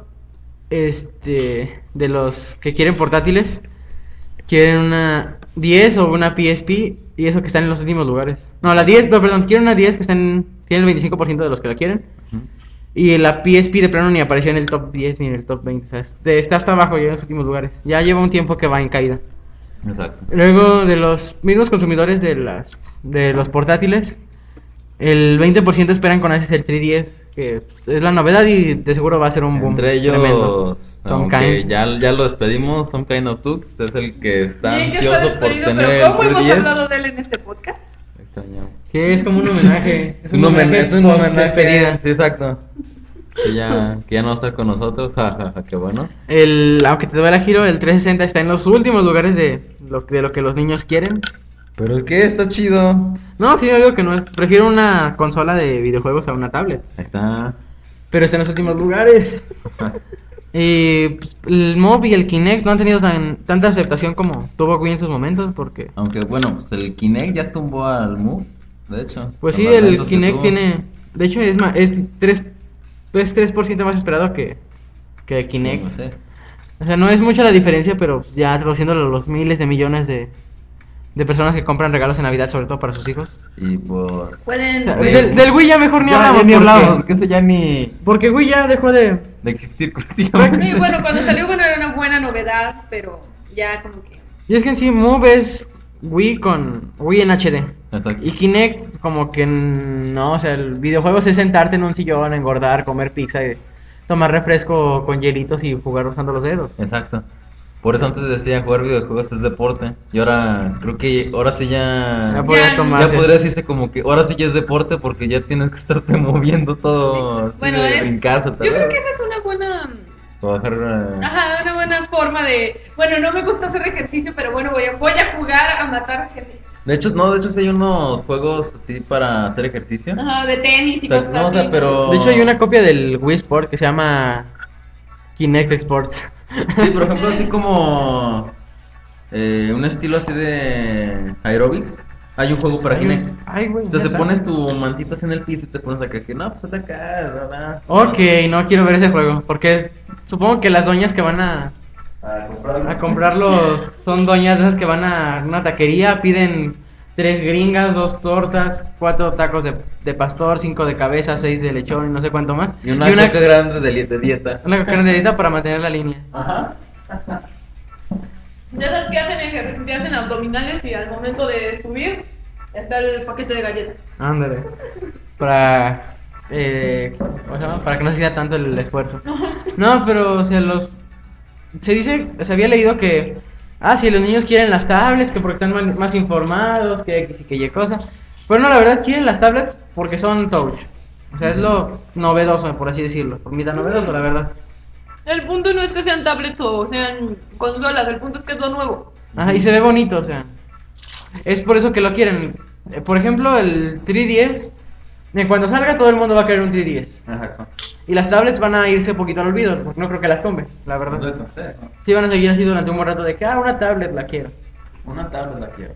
Speaker 5: este, de los que quieren portátiles quieren una 10 o una PSP y eso que está en los últimos lugares. No, la 10, no, perdón, quieren una 10 que están tiene el 25% de los que la quieren. Y la PSP de plano ni apareció en el top 10 ni en el top 20, o sea, este- está hasta abajo ya en los últimos lugares. Ya lleva un tiempo que va en caída.
Speaker 2: Exacto.
Speaker 1: Luego de los mismos consumidores de las de los portátiles, el 20% esperan con ese el 3DS, que es la novedad y de seguro va a ser un boom.
Speaker 2: Entre ellos,
Speaker 1: tremendo. Some
Speaker 2: aunque
Speaker 1: Kind.
Speaker 2: ya, ya lo despedimos, Some Kind of Tux es el que está
Speaker 3: Bien que está
Speaker 2: ansioso por
Speaker 3: despedido,
Speaker 2: tener
Speaker 3: pero
Speaker 2: el
Speaker 3: ¿Cómo hemos
Speaker 2: 3DS.
Speaker 3: hablado de él en este podcast?
Speaker 2: Extrañamos.
Speaker 1: Que es como un homenaje.
Speaker 2: Es un homenaje, es un
Speaker 1: post
Speaker 2: homenaje.
Speaker 1: despedida.
Speaker 2: Sí, exacto. Que ya, que ya no va a estar con nosotros, jajaja, qué bueno.
Speaker 1: El, aunque te duela giro, el 360 está en los últimos lugares de lo, de lo que los niños quieren.
Speaker 2: Pero que está chido.
Speaker 1: No, sí, yo digo que no es. Prefiero una consola de videojuegos a una tablet.
Speaker 2: Ahí está.
Speaker 1: Pero está en los últimos lugares. Y pues, el Mob y el Kinect no han tenido tan, tanta aceptación como tuvo Wii en sus momentos, porque...
Speaker 2: Aunque bueno, pues el Kinect ya tumbó al Move, de hecho.
Speaker 1: Pues
Speaker 2: Con
Speaker 1: sí,
Speaker 2: los
Speaker 1: el
Speaker 2: retos que
Speaker 1: Kinect
Speaker 2: tuvo.
Speaker 1: tiene... De hecho, es, ma- es, 3, es 3% más esperado que, que
Speaker 2: No
Speaker 1: Kinect.
Speaker 2: sé.
Speaker 1: O sea, no es mucha la diferencia, pero ya traduciéndolo a los miles de millones de, de personas que compran regalos en Navidad, sobre todo para sus hijos.
Speaker 2: Y pues.
Speaker 1: O
Speaker 3: Pueden.
Speaker 1: sea,
Speaker 3: pueden-
Speaker 1: del, del Wii ya mejor ni hablamos. porque-
Speaker 2: que ese ya ni
Speaker 1: porque Wii ya dejó de...
Speaker 2: de existir
Speaker 3: Sí,
Speaker 2: prácticamente.
Speaker 3: bueno, cuando salió, bueno, era una buena novedad, pero ya como que.
Speaker 1: Y es que en sí, Move es Wii con Wii en HD.
Speaker 2: Exacto.
Speaker 1: Y Kinect, como que no, o sea, el videojuego es sentarte en un sillón, engordar, comer pizza, y tomar refresco con hielitos y jugar usando los dedos.
Speaker 2: Exacto. Por eso antes decía jugar videojuegos es deporte. Y ahora creo que ahora sí ya.
Speaker 1: Ya podría
Speaker 3: Ya
Speaker 1: tomar.
Speaker 2: Ah. Ya podría decirse como que ahora sí ya es deporte porque ya tienes que estarte moviendo todo. así
Speaker 3: Bueno,
Speaker 2: de
Speaker 3: es-
Speaker 2: brincar, saltar,
Speaker 3: Yo creo que esa es una buena.
Speaker 2: bajar, eh,
Speaker 3: Ajá, una buena forma de. Bueno, no me gusta hacer ejercicio, pero bueno, voy a, voy a jugar a matar gente.
Speaker 2: De hecho, no, de hecho sí hay unos juegos así para hacer ejercicio.
Speaker 3: Ajá, de tenis y
Speaker 2: O sea,
Speaker 3: cosas
Speaker 2: no, o sea,
Speaker 3: así.
Speaker 2: pero-
Speaker 1: De hecho, hay una copia del Wii Sport que se llama Kinect Sports.
Speaker 2: Sí, por ejemplo, así como eh, un estilo así de aerobics. Hay un juego para Kinect.
Speaker 1: Ay, güey.
Speaker 2: O sea, se
Speaker 1: neta.
Speaker 2: pones tu mantita así en el piso y te pones acá que no, pues acá, bla, bla.
Speaker 1: Ok, no quiero ver ese juego. Porque supongo que las doñas que van a,
Speaker 9: A comprarlo.
Speaker 1: a comprarlos son doñas de esas que van a una taquería, piden tres gringas, dos tortas, cuatro tacos de, de pastor, cinco de cabeza, seis de lechón y no sé cuánto más.
Speaker 2: Y una, coca grande de, li- de dieta.
Speaker 1: Una coca necesita para mantener la línea.
Speaker 9: Ajá.
Speaker 3: Ya sabes que hacen ejercicio, que hacen abdominales y al momento de subir está el paquete de galletas.
Speaker 1: Ándale. Para. Eh, ¿cómo se llama? Para que no se sienta tanto el esfuerzo. No, pero, o sea, los. Se dice, se había leído que. Ah, si los niños quieren las tablets, que porque están mal- más informados, que X y que Y cosa. Pero no, la verdad, quieren las tablets porque son touch. O sea, es lo novedoso, por así decirlo. Por mitad novedoso, la verdad.
Speaker 3: El punto no es que sean tablets o sean consolas, el punto es que es lo nuevo.
Speaker 1: Ajá, y se ve bonito, o sea. Es por eso que lo quieren. Eh, Por ejemplo, el 3DS. eh, Cuando salga, todo el mundo va a querer un 3DS.
Speaker 2: Exacto.
Speaker 1: Y las tablets van a irse un poquito al olvido, porque no creo que las tome, la verdad. Sí van a seguir así durante un buen rato de que, ah, una tablet la quiero.
Speaker 2: Una tabla la quiero.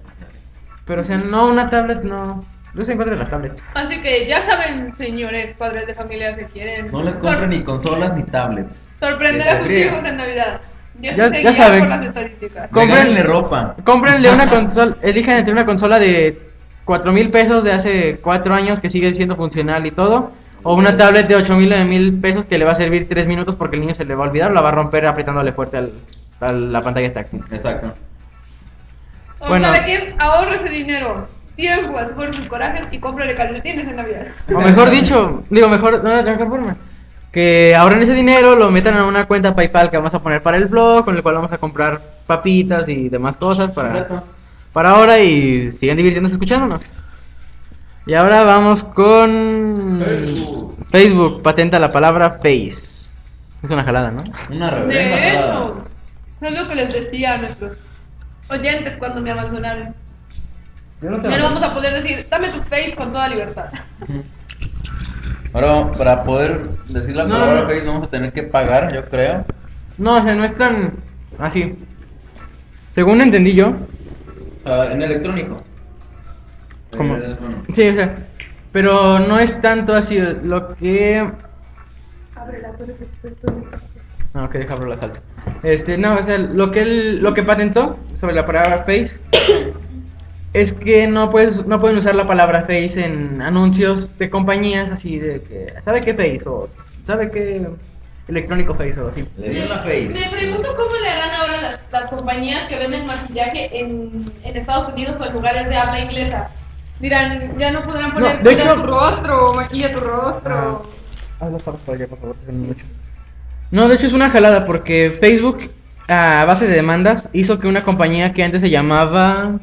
Speaker 1: Pero, o sea, no, una tablet no. No se encuentran las tablets.
Speaker 3: Así que ya saben, señores, padres de familia que quieren.
Speaker 2: No les compren
Speaker 3: sor-
Speaker 2: ni consolas ni tablets.
Speaker 3: Sorprender a sus
Speaker 2: Alegría.
Speaker 3: hijos en Navidad. Ya,
Speaker 1: Ya-
Speaker 3: se
Speaker 1: ya
Speaker 3: guían
Speaker 1: saben.
Speaker 3: por las estadísticas.
Speaker 1: Compren-
Speaker 2: Comprenle ropa.
Speaker 1: Cómprenle una consola, elijan entre una consola de 4 mil pesos de hace 4 años que sigue siendo funcional y todo, o una tablet de 8 mil, 9 mil pesos que le va a servir 3 minutos porque el niño se le va a olvidar o la va a romper apretándole fuerte al, a la pantalla táctil.
Speaker 2: Exacto.
Speaker 3: O
Speaker 1: Bueno.
Speaker 3: ¿Sabe qué? Ahorre ese dinero. Tiempo, por sus corajes y cómprale calcetines en Navidad.
Speaker 1: O mejor dicho, digo, mejor, no, de mejor forma. Que ahorren ese dinero, lo metan en una cuenta PayPal que vamos a poner para el blog, con el cual vamos a comprar papitas y demás cosas para,
Speaker 2: Exacto.
Speaker 1: para ahora y sigan divirtiéndose escuchándonos. Y ahora vamos con
Speaker 2: Facebook.
Speaker 1: Facebook, patenta la palabra Face. Es una jalada, ¿no?
Speaker 2: Una reverenda.
Speaker 3: De
Speaker 2: jalada.
Speaker 3: hecho, es lo que les decía a nuestros oyentes cuando me abandonaron. Ya no vamos a poder decir, dame tu face con toda libertad.
Speaker 2: Ahora, para poder decir la
Speaker 1: No,
Speaker 2: palabra
Speaker 1: no.
Speaker 2: Facebook, vamos a tener que pagar, yo creo.
Speaker 1: No, o sea, no es tan así. Según entendí yo,
Speaker 2: Ah, en electrónico.
Speaker 1: ¿Cómo?
Speaker 2: Eh, bueno.
Speaker 1: sí, o sea, pero no es tanto así. Lo que No, que deja abrir Ah, la salsa. Este, no, o sea, lo que él, lo que patentó sobre la palabra face es que no puedes, no pueden usar la palabra face en anuncios de compañías así de que, ¿sabe qué face? o ¿sabe qué? electrónico face o así.
Speaker 2: Le dio en la face.
Speaker 3: Me pregunto cómo le harán ahora las, las compañías que venden maquillaje en, en Estados Unidos o en lugares de habla inglesa. Dirán, ya no podrán poner
Speaker 1: de
Speaker 3: "Cuida
Speaker 1: hecho- Ah,
Speaker 3: tu rostro o maquilla tu rostro.
Speaker 1: Haz las papas para allá, por favor, que se me mucho. No, de hecho es una jalada porque Facebook, a base de demandas, hizo que una compañía que antes se llamaba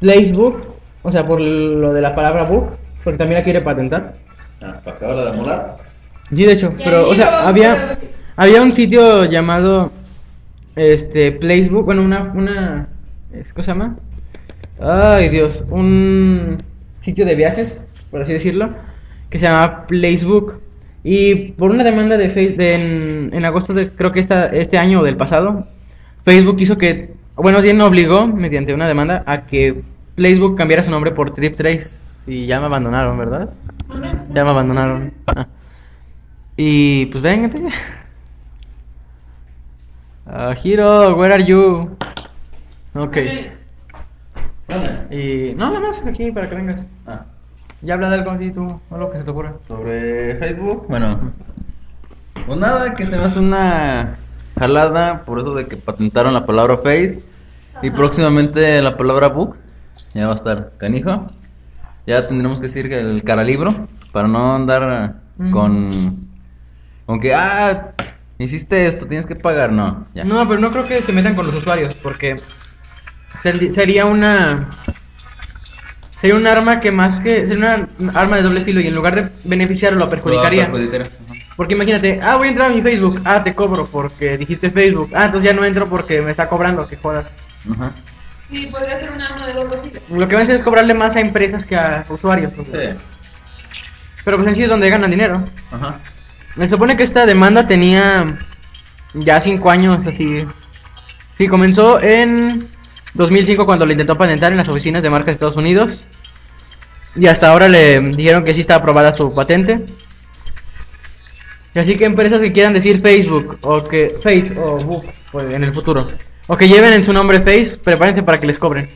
Speaker 1: Facebook, o sea, por lo de la palabra book, porque también la quiere patentar.
Speaker 2: Ah, para acabarla de amolar.
Speaker 1: Sí, de hecho,
Speaker 3: Y
Speaker 1: pero,
Speaker 3: ahí
Speaker 1: o sea,
Speaker 3: lo-
Speaker 1: había, había un sitio llamado, este, Facebook, bueno, una, una, es- ¿cómo se llama? Ay, Dios, un sitio de viajes, por así decirlo, que se llamaba Facebook. Y por una demanda de Facebook, en, en agosto de, creo que esta, este año o del pasado, Facebook hizo que, bueno, bien obligó, mediante una demanda, a que Facebook cambiara su nombre por TripTrace. Y ya me abandonaron, ¿verdad? Ya me abandonaron. Ah. Y pues véngate. Ah, Hiro, where are you? Ok. Y no, nada más aquí para que vengas.
Speaker 2: Ah,
Speaker 1: Ya habla de algo así tú, o lo que se te ocurra.
Speaker 2: sobre Facebook, bueno. Pues nada, que se me hace una jalada por eso de que patentaron la palabra face. Y próximamente la palabra book. Ya va a estar canijo. Ya tendremos que decir que el caralibro. Para no andar eh, con. Con que, ah, hiciste esto, tienes que pagar. No, ya.
Speaker 1: No, pero no creo que se metan con los usuarios, porque sel- sería una. Sería un arma que más que. Sería una arma de doble filo y en lugar de beneficiarlo, lo perjudicaría.
Speaker 2: Perjudicaría.
Speaker 1: Porque imagínate, ah, voy a entrar a mi Facebook, ah, te cobro porque dijiste Facebook, ah, entonces ya no entro porque me está cobrando, que jodas.
Speaker 2: Ajá. Ajá.
Speaker 3: Sí, podría ser un arma de doble filo.
Speaker 1: Lo que van a hacer es cobrarle más a empresas que a usuarios. o sea.
Speaker 2: Sí.
Speaker 1: Pero pues en sí es donde ganan dinero.
Speaker 2: Ajá.
Speaker 1: Me supone que esta demanda tenía ya cinco años, así. Sí, comenzó en 2005 cuando lo intentó patentar en las oficinas de marcas de Estados Unidos. Y hasta ahora le dijeron que sí está aprobada su patente. Y así que empresas que quieran decir Facebook o que Face o Book pues, en el futuro. O que lleven en su nombre Face, prepárense para que les cobren.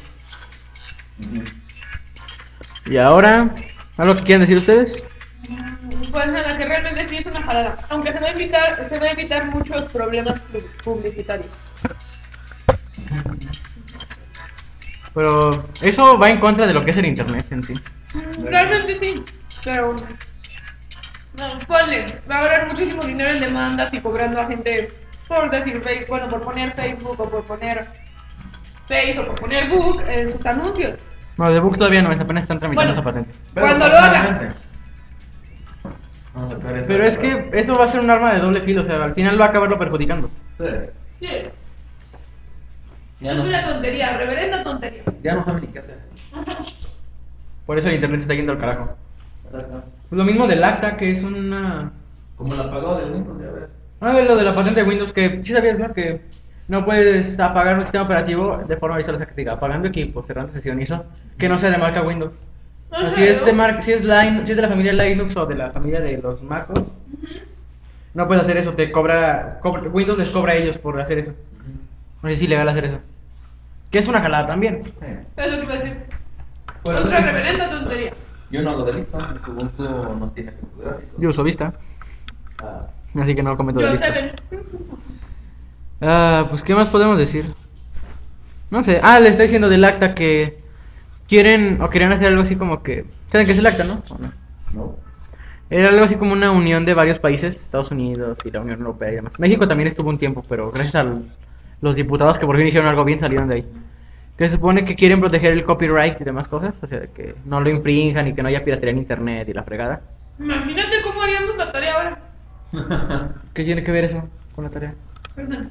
Speaker 1: Y ahora, ¿algo que quieran decir ustedes?
Speaker 3: Pues nada, que realmente sí es una jalada. Aunque se va a evitar, se va a evitar muchos problemas pu- publicitarios.
Speaker 1: Pero eso va en contra de lo que es el internet en sí.
Speaker 3: Mm, Realmente sí, pero. No, ponle, va a haber muchísimo dinero en demandas y cobrando a gente por decir Facebook, bueno, por poner Facebook o por poner Face o por poner Book en sus anuncios.
Speaker 1: Bueno, de Book todavía no es, apenas están tramitando
Speaker 3: Bueno.
Speaker 1: esa patente.
Speaker 3: Cuando lo hagan.
Speaker 2: Vamos a sacar esa
Speaker 1: Pero es
Speaker 2: palabra.
Speaker 1: que eso va a ser un arma de doble filo, o sea, al final va a acabarlo perjudicando.
Speaker 2: Sí.
Speaker 3: Sí,
Speaker 2: Ya
Speaker 3: es
Speaker 2: no,
Speaker 3: una tontería, reverenda tontería.
Speaker 2: ya no saben ni qué hacer.
Speaker 1: Por eso el internet se está yendo al carajo. Lo mismo del acta, que es una.
Speaker 2: Como la apagó del mundo, ya ves.
Speaker 1: A ver, lo de la patente de Windows, que sí sabías, ¿no? Que no puedes apagar un sistema operativo de forma visual, o sea, que te diga apagando equipo, cerrando sesión y eso, que no sea de marca Windows.
Speaker 3: Ajá,
Speaker 1: Si es de,
Speaker 3: ¿no?
Speaker 1: mar si es Lin- si es de la familia Linux o de la familia de los MacOS, no puedes hacer eso, te cobra, cobra- Windows les cobra a ellos por hacer eso. No es ilegal hacer eso. Que es una jalada también.
Speaker 3: Es lo que iba a decir.
Speaker 2: Bueno,
Speaker 3: Otra
Speaker 2: Pues sí.
Speaker 3: reverenda tontería.
Speaker 2: Yo no hago delito, tu Ubuntu no tiene filtro gráfico.
Speaker 1: Yo uso Vista,
Speaker 2: Ah,
Speaker 1: así que no comento de
Speaker 3: Yo
Speaker 1: Vista.
Speaker 3: saben.
Speaker 1: Ah, pues, ¿qué más podemos decir? No sé. Ah, le está diciendo del acta que quieren o querían hacer algo así como que. ¿Saben qué es el acta, no? ¿O no?
Speaker 2: no.
Speaker 1: Era algo así como una unión de varios países, Estados Unidos y la Unión Europea y demás. México también estuvo un tiempo, pero gracias a l- los diputados que por fin hicieron algo bien salieron de ahí. Que se supone que quieren proteger el copyright y demás cosas, o sea, que no lo infrinjan y que no haya piratería en internet y la fregada.
Speaker 3: Imagínate cómo haríamos la tarea ahora.
Speaker 1: ¿Qué tiene que ver eso con la tarea?
Speaker 3: Perdón,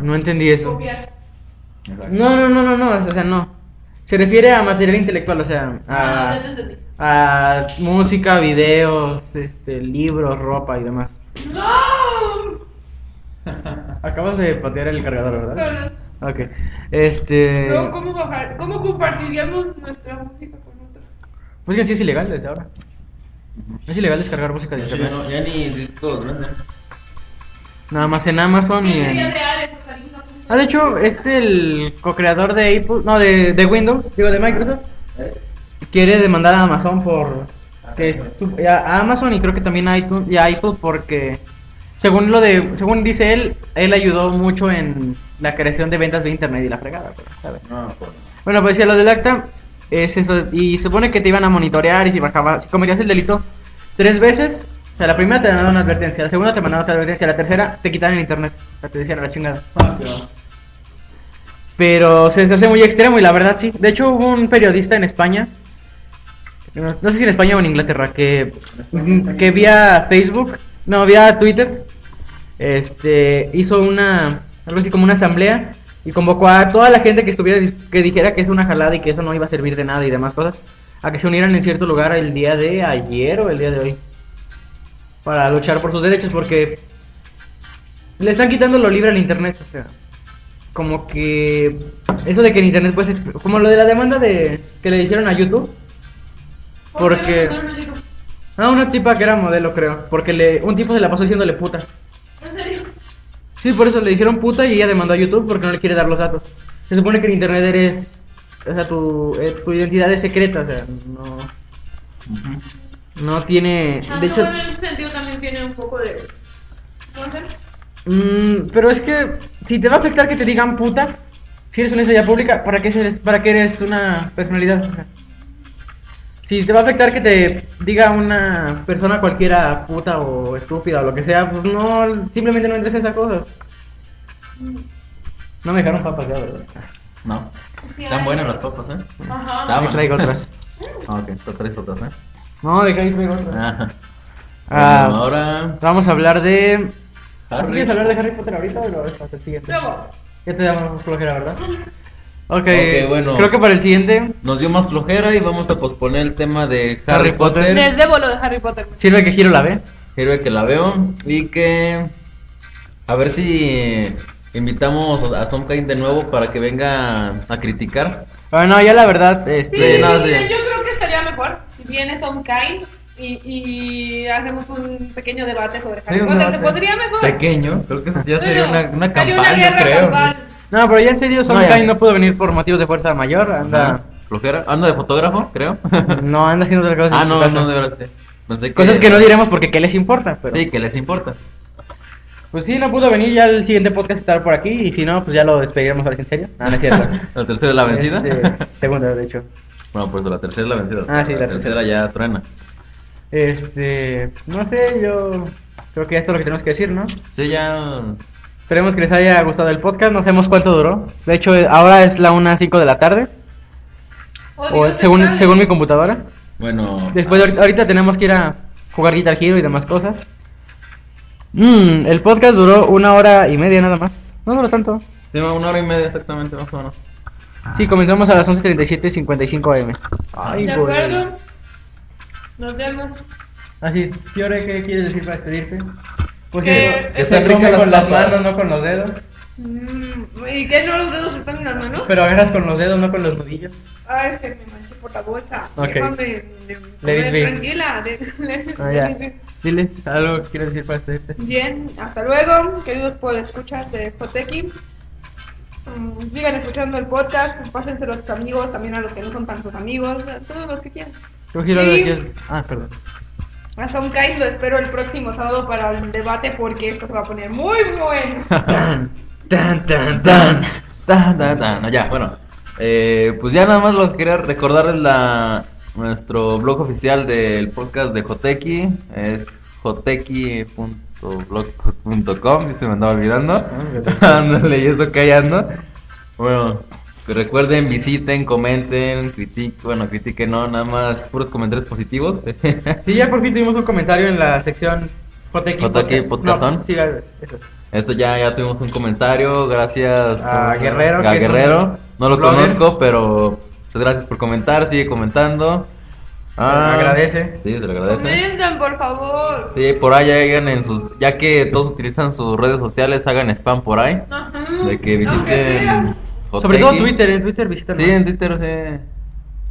Speaker 1: No entendí eso.
Speaker 3: copiar.
Speaker 2: Exacto.
Speaker 1: No, no, no, no, no, o sea, no. Se refiere a material intelectual, o sea,
Speaker 3: Ah,
Speaker 1: a,
Speaker 3: ya te entendí.
Speaker 1: a música, videos, este, libros, ropa y demás.
Speaker 3: ¡No!
Speaker 1: Acabas de patear el cargador, ¿verdad?
Speaker 3: Perdón.
Speaker 1: Ok. Este.
Speaker 3: Luego, ¿cómo, bajar, ¿Cómo compartiríamos nuestra música con otros?
Speaker 1: Pues que sí es ilegal desde ahora. Es ilegal descargar música de
Speaker 2: Ya,
Speaker 1: internet.
Speaker 2: no- ya ni discos venden.
Speaker 1: Nada más en Amazon y en. Ah, de hecho, este, el co-creador de Apple, no, de, de Windows, digo de Microsoft,
Speaker 2: ¿Eh?
Speaker 1: quiere demandar a Amazon por que su- a Amazon y creo que también a iTunes, y a iTunes porque según lo de según dice él, él ayudó mucho en la creación de ventas de internet y la fregada, pues, ¿sabes?
Speaker 2: No, pues.
Speaker 1: Bueno, pues decía lo del acta, es eso, y se supone que te iban a monitorear y si bajaba, si cometías el delito tres veces, o sea, la primera te mandaron una advertencia, la segunda te mandaron otra advertencia, la tercera te quitaron el internet, o sea, te decían a la chingada.
Speaker 8: Ah, qué va.
Speaker 1: Pero se, se hace muy extremo y la verdad sí. De hecho hubo un periodista en España, no, no sé si en España o en Inglaterra, que, que vía Facebook, no, vía Twitter, este, hizo una, algo así como una asamblea y convocó a toda la gente que estuviera, dis- que dijera que es una jalada y que eso no iba a servir de nada y demás cosas, a que se unieran en cierto lugar el día de ayer o el día de hoy, para luchar por sus derechos, porque le están quitando lo libre al Internet, o sea como que eso de que en internet pues como lo de la demanda de que le hicieron a YouTube Porque-
Speaker 3: no, no, no, no.
Speaker 1: a una tipa que era modelo creo porque le un tipo se la pasó diciéndole puta
Speaker 3: ¿En serio?
Speaker 1: sí por eso le dijeron puta y ella demandó a YouTube porque no le quiere dar los datos se supone que en internet eres o sea tu, eh, tu identidad es secreta o sea no no tiene de
Speaker 3: Aunque
Speaker 1: hecho
Speaker 3: Ah, bueno, en ese sentido también tiene un poco de... No sé.
Speaker 1: Mm, pero es que si te va a afectar que te digan puta, si eres una estrella pública, ¿para qué eres, para qué eres una personalidad? O sea, si te va a afectar que te diga una persona cualquiera puta o estúpida o lo que sea, pues no, simplemente no entres en esas cosas. No me dejaron papas ya, ¿verdad?
Speaker 2: No.
Speaker 3: Sí,
Speaker 2: Están
Speaker 3: hay.
Speaker 2: buenas las papas, ¿eh?
Speaker 3: Ajá.
Speaker 2: Está
Speaker 1: Sí,
Speaker 2: bueno.
Speaker 1: pues traigo otras.
Speaker 2: Ah, ok, tú traes otras, ¿eh?
Speaker 1: No, de que ahí traigo otras.
Speaker 2: Ah.
Speaker 1: Ah.
Speaker 2: Bueno, ahora.
Speaker 1: Vamos a hablar de...
Speaker 2: Harry.
Speaker 1: ¿Quieres hablar de Harry Potter ahorita o lo hasta el siguiente?
Speaker 3: Luego.
Speaker 1: Ya te damos flojera, ¿verdad? Ok,
Speaker 2: Ok, bueno.
Speaker 1: creo que para el siguiente
Speaker 2: Nos dio más flojera y vamos a posponer el tema de Harry,
Speaker 1: Harry Potter.
Speaker 2: Potter.
Speaker 3: Les debo lo de Harry Potter.
Speaker 1: sirve que Giro la ve.
Speaker 2: Sirve que la veo y que a ver si invitamos a Somkain de nuevo para que venga a criticar.
Speaker 1: Bueno, Ah, ya la verdad,
Speaker 3: Sí,
Speaker 1: este,
Speaker 2: no, sí.
Speaker 3: yo creo que estaría mejor si viene Some Kind y, y hacemos un pequeño debate sobre Harry
Speaker 2: Sí, un
Speaker 3: Potter.
Speaker 2: debate.
Speaker 3: Se podría mejor.
Speaker 2: Pequeño, creo que eso ya sería
Speaker 3: Pero
Speaker 2: una, una
Speaker 3: haría
Speaker 2: campaña,
Speaker 3: guerra
Speaker 2: creo.
Speaker 3: campal.
Speaker 1: no, pero ya en serio, Son
Speaker 2: No, ya.
Speaker 1: Kai no pudo venir por motivos de fuerza mayor,
Speaker 2: Anda,
Speaker 1: anda,
Speaker 2: flojera. Anda de fotógrafo, creo.
Speaker 1: no anda haciendo otras cosas.
Speaker 2: ah,
Speaker 1: en su
Speaker 2: no,
Speaker 1: casa.
Speaker 2: no, de verdad. sí. Pensé
Speaker 1: Cosas que no diremos porque qué les importa, pero...
Speaker 2: Sí, que les importa.
Speaker 1: Pues sí, no pudo venir, ya el siguiente podcast estará por aquí, y si no, pues ya lo despediremos ahora, sí, en serio. Ah, No, no es cierto.
Speaker 2: La tercera es la vencida.
Speaker 1: Este, segunda, de hecho.
Speaker 2: Bueno, pues la tercera es la vencida.
Speaker 1: Ah, sí,
Speaker 2: la,
Speaker 1: la
Speaker 2: tercera ya truena.
Speaker 1: Este, no sé, yo creo que esto es lo que tenemos que decir, ¿no?
Speaker 2: Sí, ya.
Speaker 1: Esperemos que les haya gustado el podcast, no sabemos cuánto duró. De hecho, eh, ahora es la 1.05 de la tarde,
Speaker 3: Odio
Speaker 1: o
Speaker 3: ese
Speaker 1: según,
Speaker 3: plan.
Speaker 1: según mi computadora.
Speaker 2: Bueno.
Speaker 1: Después de ahorita, ahorita tenemos que ir a jugar Guitar Hero y demás cosas. Mm, el podcast duró una hora y media nada más. No duró tanto.
Speaker 2: Sí, una hora y media exactamente, más o menos.
Speaker 1: Sí, comenzamos a las 11.37 y 55 am. Ay,
Speaker 3: De
Speaker 1: güey.
Speaker 3: acuerdo. Nos vemos.
Speaker 1: Así, Fiore, ¿qué quieres decir para despedirte? Pues
Speaker 3: Que-
Speaker 2: que se come con las manos,
Speaker 1: no con los dedos.
Speaker 3: Mm, ¿Y qué no los dedos están en las manos?
Speaker 1: Pero agarras con los dedos, no con los nudillos.
Speaker 3: Ay, es que me manché por la bolsa.
Speaker 1: Ok.
Speaker 3: Déjame de- de-
Speaker 1: Let it be.
Speaker 3: tranquila. de-
Speaker 1: Ah,
Speaker 3: let
Speaker 1: ya.
Speaker 3: it be.
Speaker 1: Diles algo que quieres decir para despedirte.
Speaker 3: Bien, hasta luego, queridos podescuchas de Jotequi. Mm, Sigan escuchando el podcast, pásenselo a sus amigos, también a los que no son tan sus amigos, a todos los que quieran.
Speaker 1: Yo giro algo
Speaker 3: Sí.
Speaker 1: que quieres- Ah, perdón.
Speaker 3: A Soundcase lo espero el próximo sábado para el debate porque esto se va a poner muy bueno.
Speaker 1: Tan, tan,
Speaker 2: tan, tan, tan, tan. No, ya, bueno. Eh, pues ya nada más lo que quería recordarles la nuestro blog oficial del podcast de Joteki. Es joteki.blog.com. Yo se me andaba olvidando. Ándale, y esto callando. Bueno, que recuerden, visiten, comenten, critiquen. Bueno, critiquen, no, nada más puros comentarios positivos.
Speaker 1: Sí, ya por fin tuvimos un comentario en la sección Jotequi
Speaker 2: Jotequi Podcastón.
Speaker 1: No, sí, eso.
Speaker 2: Esto ya, ya tuvimos un comentario, gracias
Speaker 1: A
Speaker 2: ¿cómo se llama?
Speaker 1: Guerrero,
Speaker 2: A
Speaker 1: que es un
Speaker 2: Guerrero, no lo
Speaker 1: blogger.
Speaker 2: conozco, pero muchas gracias por comentar, sigue comentando. Ah,
Speaker 1: Se lo agradece.
Speaker 2: Sí, se lo agradece.
Speaker 3: Comenten, por favor.
Speaker 2: Sí, por ahí hagan en sus, ya que todos utilizan sus redes sociales, hagan spam por ahí,
Speaker 3: Ajá.
Speaker 2: de que
Speaker 3: Aunque
Speaker 2: visiten.
Speaker 3: sea.
Speaker 1: Sobre todo
Speaker 2: Joteki.
Speaker 1: Twitter, este en Twitter visitan
Speaker 2: Sí,
Speaker 1: más.
Speaker 2: en Twitter, sí,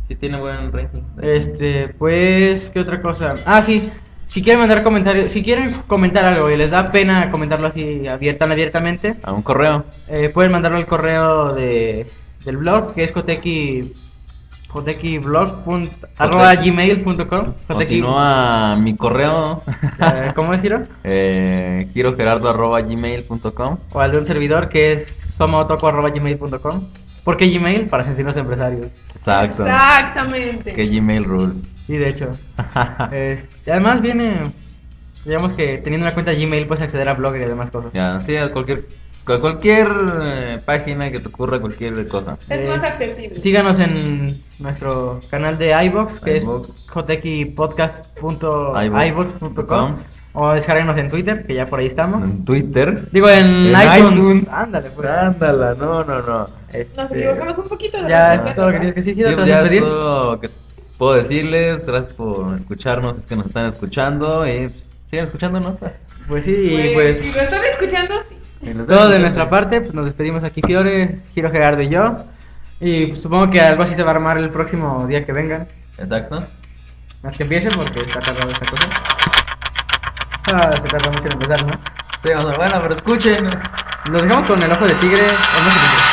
Speaker 2: sí tiene buen ranking.
Speaker 1: Este, pues, ¿qué otra cosa? Ah, sí. Si quieren mandar comentarios, si quieren comentar algo y les da pena comentarlo así abierta, abiertamente,
Speaker 2: A un correo.
Speaker 1: eh, pueden mandarlo al correo de, del blog, que es Koteki jotequiblog. arroba gmail.com.
Speaker 2: O si no, a mi correo.
Speaker 1: Eh, ¿Cómo es, Giro?
Speaker 2: eh, girogerardo.gmail.com.
Speaker 1: O al de un servidor que es somaotoco.gmail.com. ¿Por qué Gmail? Para sentirnos empresarios.
Speaker 2: Exacto.
Speaker 3: Exactamente.
Speaker 2: Que Gmail rules.
Speaker 1: Sí, de hecho. Es- y además viene, digamos que teniendo una cuenta Gmail puedes acceder a Blogger y demás cosas.
Speaker 2: Ya, sí, a cualquier, a cualquier eh, página que te ocurra, cualquier cosa.
Speaker 3: Es más
Speaker 1: Eh,
Speaker 3: accesible.
Speaker 1: Síganos en nuestro canal de iBox, que
Speaker 2: iVoox.
Speaker 1: es jotequipodcast.ibox.com. O descarguenos en Twitter, que ya por ahí estamos.
Speaker 2: En Twitter.
Speaker 1: Digo, en,
Speaker 2: En
Speaker 1: iTunes.
Speaker 2: iTunes.
Speaker 1: Ándale, pues.
Speaker 2: Ándala, no, no, no.
Speaker 1: Este,
Speaker 3: Nos equivocamos un poquito. de
Speaker 1: ya
Speaker 3: los
Speaker 1: es todo lo que tienes que decir. Giro,
Speaker 2: Sí,
Speaker 1: ¿te vas a
Speaker 2: ya es
Speaker 1: despedir?
Speaker 2: todo lo que puedo decirles. Gracias por escucharnos, es que nos están escuchando. Y pues, sigan escuchándonos. ah.
Speaker 1: Pues sí, y
Speaker 3: Si
Speaker 1: pues
Speaker 3: lo están escuchando, sí.
Speaker 2: Y les
Speaker 1: todo
Speaker 2: dejo-
Speaker 1: de nuestra parte. Pues nos despedimos aquí, Fiore, Giro Gerardo y yo. Y pues, supongo que algo así se va a armar el próximo día que vengan.
Speaker 2: Exacto.
Speaker 1: Más que empiecen porque está tardado esta cosa. Ah, se tarda mucho en empezar, ¿no?
Speaker 2: Sí, o sea, bueno, pero escuchen.
Speaker 1: Nos dejamos con el ojo de tigre. el ojo de tigre.